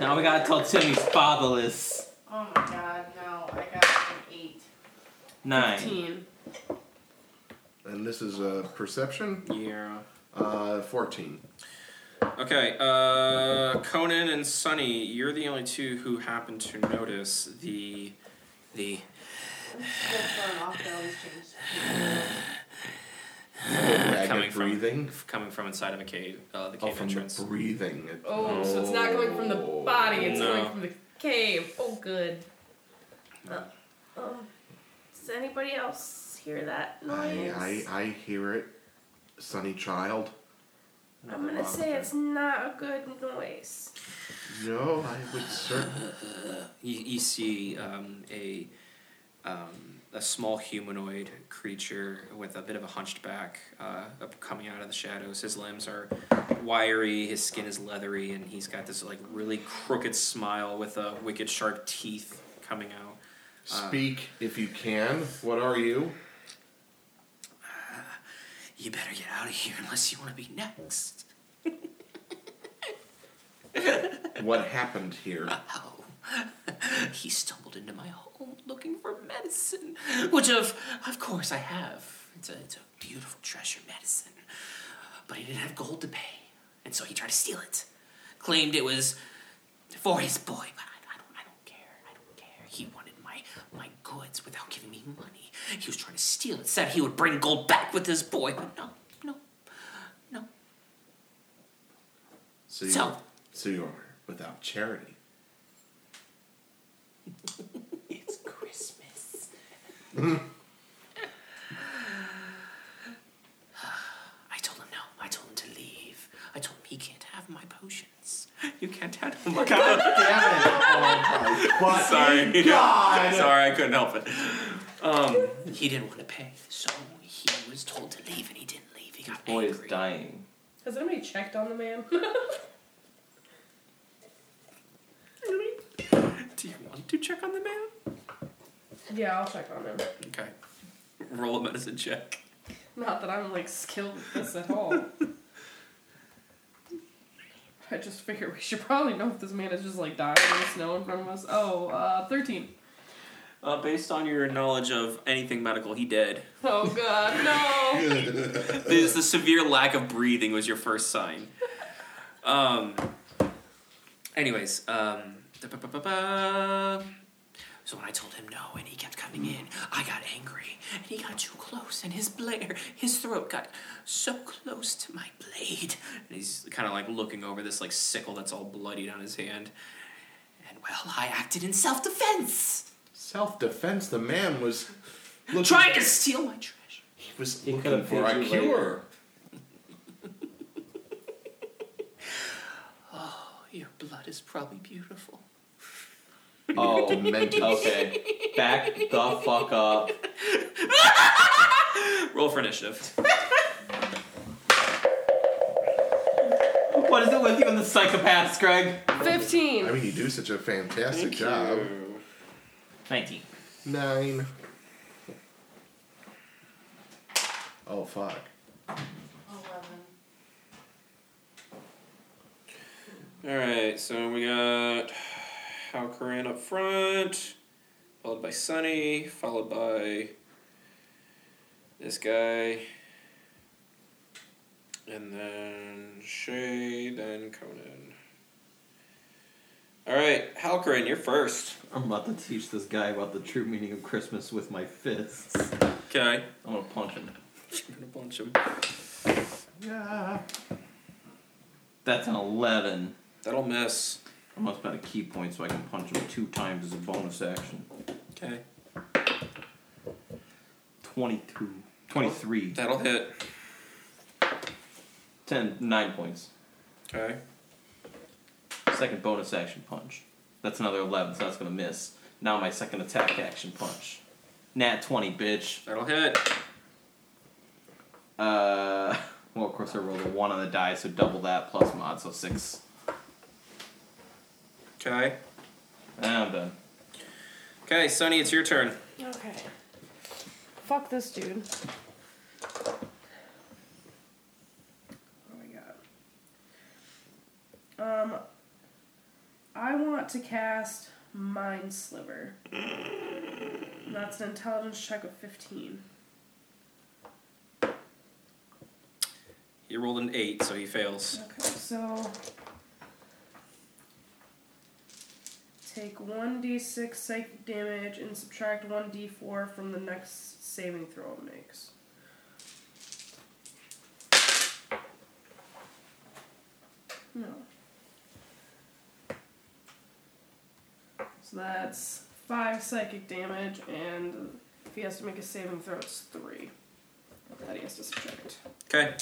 Now we gotta tell Timmy's fatherless. Oh my god, no. I got an 8. Nine. 15. And this is a perception. Yeah. Uh, fourteen. Okay. Uh, Conan and Sunny, you're the only two who happen to notice the the This is good for an off-belly change. Coming ragged from- breathing. coming from inside of a cave, uh, the Oh, cave from entrance. the breathing. It- Oh, so it's not coming from the body, it's No. coming from the cave. Oh, good. Uh, um, does anybody else hear that noise? I, I, I hear it, Sunny Child. I'm gonna say it's not a good noise. No, I would certainly. you, you see um, a um, a small humanoid creature with a bit of a hunched back uh, up- coming out of the shadows. His limbs are wiry, his skin is leathery, and he's got this like really crooked smile with a wicked sharp teeth coming out. Speak if you can. What are you? You better get out of here unless you want to be next. What happened here? Oh, he stumbled into my home looking for medicine, which of of course I have. It's a, it's a beautiful treasure medicine, but he didn't have gold to pay, and so he tried to steal it. Claimed it was for his boy, but I, I don't I don't care. I don't care. He wanted my my goods without giving me money. He was trying to steal it. Said he would bring gold back with his boy, but no, no, no. So you, So- so you are without charity. It's Christmas. I told him no. I told him to leave. I told him he can't have my potions. You can't have Oh them. What? Sorry. God! Sorry, I couldn't help it. Um, he didn't want to pay, so he was told to leave, and he didn't leave. He got Boy is angry. dying. Has anybody checked on the man? Do you want to check on the man? yeah, I'll check on him. Okay. Roll a medicine check. Not that I'm like skilled at this at all. I just figured we should probably know if this man is just like dying in the snow in front of us. Oh, uh, 13. Uh, based on your knowledge of anything medical, he did. Oh god, no! This, the severe lack of breathing was your first sign. Um. Anyways, um. da-ba-ba-ba-ba. So when I told him no, and he kept coming in, I got angry, and he got too close, and his blade, his throat got so close to my blade. And he's kind of like looking over this like sickle that's all bloodied on his hand. And well, I acted in self-defense, Self defense. The man was looking, trying to steal my treasure. He was He looking could've for paid a you cure. Your blood is probably beautiful. Oh, Demented. okay. Back the fuck up. Roll for initiative. What is it with you and the psychopaths, Greg? 15! I mean, you do such a fantastic Thank job. you. 19. Nine. Oh fuck. Eleven. All right, so we got Halcoran up front, followed by Sunny, followed by this guy, and then Shay, then Conan. All right, Halcoran, you're first. I'm about to teach this guy about the true meaning of Christmas with my fists. Okay, I'm gonna punch him. I'm gonna punch him. Yeah. That's an 11. That'll miss. I must spend a key point so I can punch him two times as a bonus action. Okay, 22. 23. that'll hit. 10. 9 points. Okay, Second bonus action punch. That's another 11, so that's gonna miss. Now my second attack action punch. Nat 20, bitch. that'll hit. Uh, well, of course, I rolled a one on the die, so double that plus mod, so six. Okay. And Ah, I'm done. Okay, Sunny, it's your turn. Okay. Fuck this dude. Oh my god. Um, I want to cast Mind Sliver. And That's an intelligence check of 15. He rolled an eight, so he fails. Okay, so. Take 1d6 psychic damage and subtract 1d4 from the next saving throw it makes. No. So that's five psychic damage, and if he has to make a saving throw, it's three. That he has to subtract. Okay.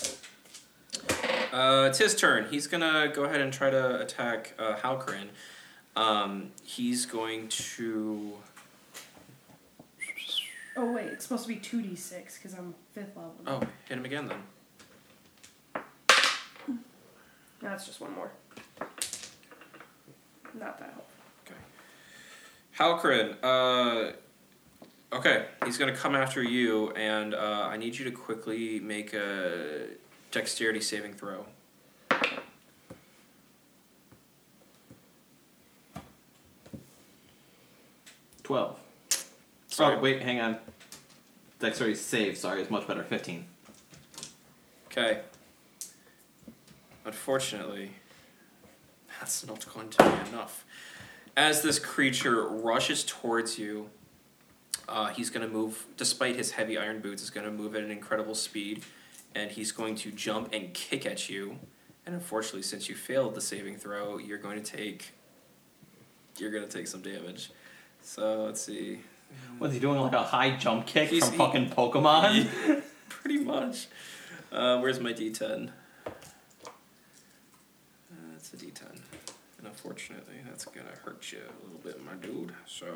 Uh, it's his turn. He's gonna go ahead and try to attack uh, Halcrin. Um, he's going to. Oh wait, it's supposed to be two d six because I'm fifth level. Oh, hit him again then. That's just one more. Not that helpful. Halcrin, uh, okay, he's gonna come after you, and uh, I need you to quickly make a dexterity saving throw. Twelve. Sorry. Oh wait, hang on. Dexterity save. Sorry, is much better. Fifteen. Okay. Unfortunately, that's not going to be enough. As this creature rushes towards you, uh, he's going to move, despite his heavy iron boots, is going to move at an incredible speed, and he's going to jump and kick at you. And unfortunately, since you failed the saving throw, you're going to take you're going to take some damage. So let's see. What's he doing? Like a high jump kick He's- from he- fucking Pokemon? Pretty much. Uh, where's my D10? Uh, it's a D10. And unfortunately, that's gonna hurt you a little bit, my dude. So.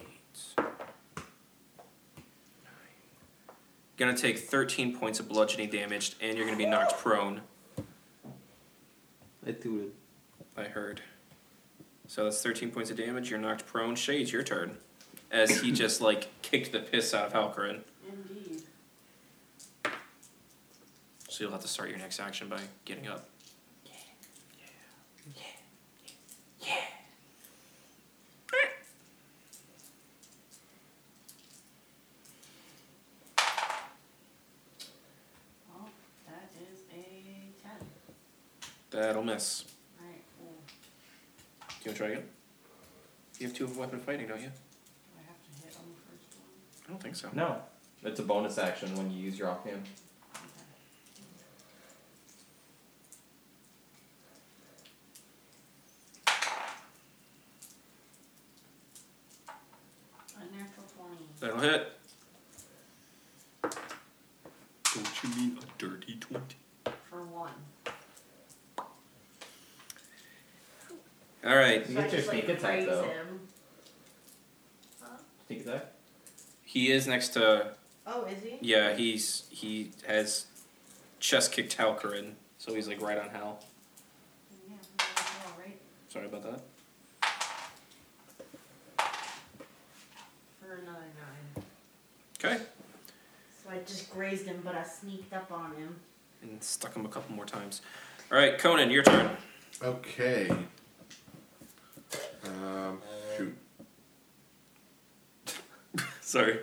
Eight. Nine. Gonna take 13 points of bludgeoning damage, and you're gonna be knocked prone. I do I heard. So that's 13 points of damage. You're knocked prone. Shay, it's your turn. As he just, like, kicked the piss out of Halcorin. Indeed. So you'll have to start your next action by getting up. Well, that is a ten. That'll miss. Alright, cool. You wanna try again? You have two of weapon fighting, don't you? Do I have to hit on the first one? I don't think so. No. It's a bonus action when you use your offhand. A natural twenty. That'll hit. Don't you mean a dirty 20? For one. Alright. You So I get your just like sneak attack raise though. him. Sneak attack. He is next to. Oh, is he? Yeah, he's. He has chest kicked Halcorin. So he's, like, right on Hal. Yeah, that's all right. Sorry about that. For another nine. Okay. So I just grazed him, but I sneaked up on him. And stuck him a couple more times. Alright, Conan, your turn. Okay. Um, shoot. Sorry.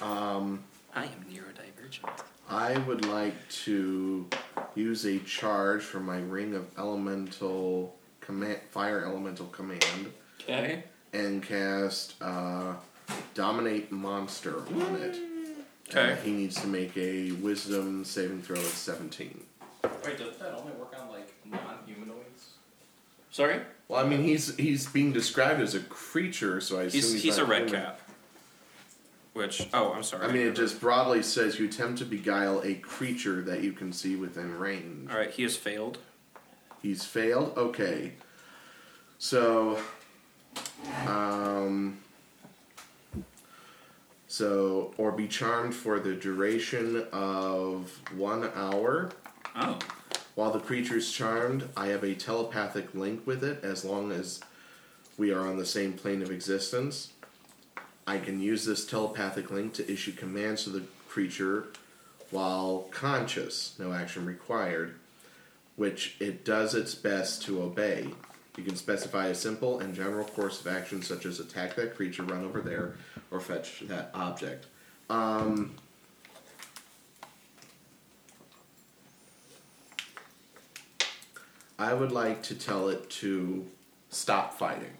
Um, I am neurodivergent. I would like to use a charge for my ring of elemental command, fire elemental command, Okay. and cast uh, dominate monster on it. Uh, Okay. he needs to make a wisdom saving throw of seventeen. Wait, does that only work on like non-humanoids? Sorry? Well, I mean, he's he's being described as a creature, so I assume He's, he's, he's a not red human. cap. Which, oh, I'm sorry. I mean, it just broadly says you attempt to beguile a creature that you can see within range. Alright, he has failed. He's failed. Okay. So, um, so or be charmed for the duration of one hour. Oh. While the creature is charmed, I have a telepathic link with it as long as we are on the same plane of existence. I can use this telepathic link to issue commands to the creature while conscious, no action required, which it does its best to obey. You can specify a simple and general course of action such as attack that creature, run over there, or fetch that object. Um, I would like to tell it to stop fighting.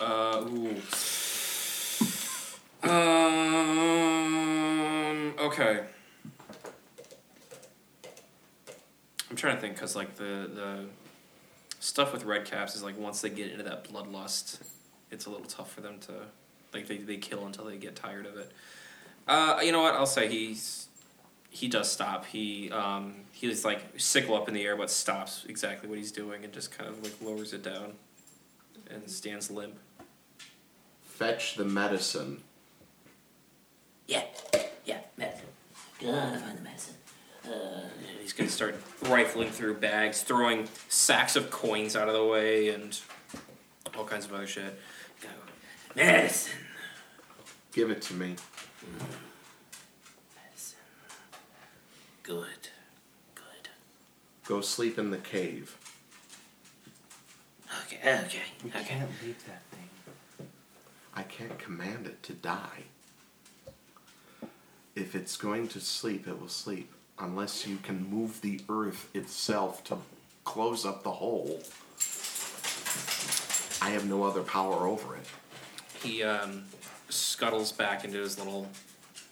Uh, ooh. Um, okay. I'm trying to think because like the the stuff with red caps is like once they get into that bloodlust, it's a little tough for them to like they, they kill until they get tired of it. Uh, you know what? I'll say he's he does stop. He um, he's like sickle up in the air, but stops exactly what he's doing and just kind of like lowers it down and stands limp. Fetch the medicine. Yeah, yeah, medicine. Gotta find the medicine. Uh, he's gonna start rifling through bags, throwing sacks of coins out of the way, and all kinds of other shit. Go, medicine. Give it to me. Medicine. Good. Good. Go sleep in the cave. Okay, okay, okay. leave that thing. I can't command it to die. If it's going to sleep, it will sleep. Unless you can move the earth itself to close up the hole. I have no other power over it. He um, scuttles back into his little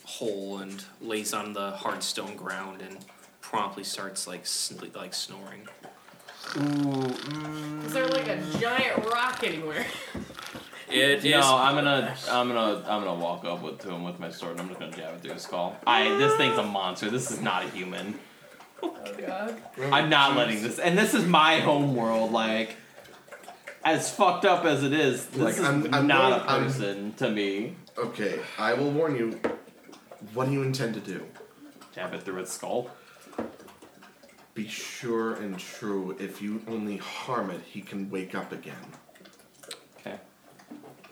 hole and lays on the hard stone ground and promptly starts like sn- like snoring. Is there like a giant rock anywhere? It is- No, I'm gonna, I'm gonna, I'm gonna walk up with, to him with my sword, and I'm just gonna jab it through his skull. I, this thing's a monster. This is not a human. God. I'm not letting this. And this is my home world. Like, as fucked up as it is, this Like, is I'm- I'm not going- a I'm- person to me. Okay, I will warn you. What do you intend to do? Jab it through its skull. Be sure and true. If you only harm it, he can wake up again. Okay.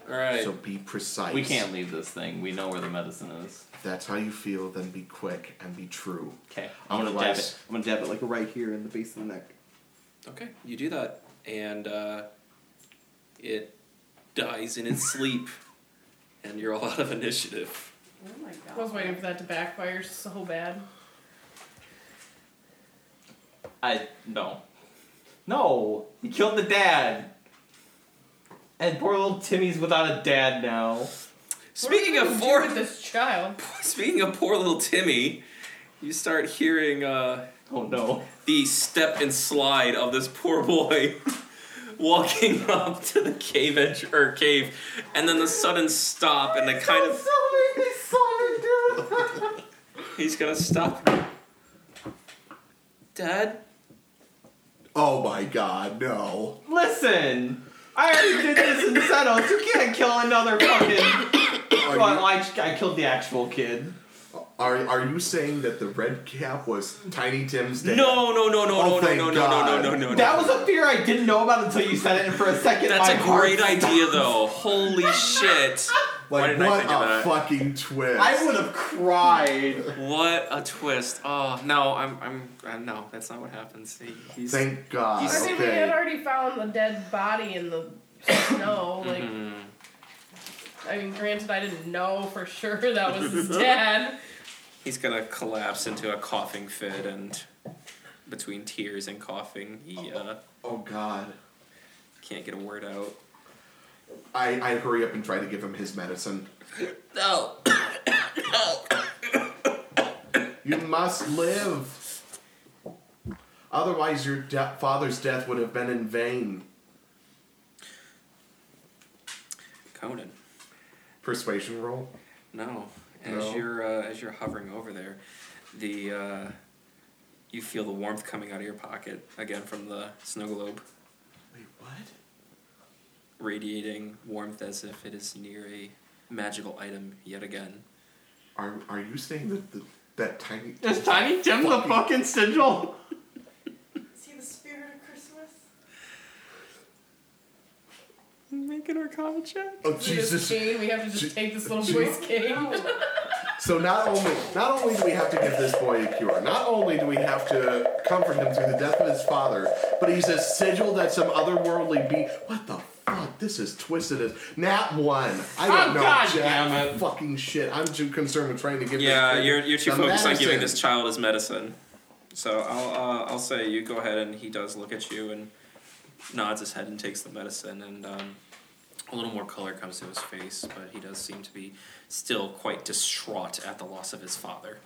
all right. So be precise. We can't leave this thing. We know where the medicine is. If that's how you feel, then be quick and be true. Okay. I'm gonna jab Otherwise- it. I'm gonna jab it like right here in the base of the neck. Okay, you do that, and uh, it dies in its sleep, and you're all out of initiative. Oh my god. I was waiting for that to backfire so bad. I no. No, he killed the dad. And poor little Timmy's without a dad now. Speaking What are we of gonna do poor, with this child. speaking of poor little Timmy, you start hearing uh, Oh no. the step and slide of this poor boy walking up to the cave edge or cave, and then the sudden stop and the kind of he's gonna stop. Dad, Oh my god, no. Listen, I already did this in Zenos. You can't kill another fucking. Are Well, you- I, I killed the actual kid. Are are you saying that the red cap was Tiny Tim's dad? no, no, no, no, no, Oh, no, thank no, no, no, God. no, no, no. That was a fear I didn't know about until you said it, and for a second, That's my a heart great idea, though. Holy shit! Why Like didn't I what think of a that? fucking twist! I would have cried. What a twist! Oh no, I'm, I'm, I'm no. That's not what happens. He, he's Thank God. He's- I mean, we had okay. already found the dead body in the snow. Like, Mm-hmm. I mean, granted, I didn't know for sure that was his dad. he's gonna collapse into a coughing fit, and between tears and coughing, he uh, Oh God. can't get a word out. I, I hurry up and try to give him his medicine. No. You must live. Otherwise, your de- father's death would have been in vain. Conan, Persuasion roll. no. As No. you're uh, as you're hovering over there, the uh, you feel the warmth coming out of your pocket again from the snow globe. Wait, what? radiating warmth as if it is near a magical item yet again. Are are you saying that the, that tiny? Is Tiny Tim the fucking sigil? See the spirit of Christmas? Making our common check. Oh See this Jesus! cane? We have to Je- just take this little boy's cane. Oh, So not only not only do we have to give this boy a cure, not only do we have to comfort him through the death of his father, but he's a sigil that some otherworldly be. What the fuck? This is twisted as nat one. I don't Oh, know. God Jack. damn it. Fucking shit. I'm too concerned with trying to give. Yeah, this kid you're, you're too the focused on giving medicine. this child his medicine. So I'll uh, I'll say you go ahead and he does look at you and nods his head and takes the medicine and um, a little more color comes to his face, but he does seem to be still quite distraught at the loss of his father.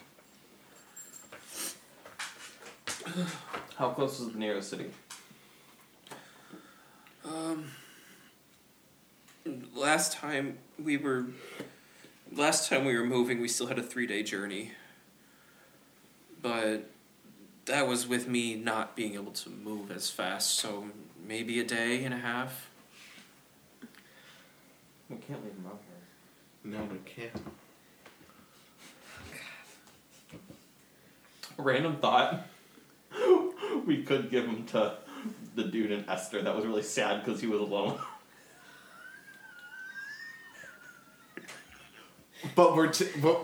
How close is the nearest city? Um, last time we were, last time we were moving, we still had a three day journey. But that was with me not being able to move as fast, so maybe a day and a half. We can't leave him out here. No, we can't. Random thought. we could give him to the dude in Esther. That was really sad because he was alone. But we're t- but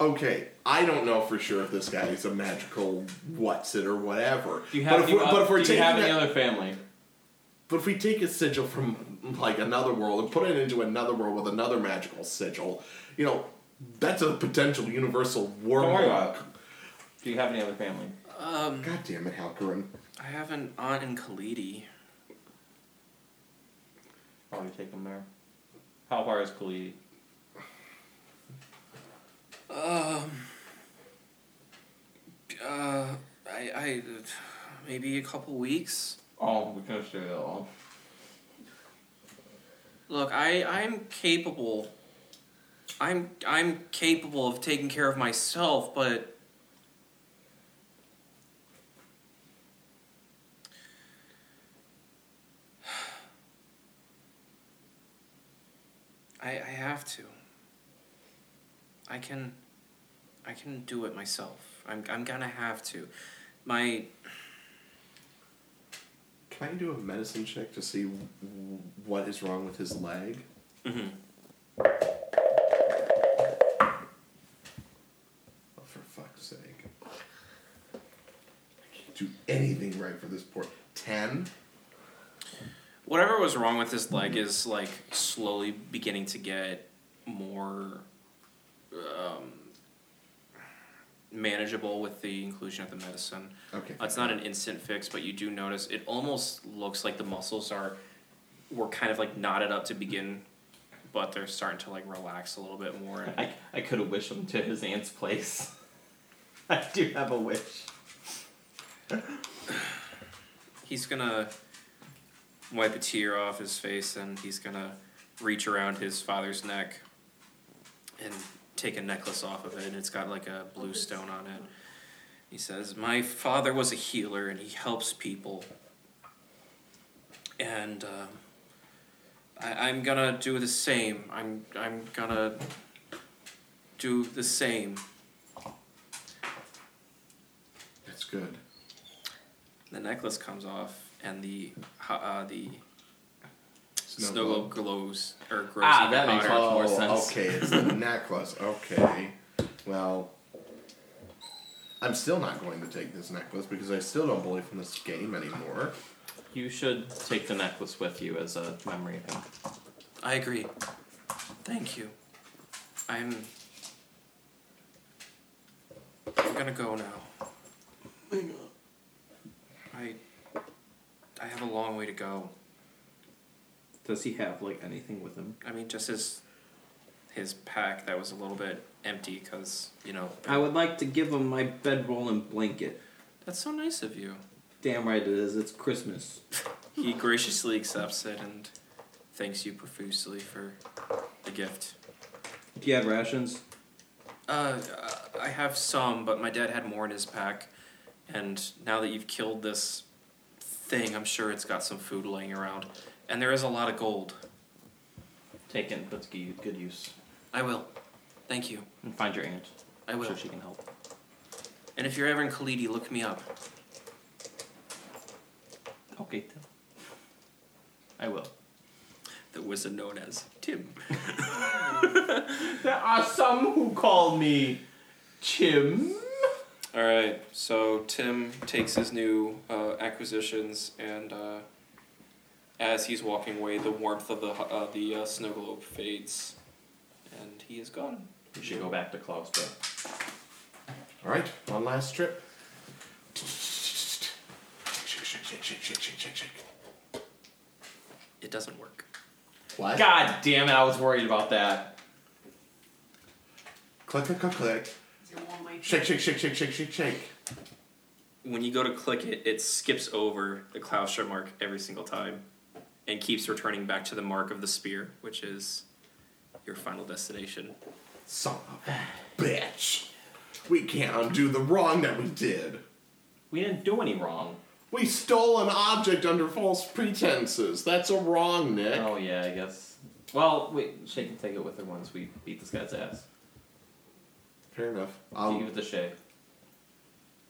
okay. I don't know for sure if this guy is a magical what's it or whatever. Do you have, but if do you, we're, uh, but if we're do you taking have any that- other family? But if we take a sigil from like another world and put it into another world with another magical sigil, you know, that's a potential universal Don't worry wormhole. about it. Do you have any other family? Um, God damn it, Halcorin. I have an aunt in Kalidi. Probably take him there. How far is Khalid? Um. Uh, I, I, maybe a couple weeks. Oh, we could stay that long. Look, I, I'm capable. I'm, I'm capable of taking care of myself, but. I, I have to. I can, I can do it myself. I'm, I'm gonna have to. My Can I do a medicine check to see oh, w- what is wrong with his leg? Mhm. Oh, for fuck's sake. I can't do anything right for this poor. Ten? Whatever was wrong with his leg is like slowly beginning to get more um, manageable with the inclusion of the medicine. Okay. It's not an instant fix, but you do notice it almost looks like the muscles are were kind of like knotted up to begin, but they're starting to like relax a little bit more. And I, I could have wished him to his aunt's place. I do have a wish. he's gonna wipe a tear off his face and he's gonna reach around his father's neck and take a necklace off of it and it's got like a blue stone on it he says my father was a healer and he helps people and uh, I, i'm gonna do the same i'm, I'm gonna do the same That's good. the necklace comes off and the ho- uh, the Snow snow, globe. globe Oh, glows or grows Ah, even that makes hotter. much more sense. Okay, it's the necklace. Okay. Well, I'm still not going to take this necklace because I still don't believe in this game anymore. You should take the necklace with you as a memory thing. I agree. Thank you. I'm. I'm gonna go now. I. I have a long way to go. Does he have like anything with him? I mean, just his. His pack that was a little bit empty because you know. I would like to give him my bedroll and blanket. That's so nice of you. Damn right it is. It's Christmas. He graciously accepts it and thanks you profusely for the gift. Do you have rations? Uh, I have some, but my dad had more in his pack. And now that you've killed this thing, I'm sure it's got some food laying around. And there is a lot of gold. Take it and put it to good- good use. I will. Thank you. And find your aunt. I I'm will. sure she can help. And if you're ever in Khalidi, look me up. Okay, Tim. I will. The wizard known as Tim. There are some who call me Chim. All right. So Tim takes his new uh, acquisitions, and uh, as he's walking away, the warmth of the hu- uh, the uh, snow globe fades, and he is gone. You should go back to Claustra. All right, one last trip. It doesn't work. What? God damn it, I was worried about that. Click, click, click, click. It's a one-way Shake, shake, shake, shake, shake, shake, shake. when you go to click it, it skips over the Klaustra mark every single time and keeps returning back to the mark of the spear, which is your final destination. Son of a bitch. We can't undo the wrong that we did. We didn't do any wrong. We stole an object under false pretenses. That's a wrong, Nick. Oh yeah, I guess. Well, wait, Shay can take it with her once we beat this guy's ass. Fair enough. I'll I'll, give it to Shay.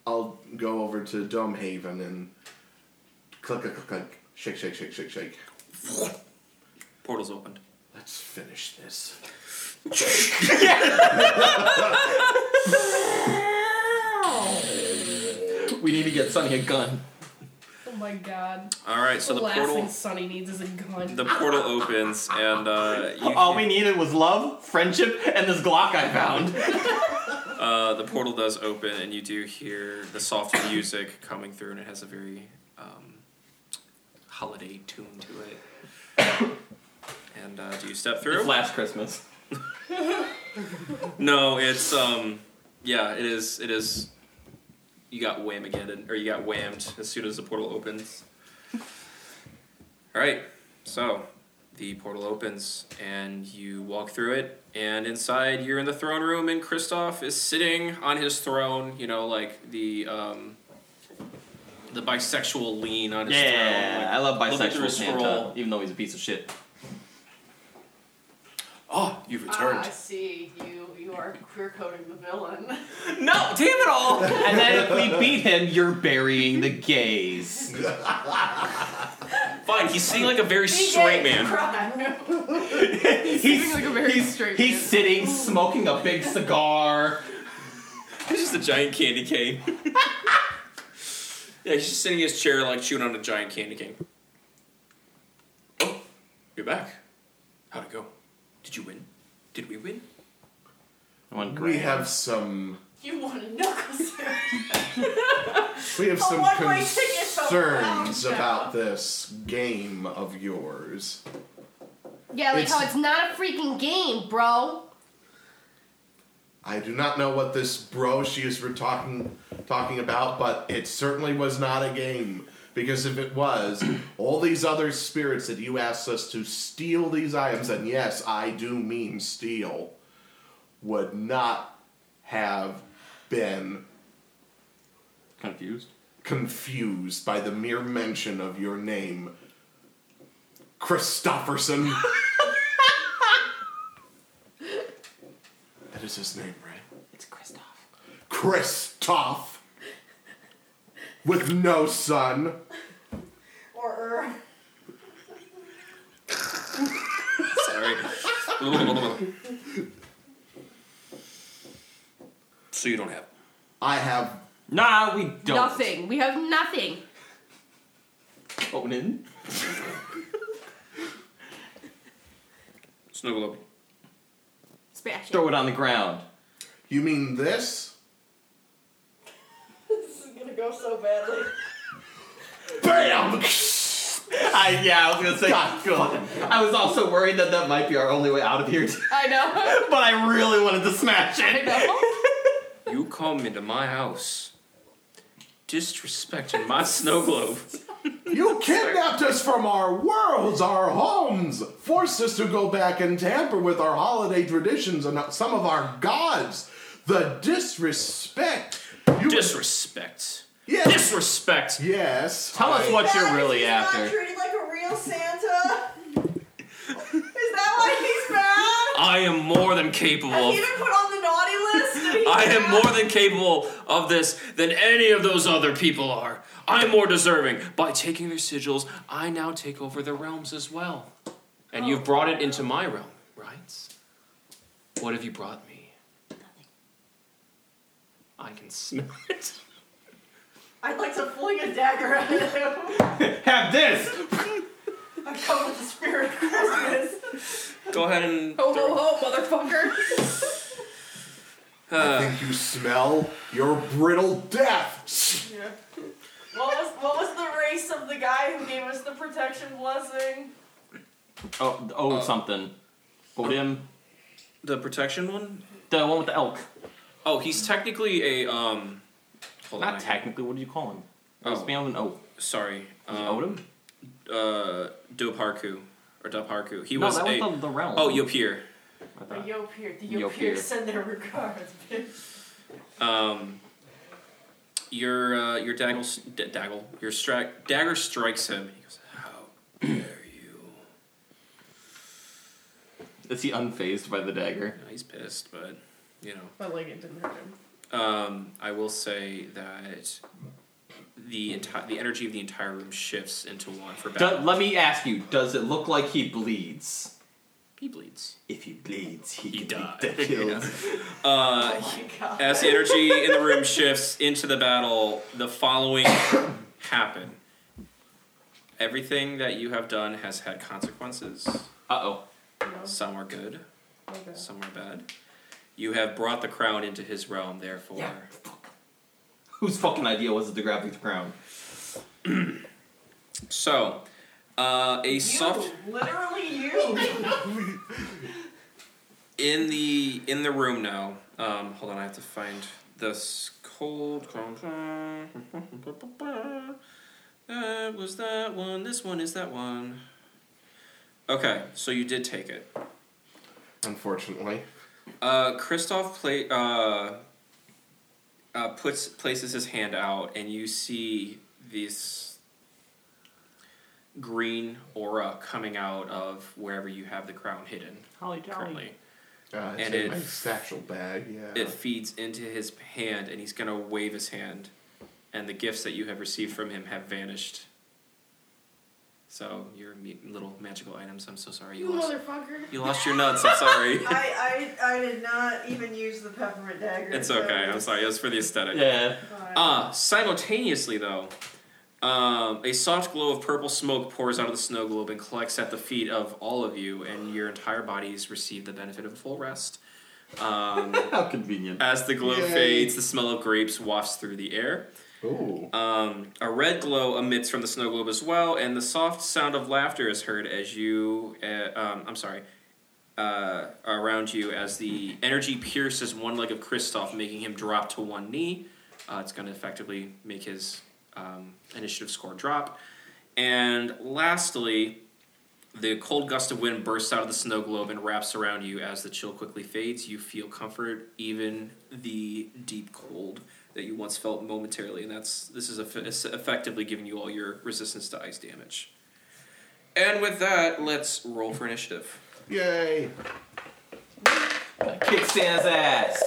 I'll go over to Dome Haven and click, click, click, click. Shake, shake, shake, shake, shake. Portal's opened. Let's finish this. We need to get Sonny a gun. Oh my god. All right, so the the last thing portal Sonny needs is a gun. the portal opens and uh, you, All we needed was love, friendship, and this Glock I found. uh, the portal does open and you do hear the soft music coming through and it has a very um, holiday tune to it. and uh, do you step through? It's last Christmas. No, it's um, yeah, it is. It is. You got wham again, or you got whammed as soon as the portal opens. All right, so the portal opens and you walk through it, and inside you're in the throne room, and Kristoff is sitting on his throne. You know, like the um, the bisexual lean on his throne. Yeah, like, I love looking through bisexual a Santa, scroll. even though he's a piece of shit. Oh, you Ah, returned. I see. You you are queer coding the villain. No, damn it all! and then if we beat him, you're burying the gays. Fine, he's sitting like a very straight man. he's like a very he's, straight he's man. sitting, smoking a big cigar. It's just a giant candy cane. yeah, he's just sitting in his chair, like chewing on a giant candy cane. Oh, you're back. How'd it go? Did you win? Did we win? One We have some. You want a knuckle sandwich? We have some one-way ticket from concerns Lounge about House. this game of yours. Yeah, like It's- how it's not a freaking game, bro. I do not know what this bro she is re- talking talking about, but it certainly was not a game. Because if it was, all these other spirits that you asked us to steal these items, and yes, I do mean steal, would not have been Confused. confused by the mere mention of your name, Christofferson. that is his name, right? It's Kristoff. Kristoff with no son. Or, or Sorry. so you don't have. I have Nah, we don't. Nothing. We have nothing. Oh, Conan. Snuggle up. Smash it. Throw it on the ground. you mean this? this is gonna go so badly. Bam! I, yeah, I was gonna say. God Good. I was also worried that that might be our only way out of here, I know. but I really wanted to smash I it. know. You come into my house, disrespecting my snow globe. You kidnapped us from our worlds, our homes, forced us to go back and tamper with our holiday traditions and some of our gods. The disrespect. You Disrespect. yes. Disrespect. yes. Tell us what That you're is really not after. treated like a real Santa. is that why he's bad? I am more than capable Have of you been put on the naughty list? Did he I am bad? more than capable of this than any of those other people are. I'm more deserving. By taking their sigils, I now take over their realms as well. And Oh. you've brought it into my realm, right? What have you brought me? Nothing. I can smell it. I'd like to fling a dagger at him. Have this. I come with the spirit of Christmas. Go ahead and. Ho ho ho, motherfucker. Uh, I think you smell your brittle death. What was what was the race of the guy who gave us the protection blessing? Oh, Uh, oh, something. Odim. The protection one? The one with the elk. Oh, he's technically a. um. Hold on, Not I have- technically. What do you call him? It's Oh. beyond an O. Sorry. Was it Um, Odom? uh, Doparku or Doparku. He no, was that was a. the, the realm. Oh, Yopir. I The thought. Yopir, the Yopir. Yopir send their regards, bitch. Um, your uh, your daggle s- d- daggle your stri- dagger strikes him. He goes, "How dare you?" Is he unfazed by the dagger? You know, he's pissed, but you know. But like it didn't hurt him. Um, I will say that the entire the energy of the entire room shifts into one for battle. Do- let me ask you. Does it look like he bleeds? he bleeds. If he bleeds, he, He could died. Be dead killed. Uh, Oh my god. as the energy in the room shifts into the battle, the following happen. Everything that you have done has had consequences. Uh oh. No. Some are good, Okay. some are bad. You have brought the crown into his realm, therefore. Whose fucking idea was it to grab the crown? So, uh, a soft You, literally you. in the in the room now. Um, hold on, I have to find this cold. cold- That was that one. This one is that one. Okay, so you did take it. Unfortunately. Uh, Christoph play, uh, uh, puts places his hand out, and you see this green aura coming out of wherever you have the crown hidden Holly currently. Uh, it's And in it- my satchel bag, yeah. It feeds into his hand, and he's gonna wave his hand, and the gifts that you have received from him have vanished. So your me- little magical items. I'm so sorry you, You lost. motherfucker. You lost your nuts. I'm sorry. I, I I did not even use the peppermint dagger. it's so okay. I'm sorry. It was for the aesthetic. Yeah. fine. Uh, simultaneously, though, um, a soft glow of purple smoke pours out of the snow globe and collects at the feet of all of you, and your entire bodies receive the benefit of a full rest. Um, How convenient. as the glow Yay. fades, the smell of grapes wafts through the air. Ooh. Um, a red glow emits from the snow globe as well, and the soft sound of laughter is heard as you, uh, um, I'm sorry, uh, around you as the energy pierces one leg of Kristoff, making him drop to one knee. Uh, it's going to effectively make his um, initiative score drop. And lastly, the cold gust of wind bursts out of the snow globe and wraps around you as the chill quickly fades. You feel comfort, even the deep cold that you once felt momentarily, and that's this is eff- it's effectively giving you all your resistance to ice damage. And with that, let's roll for initiative. Yay! Kick Stan's ass.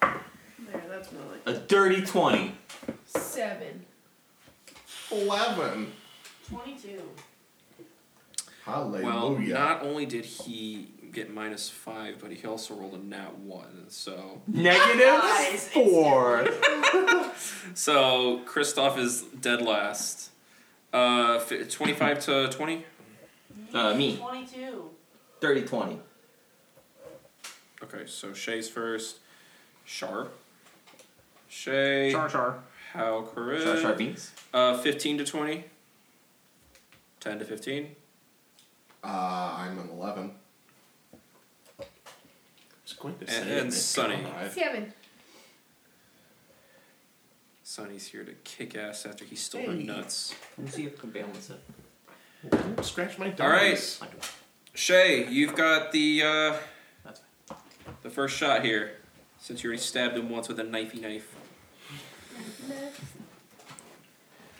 There, that's more like A dirty twenty. seven. 11. 22. Hallelujah. Well, not only did he get minus five, but he also rolled a nat one. So, Negative Guys, it's- four. so Kristoff is dead last. Uh, fi- twenty-five to twenty. Uh, me. 22. Dirty twenty. Okay, so Shay's first. Shar. Shay. char. How correct? Char char beans. Uh, 15 to 20. 10 to 15. Uh, I'm an 11. It's going to say And- it, and Nick. Sunny. Come on. Seven. Sonny's here to kick ass after he stole her Hey. nuts. Let's see if I can balance it. Don't Scratch my dice. All right. Shay, you've got the uh, That's fine. the first shot here. Since you already stabbed him once with a knifey knife.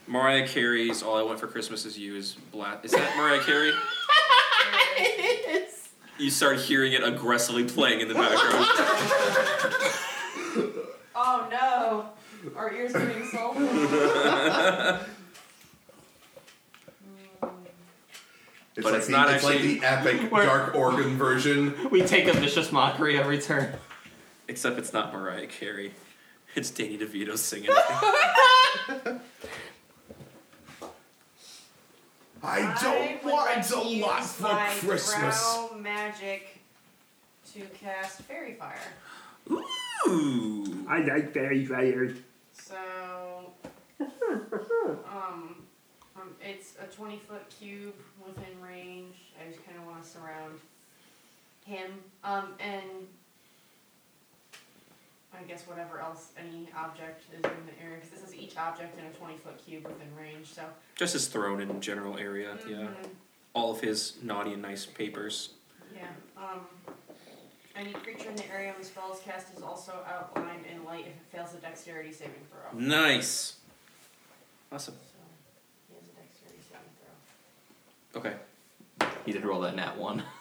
Mariah Carey's All I Want for Christmas Is You is black. Is that Mariah Carey? You start hearing it aggressively playing in the background. Oh no! Our ears are being sold. It's But like it's the, not it's actually- like the epic Dark Organ version. We take a vicious mockery every turn. Except it's not Mariah Carey. It's Danny DeVito singing. I I don't would want like to a lot use for my Christmas. Drow magic to cast fairy fire. Ooh. I like fairy fire. So, um, um, it's a 20 foot cube within range. I just kind of want to surround him. Um, and I guess whatever else any object is in the area, because this is each object in a 20 foot cube within range, so. Just his throne in general area. Yeah. Mhm. All of his naughty and nice papers. Yeah. Um, any creature in the area when spells cast is also outlined in light if it fails a dexterity saving throw. Nice. Awesome. So, he has a dexterity saving throw. Okay. He did roll that nat one.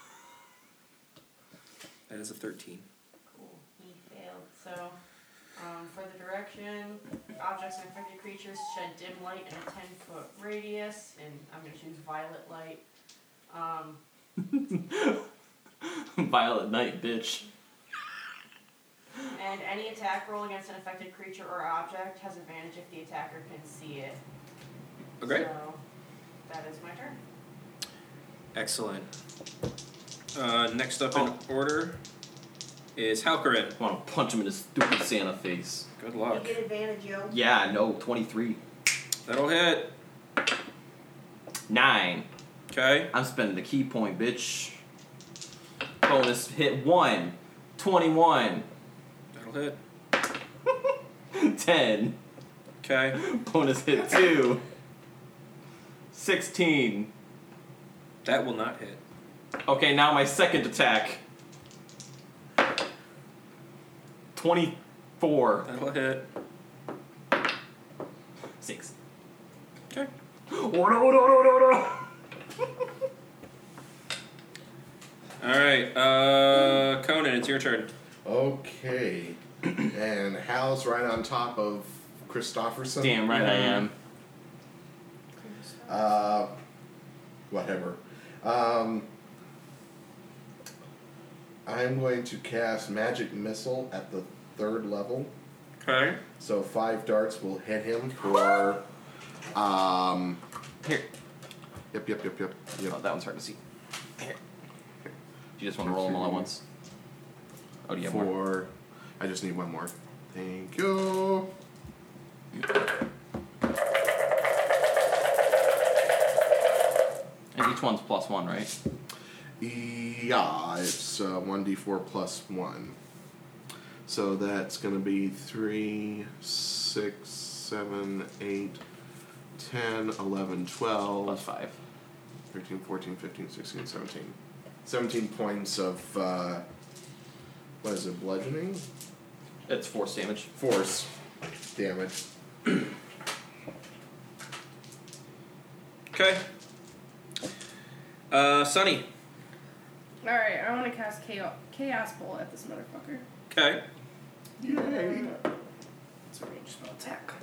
That is a 13. Cool. He failed. So, um, for the direction, objects and affected creatures shed dim light in a 10 foot radius, and I'm going to choose violet light. Um, Violet Knight, bitch. and any attack roll against an affected creature or object has advantage if the attacker can see it. Okay. So, that is my turn. Excellent. Uh, next up in order is Halkarin. I want to punch him in his stupid Santa face. Good luck. advantage, yo. Yeah, no, 23. That'll hit. Nine. Okay. I'm spending the key point, bitch. Bonus hit one. 21. That'll hit. 10. Okay. Bonus hit two. 16. That will not hit. Okay, now my second attack. 24. That'll hit. 6. Okay. Oh, no, no, no, no, no. All right. Uh, Conan, it's your turn. Okay. and Hal's right on top of Christofferson. Damn right I am. Uh, whatever. Um, I'm going to cast Magic Missile at the third level. Okay. So five darts will hit him for. Um, Here. yep, yep, yep, yep, Oh, yep. that one's hard to see. Here. Do you just want to roll them all at once? Oh, do you have for. more? I just need one more. Thank you. And each one's plus one, right? Yeah, it's uh, 1d4 plus 1. So that's going to be 3, 6, 7, 8, 10, 11, 12, Plus five. 13, 14, 15, 16, 17. 17 points of, uh, what is it, bludgeoning? It's force damage. Force damage. Okay. Uh, Sunny. Alright, I want to cast Chaos, Chaos Bolt at this motherfucker. Okay. Yay! It's a ranged spell attack.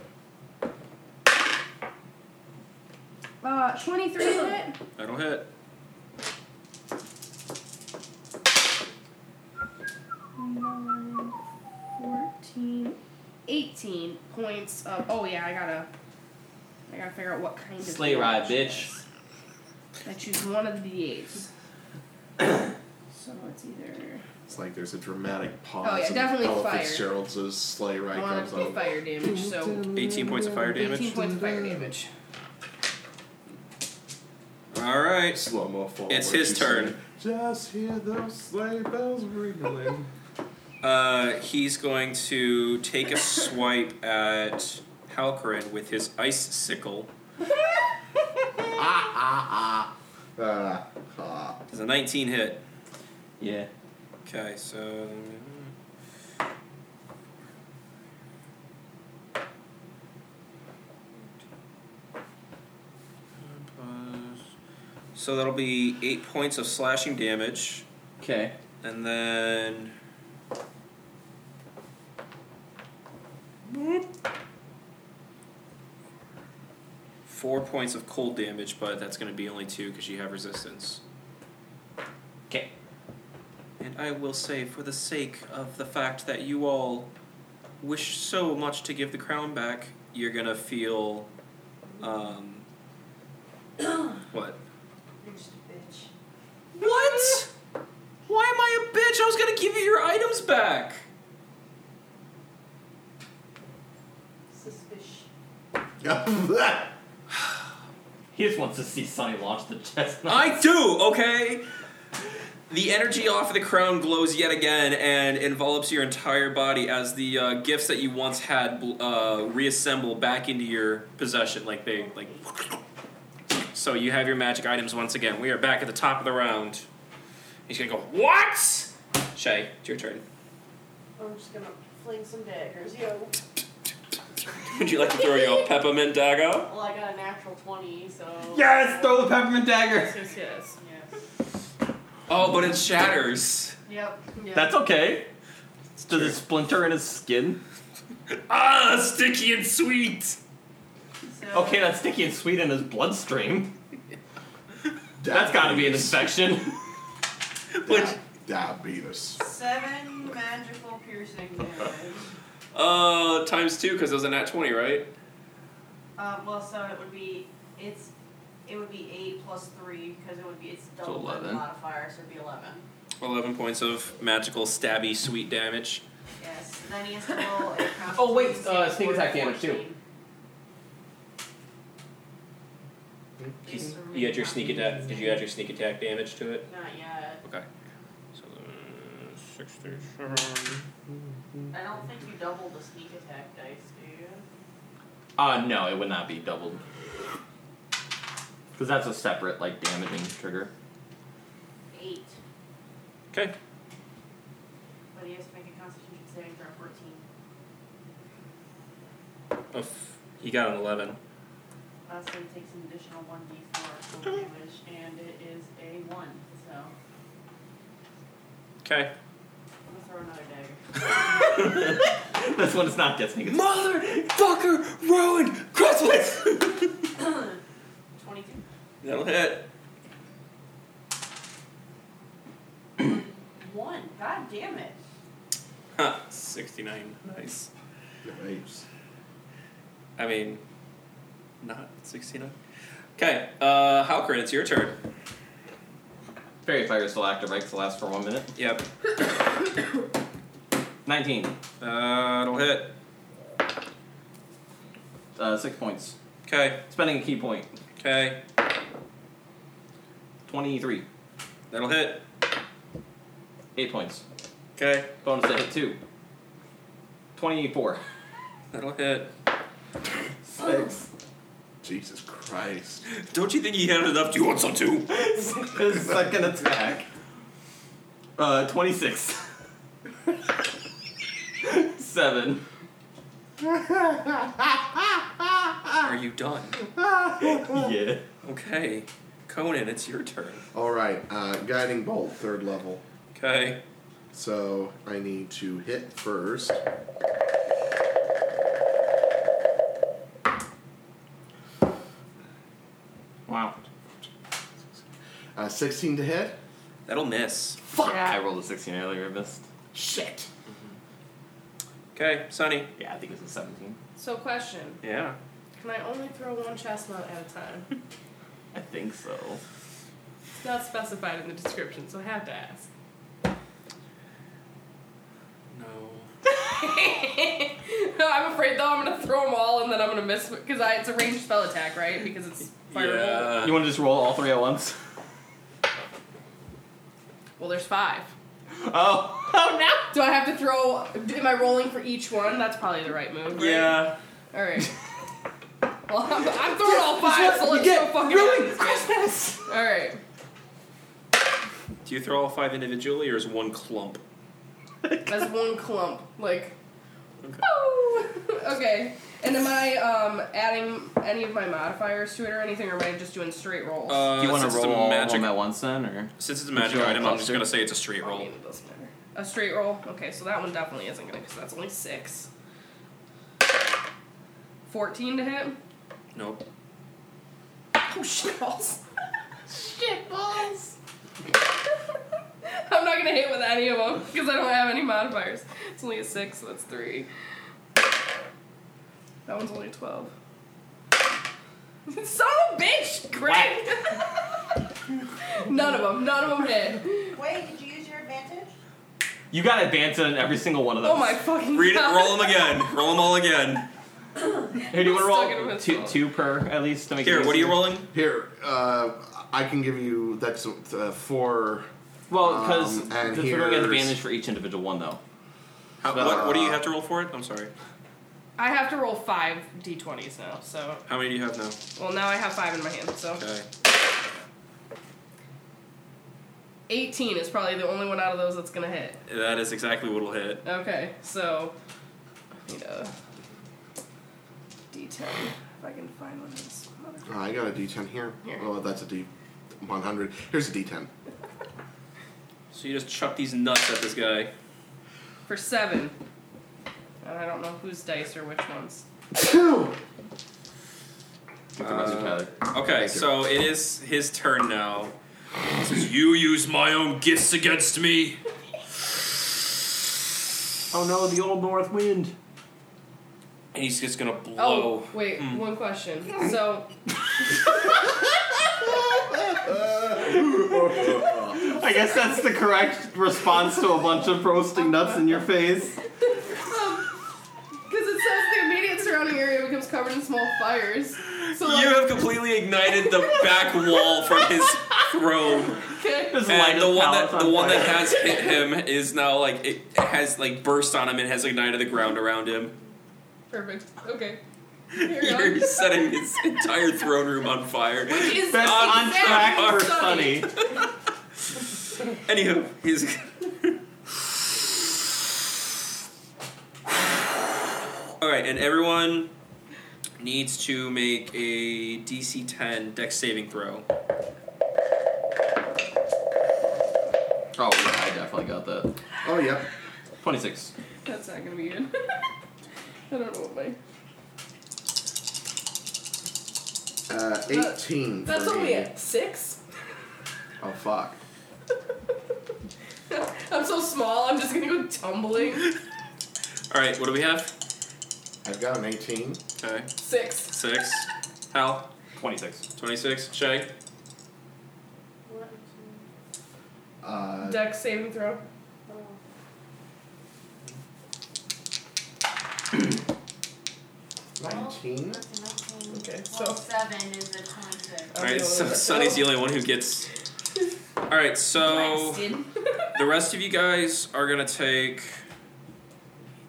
Uh, 23 hit? That'll hit. Nine, 14, 18 points of. Oh, yeah, I gotta. I gotta figure out what kind of. Sleigh ride, damage bitch. it is. I choose one of the d8s. so it's either. It's like there's a dramatic pause. Oh, yeah, and definitely Ella fire. Fitzgerald's sleigh I ride want it comes to be on. fire damage, so. 18 points of fire 18 damage. points of fire damage. All right. Slow mo forward. It's his you turn. say, Just hear those sleigh bells ringing. Uh, he's going to take a swipe at Halkarin with his ice sickle. Ah, ah. Does a 19 hit? Yeah. Okay, so. mm. So that'll be eight points of slashing damage, Okay. and then. Four points of cold damage, but that's going to be only two because you have resistance. Okay. And I will say, for the sake of the fact that you all wish so much to give the crown back, you're gonna feel, um, what? You're just a bitch. What? Why am I a bitch? I was gonna give you your items back. Suspicious. He just wants to see Sonny launch the chestnut. I do. Okay. The energy off of the crown glows yet again and envelops your entire body as the uh, gifts that you once had bl- uh, reassemble back into your possession, like they like. So you have your magic items once again. We are back at the top of the round. He's gonna go. What? Shay, it's your turn. I'm just gonna fling some daggers, yo. Would you like to throw your peppermint dagger? Well, I got a natural 20, so. Yes, throw the peppermint dagger. Yes, yes, yes. Yes. Oh, but it shatters. Yep. yep. That's okay. Does it splinter in his skin? Ah, sticky and sweet. So, Okay, that's sticky and sweet in his bloodstream. That's got to be an infection. Which Diabetes. Seven magical piercing damage. uh times two because it was a nat twenty, right? Uh, well, so it would be it's it would be eight plus three because it would be it's double the 11. modifier, so it'd be eleven. Eleven points of magical stabby sweet damage. Yes. Then he has to roll a Oh, wait, constitution uh, save sneak or attack damage, too. 14. It's a You had your sneak attack. constitution Did you add your sneak attack damage to it? save. Not yet. Okay. So uh, six, three, seven. I don't think you double the sneak attack dice, do you? Uh, no, it would not be doubled. Because that's a separate, like, damaging trigger. Eight. Okay. But he has to make a constitution saving throw of fourteen. Oof. He got an eleven. Uh, so he takes an additional one d four damage, and it is a one. So I'm Okay. gonna throw another dagger. This one is not guessing. It's Motherfucker ruined Christmas. Twenty-two. That'll hit. One. God damn it. Huh. Sixty-nine. Nice. Nice. I mean, not sixty-nine. Okay. Uh, Halcrin, it's your turn. Fairy Fire is still active, right? 'Cause it lasts for one minute. Yep. 19. Uh, it'll hit. Uh, six points. Okay. Spending a key point. Okay. 23. That'll hit. Eight points. Okay. Bonus to hit two. 24. That'll hit. Six. Jesus Christ. Don't you think he had enough? Do you want some too? His second attack. Uh, 26. Seven. Ah. Are you done? Yeah. Okay. Conan, it's your turn. All right. Uh, guiding bolt, third level. Okay. So I need to hit first. Wow. Uh, 16 to hit. That'll miss. Fuck. I rolled a 16 earlier, missed. Shit. Okay, Sonny. Yeah, I think it was a 17. So, question: Yeah. Can I only throw one chestnut at a time? I think so. It's not specified in the description, so I have to ask. No. no, I'm afraid though I'm gonna throw them all and then I'm gonna miss because I it's a ranged spell attack, right? Because it's fireball. Uh, You want to just roll all three at once? Well, there's five. Oh. Oh no! Do I have to throw? Am I rolling for each one? That's probably the right move. Right? Yeah. All right. Well, I'm, I'm throwing all five, so let's go fucking ruin Christmas. All right. Do you throw all five individually or is one clump? That's one clump. Like, Okay. oh, okay. And am I um, adding any of my modifiers to it or anything, or am I just doing straight rolls? Uh, Do you want since to it's a roll all of magic, them at once then, or? Since it's a magic Would you item, like I'm just clump gonna to? say it's a straight I roll. mean, it doesn't matter. A straight roll. Okay, so that one definitely isn't gonna, because that's only six. Fourteen to hit. Nope. Oh shit balls. shit balls. I'm not gonna hit with any of them because I don't have any modifiers. It's only a six, so that's three. That one's only a twelve. Son of a bitch, Greg. none of them. None of them hit. Wait, did you use your advantage? You got advanced on every single one of those. Oh my fucking Read it. god. Roll them again. Roll them all again. Here, do you I'm still want to gonna roll miss two, all. two per at least to make it Here, what are you easier? rolling? Here, uh, I can give you that's uh, four Well, because Um, we're and doing an here's- advantage for each individual one, though. How, what, what do you have to roll for it? I'm sorry. I have to roll five d20s now, so. How many do you have now? Well, now I have five in my hand, so. Okay. 18 is probably the only one out of those that's gonna hit. That is exactly what'll hit. Okay, so I need a D10 if I can find one of these. Oh, I got a D10 here. Here. Oh, that's a D100. Here's a D10. So you just chuck these nuts at this guy. For seven, and I don't know whose dice or which ones. Uh, okay, so it is his turn now. He says, "You use my own gifts against me." Oh no, the old north wind. And he's just gonna blow. Oh, wait, one question. So I guess that's the correct response to a bunch of roasting nuts in your face. Because it says the immediate surrounding area becomes covered in small fires. So like, You have completely ignited the back wall from his throne, okay. and the one that the one that has hit him is now like it has like burst on him and has ignited the ground around him. Perfect. Okay. You're setting his entire throne room on fire. Is That's on track Exactly. for Sunny. Anywho, he's all right, and everyone needs to make a DC 10 Dex saving throw. Oh, yeah, I definitely got that. Oh, yep. 26. That's not gonna be good. I don't know what my. Uh, 18. That's for only me. at six. Oh, fuck. I'm so small. I'm just gonna go tumbling. All right, what do we have? I've got an 18. Okay, Six. six. Hal, 26. 26. Shay, What? Uh, Dex saving throw. Oh. Well, 19? that's a 19. Okay, Well, so- seven is a twenty-six. I'm all right, the only so one. Sonny's the only one who gets. All right, so Blasted. the rest of you guys are gonna take.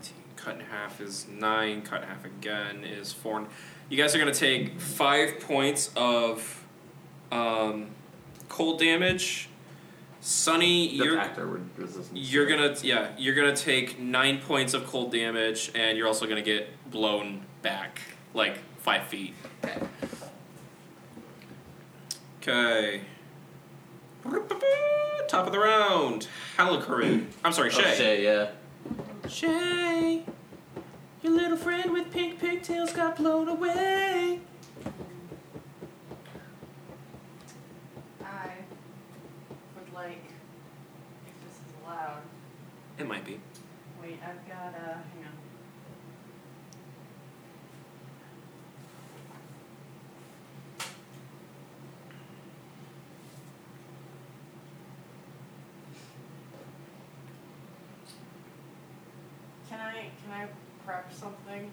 18, Cut in half is nine. Cut in half again is four. You guys are gonna take five points of um, cold damage. Sunny, The you're actor would resist. You're gonna yeah, you're gonna take nine points of cold damage, and you're also gonna get blown back like five feet. Okay. Top of the round, Halicarin. I'm sorry, Oh, Shay. Shay, yeah. Shay, your little friend with pink pigtails got blown away. I would like, if this is allowed, It might be. wait, I've got a, hang on. Can I, can I prep something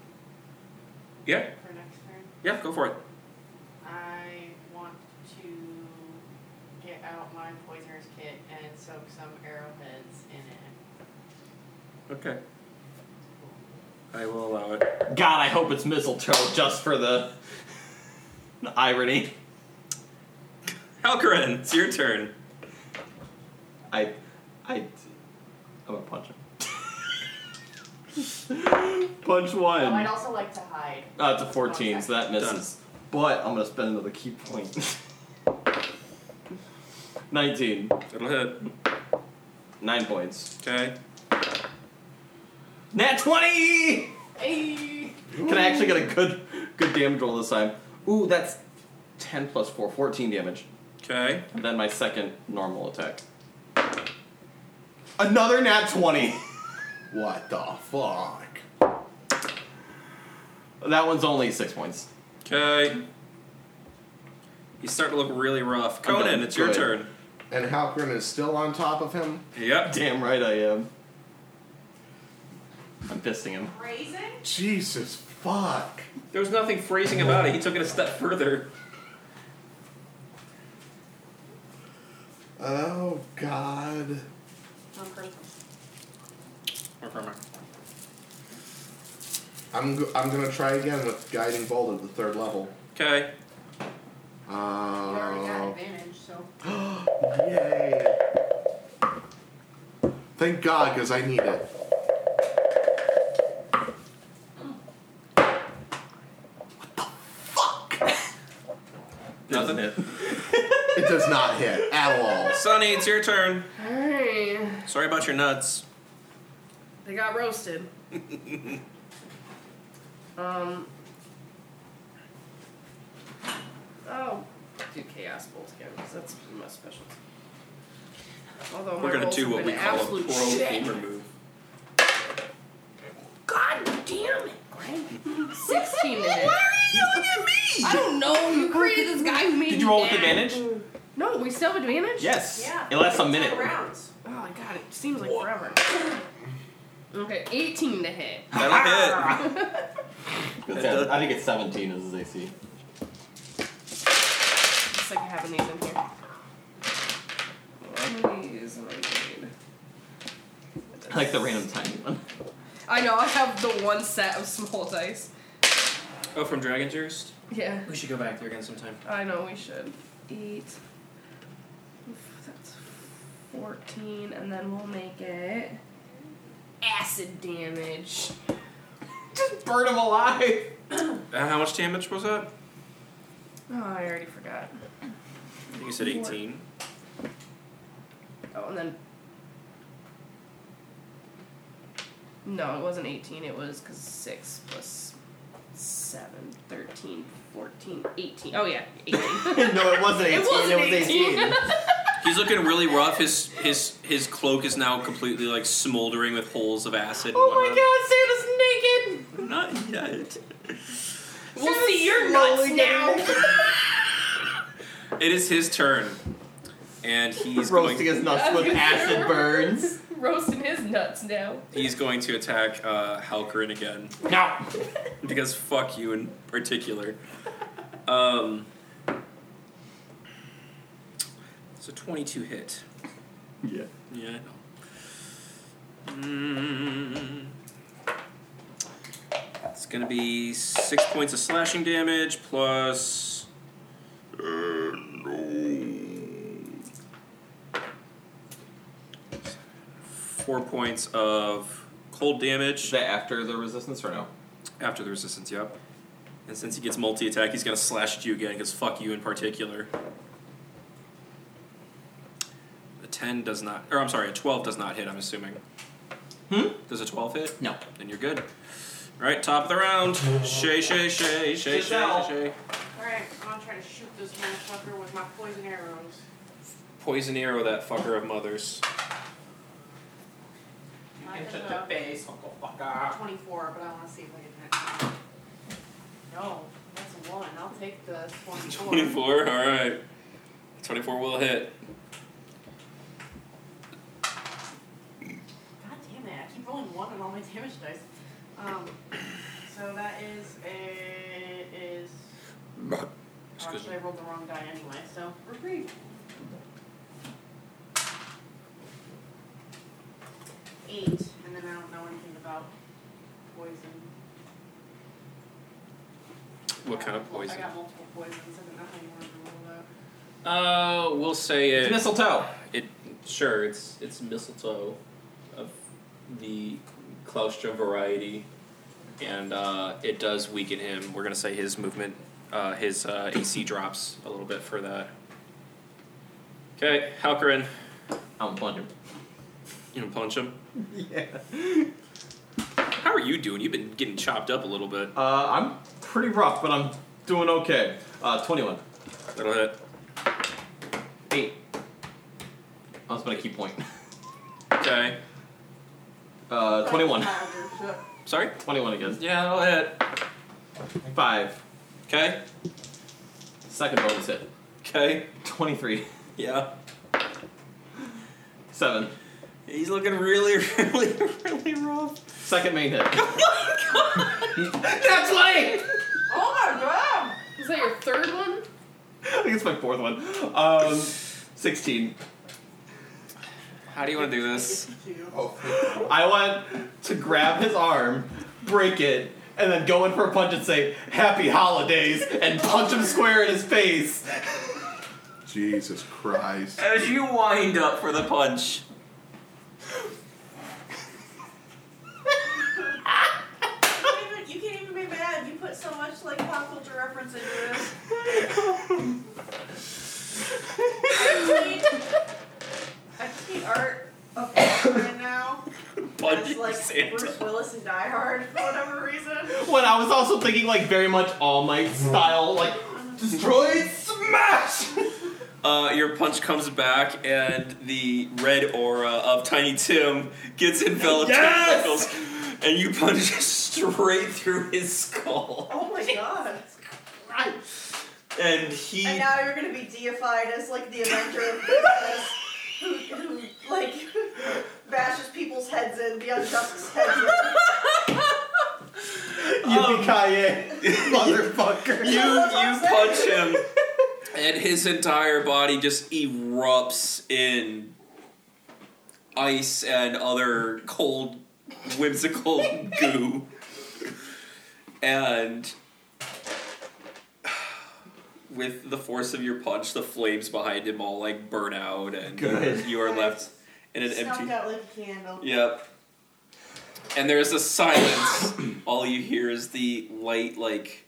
Yeah, for next turn? yeah, go for it. I want to get out my poisoner's kit and soak some arrowheads in it. Okay. I will allow it. God, I hope it's mistletoe just for the irony. Halcorin, it's your turn. I, I, I'm gonna punch him. punch one. Oh, I'd also like to hide. Uh, it's a 14, so that misses. But I'm gonna spend another key point. 19. It'll hit. 9 points. Okay. Nat 20! Hey! Can I actually get a good good damage roll this time? Ooh, that's 10 plus 4, 14 damage. Okay. And then my second normal attack. Another nat 20! What the fuck? That one's only 6 points. Okay. He's starting to look really rough. I'm Conan, done. it's your Go ahead. turn. And Halgren is still on top of him? Yep. Damn right I am. I'm fisting him. Raising? Jesus fuck. There was nothing phrasing about it. He took it a step further. Oh God. I'm go- I'm gonna try again with guiding bolt at the third level. Okay. You already got Oh. advantage, so. Yay. Thank God, because I need it. Nothing. It. It does not hit at all. Sonny, it's your turn. Hey, Sorry about your nuts. they got roasted. um. Oh, do chaos bolt again because that's my specialty. Although Oh my We're gonna rolls do have what been we call a absolute pro shit. gamer move. God damn it, Greg. 16 to hit. I don't know. You created this guy who made Did you roll with mad. advantage? No, we still have advantage? Yes. Yeah. It lasts a It's minute. no rounds. Oh my god, it seems like forever. Okay, 18 to hit. That'll hit. It's seven- I think it's 17 is his AC. Just like having these in here. One of these and I need. I like the random tiny one. I know, I have the one set of small dice. Oh, from Dragon Thirst? Yeah, We should go back there again sometime. I know we should. Eight. Oof, that's 14, and then we'll make it acid damage. Just burn him alive. Uh, how much damage was that? Oh, I already forgot. I think you said Four. 18. Oh, and then. No, it wasn't 18. It was because 6 plus 7, 13, 14, 18. Oh, yeah, 18. no, it wasn't 18. It, wasn't 18. He's looking really rough. His his his cloak is now completely like smoldering with holes of acid. oh my god, Santa's naked! my god! Not yet. We'll see your nuts now! It is his turn, and he's Roasting going. his nuts with acid burns. Roasting his nuts now. He's going to attack uh, Halkerin again No. because fuck you in particular. Um, it's a twenty-two hit. Yeah. Yeah, I know. Mm. It's gonna be six points of slashing damage plus. Uh, no. Four points of cold damage Is that after the resistance or no? after the resistance, yep. And since he gets multi attack, he's gonna slash at you again, because fuck you in particular. A 10 does not, or I'm sorry, a 12 does not hit, I'm assuming. Hmm? Does a 12 hit? No. Then you're good. Alright, top of the round. Shay, Shay, Shay, Shay, Shay, Giselle. Shay. Alright, I'm gonna try to shoot this motherfucker with my poison arrows. Poison arrow that fucker of mothers. Mine is a base, Uncle Fucker. 24, but I wanna see if I can hit. No, that's a 1. I'll take the 24. 24, alright. 24 will hit. God damn it, I keep rolling 1 on all my damage dice. Um, so that is a. is. oh, Excuse actually, I rolled the wrong die anyway, so we're free. Eight, and then I don't know anything about poison. What kind of I poison? got multiple poisons, I don't know how you want to roll that. Uh, we'll say It's it. mistletoe. It sure it's it's mistletoe of the claustra variety, and uh, it does weaken him. We're gonna say his movement, uh, his uh, AC drops a little bit for that. Okay, Halkerin, I'm plunging. you gonna punch him? Yeah. How are you doing? You've been getting chopped up a little bit. Uh, I'm pretty rough, but I'm doing okay. Uh, 21. That'll hit. Eight. I'll spend a key point. Okay, Uh, 21. sorry. 21 again. Yeah, that'll hit. Five. Okay, Second bonus hit. okay, 23. yeah. Seven. He's looking really, really, really rough. Second main hit. That's like! Oh my god! Is that your third one? I think it's my fourth one. Um, 16. How do you want to do this? I want to grab his arm, break it, and then go in for a punch and say, Happy Holidays, and punch him square in his face. Jesus Christ. As you wind up for the punch, can't even- you can't even be mad. You put so much like pop culture reference into this. I just need, I just need art of right now. Bungie That's like Santa. Bruce Willis and Die Hard for whatever reason. When I was also thinking, like, very much All Might style, like, destroy, smash! uh, your punch comes back, and the red aura of Tiny Tim gets enveloped Yes! in circles, and you punch straight through his skull. Oh my god. And he. And now you're gonna be deified as like the Avenger of business who, who like bashes people's heads in, the unjust heads in. Um, Yippee-ki-yay, motherfucker. you you punch him, and his entire body just erupts in ice and other cold, whimsical goo. And with the force of your punch, the flames behind him all like burn out, and you are- Good. you are left in an Snuffed empty. out like a candle. Yep. And there is a silence. All you hear is the light, like.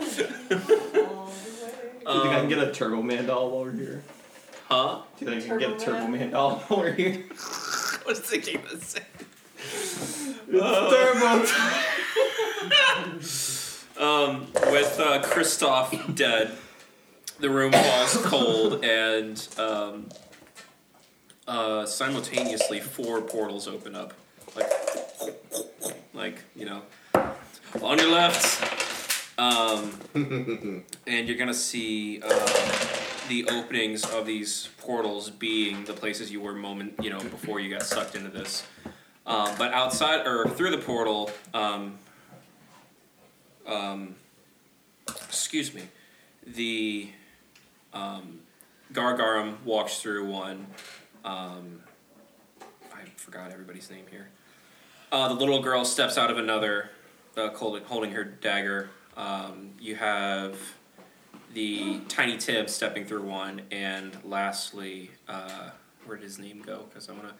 All the way. Do you think I um, can get a Turbo Man doll over here? huh? Do you think I can get a Turbo Turbo Man? Man doll over here? I was thinking the same. Uh, It's Turbo Um, with uh, Kristoff dead, the room falls cold, and um, uh, simultaneously four portals open up, like, like you know, on your left. Um, and you're gonna see uh, the openings of these portals being the places you were moment, you know, before you got sucked into this. Um, but outside or through the portal, um, um, excuse me, the um, Gargarum walks through one. Um, I forgot everybody's name here. Uh, the little girl steps out of another, uh, holding, holding her dagger. Um, you have the tiny Tib stepping through one, and lastly, uh, where did his name go? Because I'm gonna.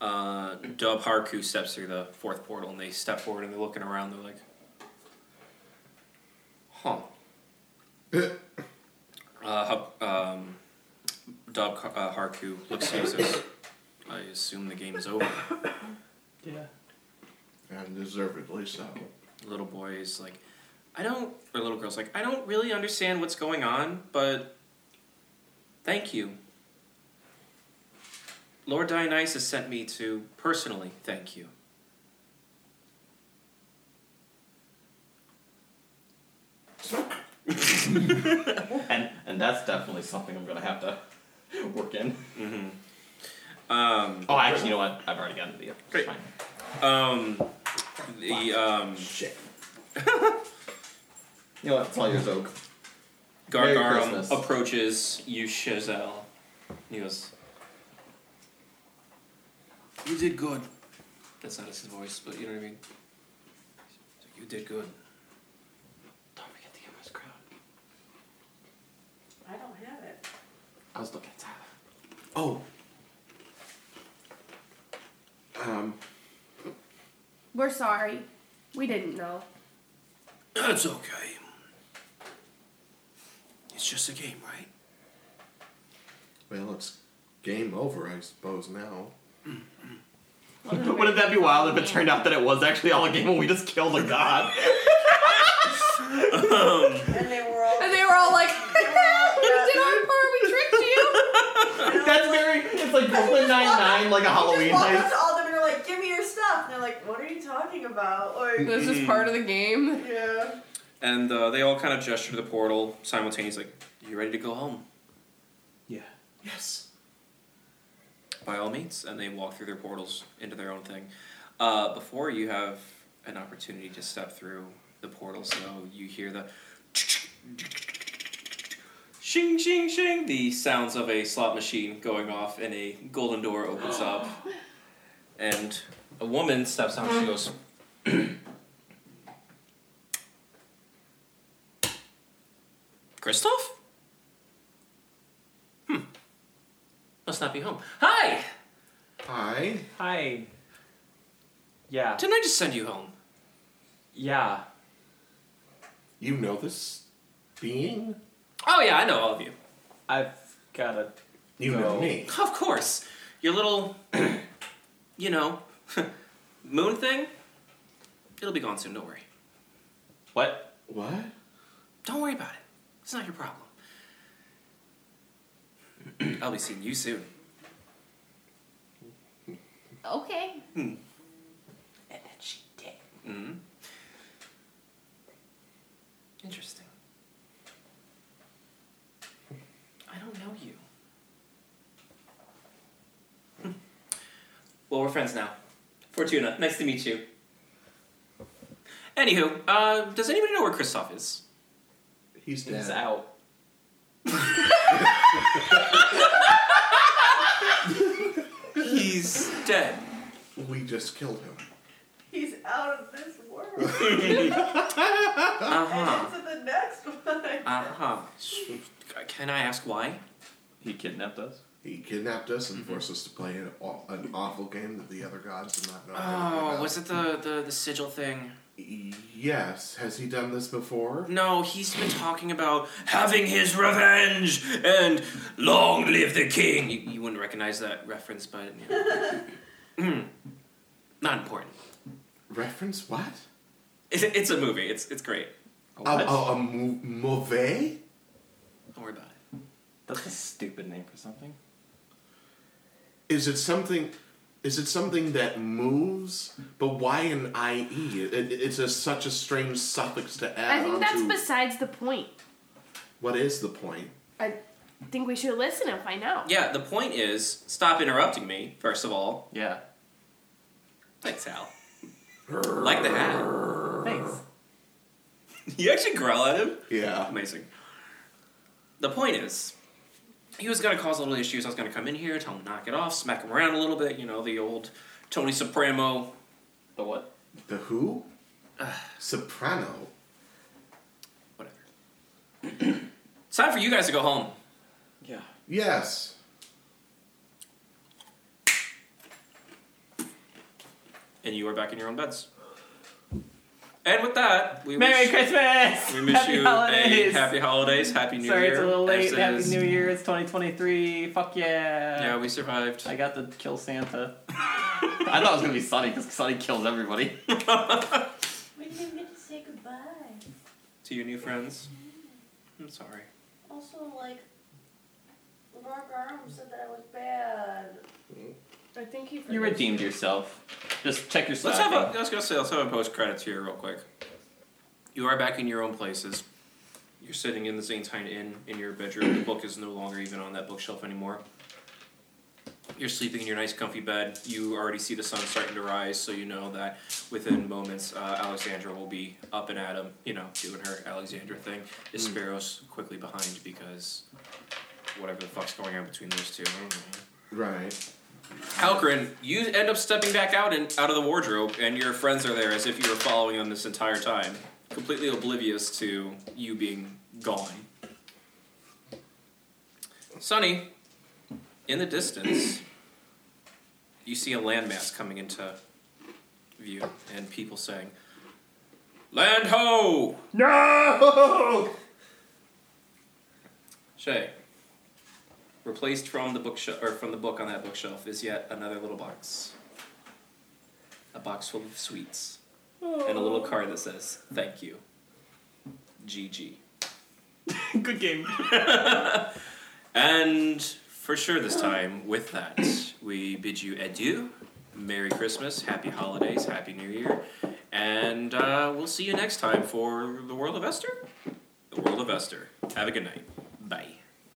Uh, Dub Harku steps through the fourth portal, and they step forward and they're looking around. They're like, Huh. uh, Hub- um, Dub Har- uh, Harku looks at you and says, I assume the game is over. Yeah. And deservedly so. Little boy is like, I don't, or little girl's like, I don't really understand what's going on, but thank you. Lord Dionysus sent me to personally thank you. And and that's definitely something I'm gonna have to work in. Um, Oh, actually, you know what? I've already gotten the deal. Great. Fine. um, the, um, Shit. you know what? It's all yours, Oak. Merry Gargarum Christmas. approaches you, Shizel. He goes, You did good. That's not his voice, but you know what I mean? He's like, You did good. Don't forget the MS crowd. I don't have it. I was looking at Tyler. Oh. Um, We're sorry. We didn't know. That's okay. It's just a game, right? well, it's game over, I suppose, now. Wouldn't that be wild if it turned out that it was actually all a game and we just killed a god? And they were all. And they were all like, we did our part, we tricked you. That's very. It's like Brooklyn Nine Nine, like a Just Halloween walk up heist. to all of them and are like, "Give me your stuff." And they're like, "What are you talking about?" Like, This is part of the game. yeah. And uh, they all kind of gesture to the portal simultaneously, like, You ready to go home? Yeah. Yes. By all means, and they walk through their portals into their own thing. Uh, before you have an opportunity to step through the portal, so you hear the shing, shing, shing, the sounds of a slot machine going off, and a golden door opens up. And a woman steps out and she goes, Christoph? Hmm. Must not be home. Hi! Hi. Hi. Yeah. Didn't I just send you home? Yeah. You know this being? Oh, yeah, I know all of you. I've got a. You go. know me. Of course. Your little, you know, moon thing? It'll be gone soon, don't worry. What? What? Don't worry about it. It's not your problem. I'll be seeing you soon. Okay. And then she did. hmm Interesting. I don't know you. Hmm. well, we're friends now. Fortuna, nice to meet you. Anywho, uh, does anybody know where Kristoff is? He's He's dead. out. He's dead. We just killed him. He's out of this world. Uh huh. and into the next one. Uh huh. Can I ask why? He kidnapped us. He kidnapped us Mm-hmm. and forced us to play an, aw- an awful game that the other gods did not know. Oh, was it the, the, the sigil thing? it? Yes. Has he done this before? No, he's been talking about having his revenge and long live the king. You, you wouldn't recognize that reference, but you know. Mm. not important. Reference what? It's, it's a movie. It's it's great. A, a, a mo- mauvais? Don't worry about it. That's a stupid name for something. Is it something? Is it something that moves? But why an IE? It, it- it's a, such a strange suffix to add I think on that's to. besides the point. what is the point? I think we should listen and find out. Yeah, the point is, stop interrupting me. First of all, Yeah. thanks, Al. like the hat. Thanks. You actually growl at him. Yeah. Amazing. The point is, he was going to cause little issues. I was going to come in here, tell him to knock it off, smack him around a little bit. You know, the old Tony Soprano. The what? The who? Soprano. Whatever. it's time for you guys to go home. Yeah. Yes. And you are back in your own beds. And with that, we Merry wish, Christmas. we wish Happy you holidays. a happy holidays, happy new Sorry, year. it's a little late. as Happy is- New Year. It's 2023. Fuck yeah. Yeah, we survived. I got to kill Santa. I thought it was gonna be Sonny because Sonny kills everybody. We didn't get to say goodbye. to your new friends. I'm sorry. Also, like, Rock Arm said that I was bad. I think he. You redeemed yourself. Just check your Let's stocking. have a. I was gonna say let's have a post credits here real quick. You are back in your own places. You're sitting in the Zaintine Inn in your bedroom. The book is no longer even on that bookshelf anymore. You're sleeping in your nice comfy bed. You already see the sun starting to rise, so you know that within moments uh, Alexandra will be up and at him. You know, doing her Alexandra thing. Is Sparrow's quickly behind because whatever the fuck's going on between those two. I don't know. Right. Halcrin, you end up stepping back out and out of the wardrobe, and your friends are there as if you were following them this entire time, completely oblivious to you being gone. Sonny, in the distance, you see a landmass coming into view, and people saying, "Land ho!" No. Shay. Replaced from the bookshelf or from the book on that bookshelf is yet another little box. A box full of sweets. And a little card that says, Thank you. GG. Good game. And for sure this time, with that, we bid you adieu. Merry Christmas, Happy Holidays, Happy New Year, and uh, we'll see you next time for The World of Esther? The World of Esther. Have a good night. Bye.